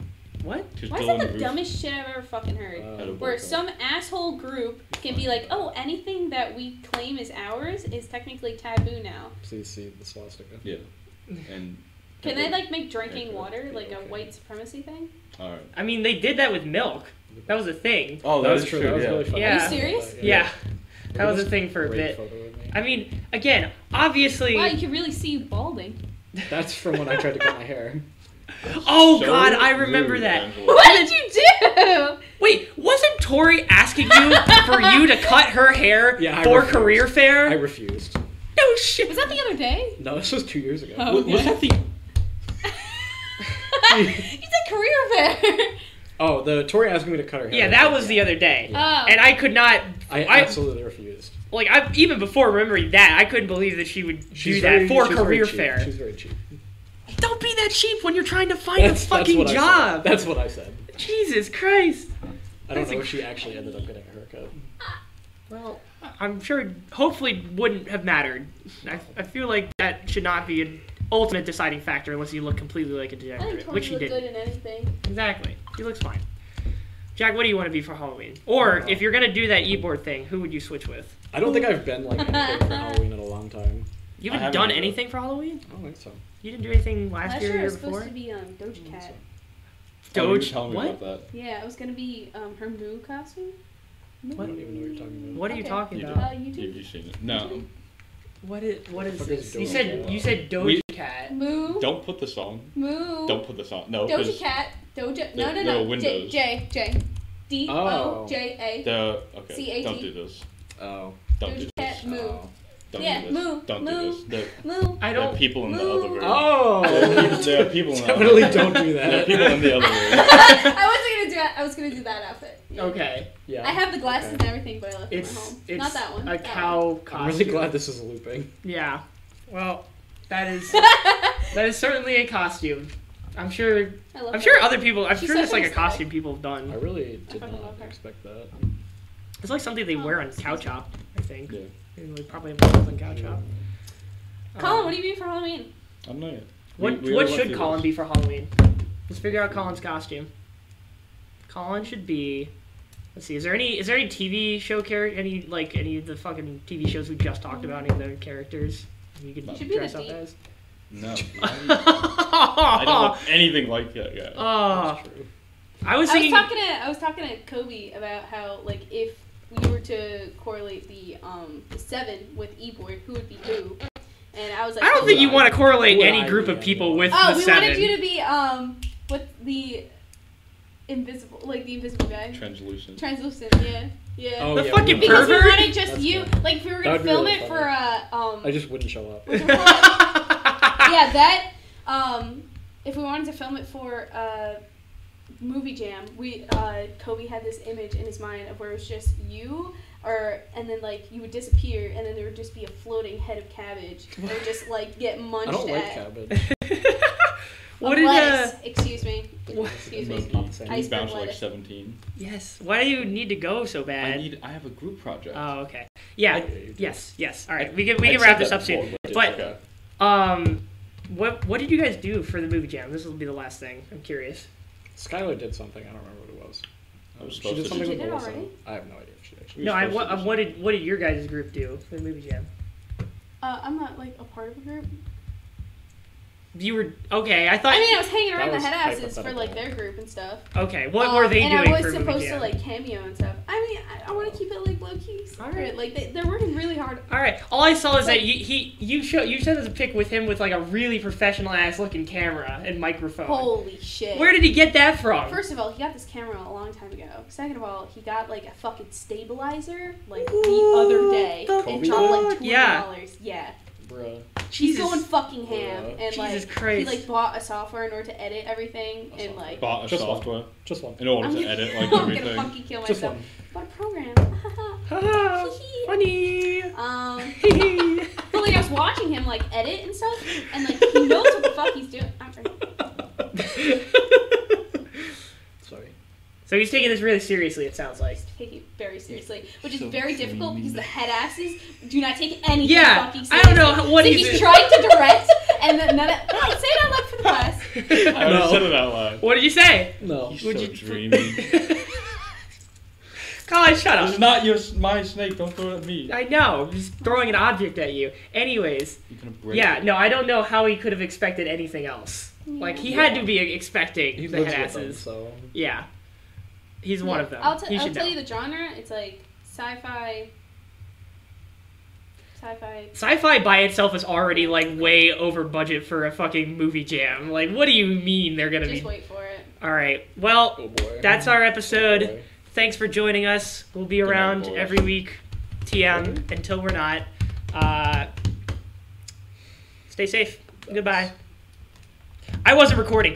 Speaker 2: What?
Speaker 3: 'Cause
Speaker 4: Why is
Speaker 3: Dylan
Speaker 4: that the
Speaker 3: Roof-
Speaker 4: dumbest shit I've ever fucking heard?
Speaker 1: Um,
Speaker 3: Had a bowl
Speaker 4: Where
Speaker 3: cut.
Speaker 4: some asshole group can be like, "Oh, anything that we claim is ours is technically taboo now."
Speaker 1: Please see the swastika.
Speaker 3: Yeah. And.
Speaker 4: Can they like make
Speaker 3: Yeah,
Speaker 4: drinking water
Speaker 3: yeah,
Speaker 4: like a
Speaker 3: okay.
Speaker 4: white supremacy thing?
Speaker 3: All right.
Speaker 2: I mean, they did that with milk. That was a thing.
Speaker 3: Oh,
Speaker 1: that was true. That was
Speaker 3: yeah.
Speaker 1: really funny.
Speaker 2: Yeah. Are you
Speaker 4: serious?
Speaker 2: Yeah,
Speaker 1: Look
Speaker 2: that
Speaker 1: at
Speaker 2: was a
Speaker 1: this
Speaker 2: thing for a
Speaker 1: great
Speaker 2: bit.
Speaker 1: photo of me.
Speaker 2: I mean, again, obviously.
Speaker 4: Wow, you can really see you balding. (laughs)
Speaker 1: That's from when I tried to cut my hair.
Speaker 2: Oh
Speaker 3: So
Speaker 2: God, I remember
Speaker 3: rude,
Speaker 2: that.
Speaker 3: Angela.
Speaker 4: What did you do?
Speaker 2: (laughs) Wait, wasn't Tori asking
Speaker 4: (laughs)
Speaker 2: you for you to cut her hair
Speaker 1: Yeah, I
Speaker 2: for
Speaker 1: refused.
Speaker 2: career (laughs)
Speaker 1: I
Speaker 2: fair?
Speaker 1: refused.
Speaker 2: no shit.
Speaker 4: Was that the other day?
Speaker 1: No, this was two years ago.
Speaker 4: Oh.
Speaker 3: Was, was that the?
Speaker 4: He's a career fair.
Speaker 1: Oh, the Tori asking me to cut her hair.
Speaker 2: Yeah, that was the other day,
Speaker 4: Oh.
Speaker 2: and I could not.
Speaker 1: I
Speaker 2: I-
Speaker 1: absolutely refused.
Speaker 2: Like, I even before remembering that, I couldn't believe that she would do
Speaker 1: She's
Speaker 2: that
Speaker 1: very-
Speaker 2: for
Speaker 1: she's
Speaker 2: career
Speaker 1: very cheap.
Speaker 2: fair.
Speaker 1: She's very cheap.
Speaker 2: Don't be that cheap when you're trying to find a fucking
Speaker 1: what I said.
Speaker 2: job.
Speaker 1: That's what I said.
Speaker 2: Jesus Christ.
Speaker 1: I don't
Speaker 2: That's
Speaker 1: know
Speaker 2: a-
Speaker 1: if she actually ended up getting a haircut.
Speaker 2: Well, I- I'm sure it hopefully wouldn't have mattered. I, I feel like that should not be an ultimate deciding factor unless you look completely like a
Speaker 4: I think
Speaker 2: degenerate,
Speaker 4: Tori
Speaker 2: which he
Speaker 4: looked
Speaker 2: didn't.
Speaker 4: good in anything.
Speaker 2: Exactly. He looks fine. Jack, what do you want to be for Halloween? Or if you're gonna do that e-board thing, who would you switch with?
Speaker 1: I don't think I've
Speaker 2: (laughs)
Speaker 1: been like anything for Halloween in a long time.
Speaker 2: You
Speaker 3: I
Speaker 2: haven't
Speaker 3: haven't
Speaker 2: done
Speaker 3: either.
Speaker 2: anything for Halloween?
Speaker 1: I don't think so.
Speaker 2: You didn't do anything last,
Speaker 4: Last
Speaker 2: year or
Speaker 4: year I
Speaker 2: year
Speaker 4: was supposed
Speaker 2: before?
Speaker 4: to be um, Doja Cat.
Speaker 3: Oh, you
Speaker 2: Doge-
Speaker 3: tell me
Speaker 2: what?
Speaker 3: about that.
Speaker 4: Yeah, I was gonna be um, her moo costume.
Speaker 1: I don't even know what you're talking about.
Speaker 2: What are you
Speaker 4: Okay.
Speaker 2: talking
Speaker 3: You
Speaker 2: about?
Speaker 4: Uh,
Speaker 3: Have
Speaker 4: YouTube
Speaker 3: you seen it? No.
Speaker 2: What is what is
Speaker 1: What is
Speaker 2: this? You
Speaker 1: Doge
Speaker 2: said
Speaker 1: Cat?
Speaker 2: you said Doge
Speaker 3: We-
Speaker 2: Cat.
Speaker 4: moo
Speaker 3: Don't put this on.
Speaker 4: moo
Speaker 3: Don't put this on. No,
Speaker 4: Doja
Speaker 3: 'cause
Speaker 4: Cat Doja
Speaker 3: There-
Speaker 4: no no
Speaker 3: there are
Speaker 4: no J
Speaker 3: windows.
Speaker 4: J J D O
Speaker 1: Oh.
Speaker 4: J A
Speaker 3: the okay.
Speaker 4: C-A-T.
Speaker 3: Don't do this.
Speaker 1: Oh.
Speaker 3: Don't
Speaker 4: Doja
Speaker 3: do
Speaker 4: Cat
Speaker 3: this.
Speaker 4: moo
Speaker 1: Oh.
Speaker 3: Don't
Speaker 4: Yeah,
Speaker 3: do this.
Speaker 4: moo,
Speaker 3: Don't
Speaker 4: moo.
Speaker 3: do this. There,
Speaker 2: (laughs)
Speaker 4: moo.
Speaker 2: I
Speaker 3: there are
Speaker 2: don't
Speaker 3: people in the other
Speaker 4: Moo.
Speaker 1: (laughs)
Speaker 3: room.
Speaker 1: Oh.
Speaker 3: There are people in the other
Speaker 1: Definitely
Speaker 3: room.
Speaker 1: don't do
Speaker 3: (laughs)
Speaker 1: (laughs)
Speaker 3: There are people
Speaker 1: that.
Speaker 3: in the other room.
Speaker 4: I wasn't gonna do that. I was gonna do that outfit.
Speaker 2: Okay.
Speaker 1: Yeah.
Speaker 4: I have the glasses
Speaker 1: Okay.
Speaker 4: and everything, but I left them at
Speaker 2: It's
Speaker 4: home.
Speaker 2: it's
Speaker 4: Not that one.
Speaker 2: a
Speaker 4: that
Speaker 2: cow
Speaker 1: I'm
Speaker 2: costume.
Speaker 1: really glad this is looping.
Speaker 2: Yeah. Well, that
Speaker 4: (laughs)
Speaker 2: is that is certainly a costume. I'm sure.
Speaker 4: one. I love
Speaker 2: I'm
Speaker 4: that.
Speaker 2: sure other people. I'm
Speaker 4: She's
Speaker 2: sure
Speaker 4: so
Speaker 2: it's like a
Speaker 4: versatile.
Speaker 2: costume people have
Speaker 1: I
Speaker 2: done.
Speaker 1: really did
Speaker 4: fucking
Speaker 1: not
Speaker 4: love her.
Speaker 1: expect that.
Speaker 4: Oh.
Speaker 2: It's like something they wear on Cow Chop. think.
Speaker 3: Yeah.
Speaker 2: And we probably have something couch up. Uh-huh.
Speaker 4: Colin, what do you mean for Halloween?
Speaker 3: I don't know yet.
Speaker 2: What
Speaker 3: We- we
Speaker 2: what
Speaker 3: all went
Speaker 2: should
Speaker 3: through
Speaker 2: Colin
Speaker 3: this.
Speaker 2: be for Halloween? Let's figure out Colin's costume. Colin should be. Let's see. Is there any is there any TV show character? Any like any of the fucking TV shows we just talked about? Any of the characters you could
Speaker 3: You
Speaker 4: should be
Speaker 2: dress
Speaker 4: the
Speaker 2: up
Speaker 4: Deep.
Speaker 2: as? (laughs)
Speaker 3: No. I (laughs) I don't
Speaker 2: oh,
Speaker 3: look anything like that guy.
Speaker 2: I
Speaker 3: That's true.
Speaker 2: was
Speaker 4: I was
Speaker 2: thinking.
Speaker 4: talking to I was talking to Kobe about how like if we were to correlate the um the seven with Ebor, who would be who? And I was like,
Speaker 2: I don't think you
Speaker 1: Would
Speaker 2: want to correlate
Speaker 1: would
Speaker 2: any
Speaker 1: I
Speaker 2: group
Speaker 1: be
Speaker 2: of people with
Speaker 4: Oh,
Speaker 2: the
Speaker 4: we
Speaker 2: seven.
Speaker 4: wanted you to be um with the invisible, like the invisible guy,
Speaker 3: Translucent.
Speaker 4: translucent. Yeah, yeah.
Speaker 1: Oh,
Speaker 2: the
Speaker 1: yeah,
Speaker 2: fucking
Speaker 1: we wanted-
Speaker 4: Because we
Speaker 2: pervert.
Speaker 4: wanted just
Speaker 1: That's
Speaker 4: you,
Speaker 1: good.
Speaker 4: like if we
Speaker 1: That
Speaker 4: were gonna
Speaker 1: would be
Speaker 4: film
Speaker 1: really
Speaker 4: it
Speaker 1: funny.
Speaker 4: for uh um
Speaker 1: I just wouldn't show up.
Speaker 4: what's it called?
Speaker 2: (laughs)
Speaker 4: yeah that um if we wanted to film it for uh movie jam we uh Kobe had this image in his mind of where it was just you or and then like you would disappear and then there would just be a floating head
Speaker 2: (laughs)
Speaker 4: of cabbage that would just like get munched
Speaker 1: I don't like
Speaker 4: at.
Speaker 1: cabbage.
Speaker 2: what did uh?
Speaker 4: Lettuce, excuse me
Speaker 2: What?
Speaker 4: excuse me
Speaker 1: (laughs) Monkey.
Speaker 3: You
Speaker 4: Iceberg
Speaker 3: bounce like
Speaker 4: lettuce.
Speaker 3: 17.
Speaker 2: (laughs) Yes. Why do you need to go so
Speaker 3: I
Speaker 2: bad?
Speaker 3: need. I have a group project.
Speaker 2: Oh, okay. (laughs) Yeah.
Speaker 1: I-
Speaker 2: yes. Yes. All right. We can we can wrap this up soon. But
Speaker 3: okay.
Speaker 2: um, what what did you guys do for the movie jam? This will be the last thing. I'm curious.
Speaker 1: Skylar did something. I don't remember what it was.
Speaker 3: I was
Speaker 1: She
Speaker 3: supposed
Speaker 1: did
Speaker 3: to
Speaker 1: something
Speaker 4: She
Speaker 1: with
Speaker 4: did it
Speaker 1: Melissa.
Speaker 4: already?
Speaker 1: I have no idea if she did.
Speaker 3: We
Speaker 2: No, I
Speaker 3: supposed
Speaker 2: what,
Speaker 3: to do
Speaker 2: uh, what did what did your guys' group do for the movie jam?
Speaker 4: uh, I'm not like a part of a group
Speaker 2: You were okay. I thought.
Speaker 4: I mean I was hanging around
Speaker 1: That was
Speaker 4: the head asses for like
Speaker 1: hypothetical.
Speaker 4: their group and stuff
Speaker 2: okay. What
Speaker 4: Um,
Speaker 2: were they
Speaker 4: and
Speaker 2: doing
Speaker 4: I was
Speaker 2: for
Speaker 4: supposed
Speaker 2: movie jam? Oh.
Speaker 4: to like cameo and stuff. I mean, I, I want to keep it like low key secret. Like they, they're working really hard.
Speaker 2: All right. All I saw is that
Speaker 4: Like-
Speaker 2: you, he you show you sent us a pic with him with like a really professional ass looking camera and microphone.
Speaker 4: Holy shit!
Speaker 2: Where did he get that from?
Speaker 4: First of all, he got this camera a long time ago. Second of all, he got like a fucking stabilizer like
Speaker 2: Ooh,
Speaker 4: the other day
Speaker 2: the
Speaker 4: and
Speaker 1: Kobe
Speaker 4: dropped like
Speaker 2: fuck?
Speaker 4: twenty
Speaker 2: Yeah.
Speaker 4: dollars. Yeah,
Speaker 1: Bruh.
Speaker 4: he's
Speaker 2: Jesus. (laughs)
Speaker 4: going fucking ham
Speaker 1: Yeah.
Speaker 4: and like
Speaker 2: Jesus Christ.
Speaker 4: he like bought a software in order to edit everything and like
Speaker 3: Bought a
Speaker 1: Just one.
Speaker 3: software
Speaker 1: Just one.
Speaker 3: in order
Speaker 4: I'm
Speaker 3: to
Speaker 4: gonna, (laughs)
Speaker 3: edit like
Speaker 4: I'm gonna
Speaker 3: everything.
Speaker 4: fucking kill
Speaker 1: Just
Speaker 4: myself.
Speaker 1: one.
Speaker 4: Bought a
Speaker 3: (laughs)
Speaker 4: (laughs) program.
Speaker 2: Ah, funny. (laughs)
Speaker 4: um.
Speaker 2: That's
Speaker 4: But like I was watching him like edit and stuff, and like he knows what the fuck he's doing. I'm sorry.
Speaker 1: Sorry.
Speaker 2: so he's taking this really seriously. It sounds like.
Speaker 4: Take it very seriously, which is
Speaker 3: So
Speaker 4: very difficult
Speaker 3: mean.
Speaker 4: because the head asses do not take anything
Speaker 2: Yeah,
Speaker 4: fucking
Speaker 2: I
Speaker 4: seriously.
Speaker 2: don't know how- what
Speaker 4: so
Speaker 2: he's
Speaker 4: he's
Speaker 2: doing.
Speaker 4: trying to
Speaker 2: (laughs)
Speaker 4: direct, and then none of Come on, say it out loud for the class.
Speaker 3: (laughs) I already said it out loud.
Speaker 2: (laughs) What did you say?
Speaker 1: No.
Speaker 3: He's
Speaker 2: Would
Speaker 3: so
Speaker 2: you-
Speaker 3: dreamy.
Speaker 2: (laughs) Colin, shut
Speaker 3: this is
Speaker 2: up.
Speaker 3: not your my snake. Don't throw it at me.
Speaker 2: I know. I'm just throwing an object at you. Anyways,
Speaker 3: You're gonna break.
Speaker 2: yeah, no, I don't know how he could have expected anything else. (laughs) Like he had to be expecting
Speaker 1: He
Speaker 2: the
Speaker 1: lives
Speaker 2: head
Speaker 1: with them,
Speaker 2: asses.
Speaker 1: so.
Speaker 2: Yeah, he's one
Speaker 4: Yeah,
Speaker 2: of them.
Speaker 4: I'll, t-
Speaker 2: he
Speaker 4: I'll
Speaker 2: should
Speaker 4: tell
Speaker 2: know.
Speaker 4: you the genre. It's like sci-fi. Sci-fi.
Speaker 2: Sci-fi by itself is already like way over budget for a fucking movie jam. Like, what do you mean they're gonna
Speaker 4: Just
Speaker 2: be?
Speaker 4: wait for it.
Speaker 2: All right. Well,
Speaker 1: Oh boy.
Speaker 2: That's our
Speaker 1: Oh
Speaker 2: episode.
Speaker 1: boy.
Speaker 2: Thanks for joining us. We'll be
Speaker 3: night,
Speaker 2: around
Speaker 3: boys.
Speaker 2: every week, TM, until we're not. Uh, stay safe. Goodbye. I wasn't recording.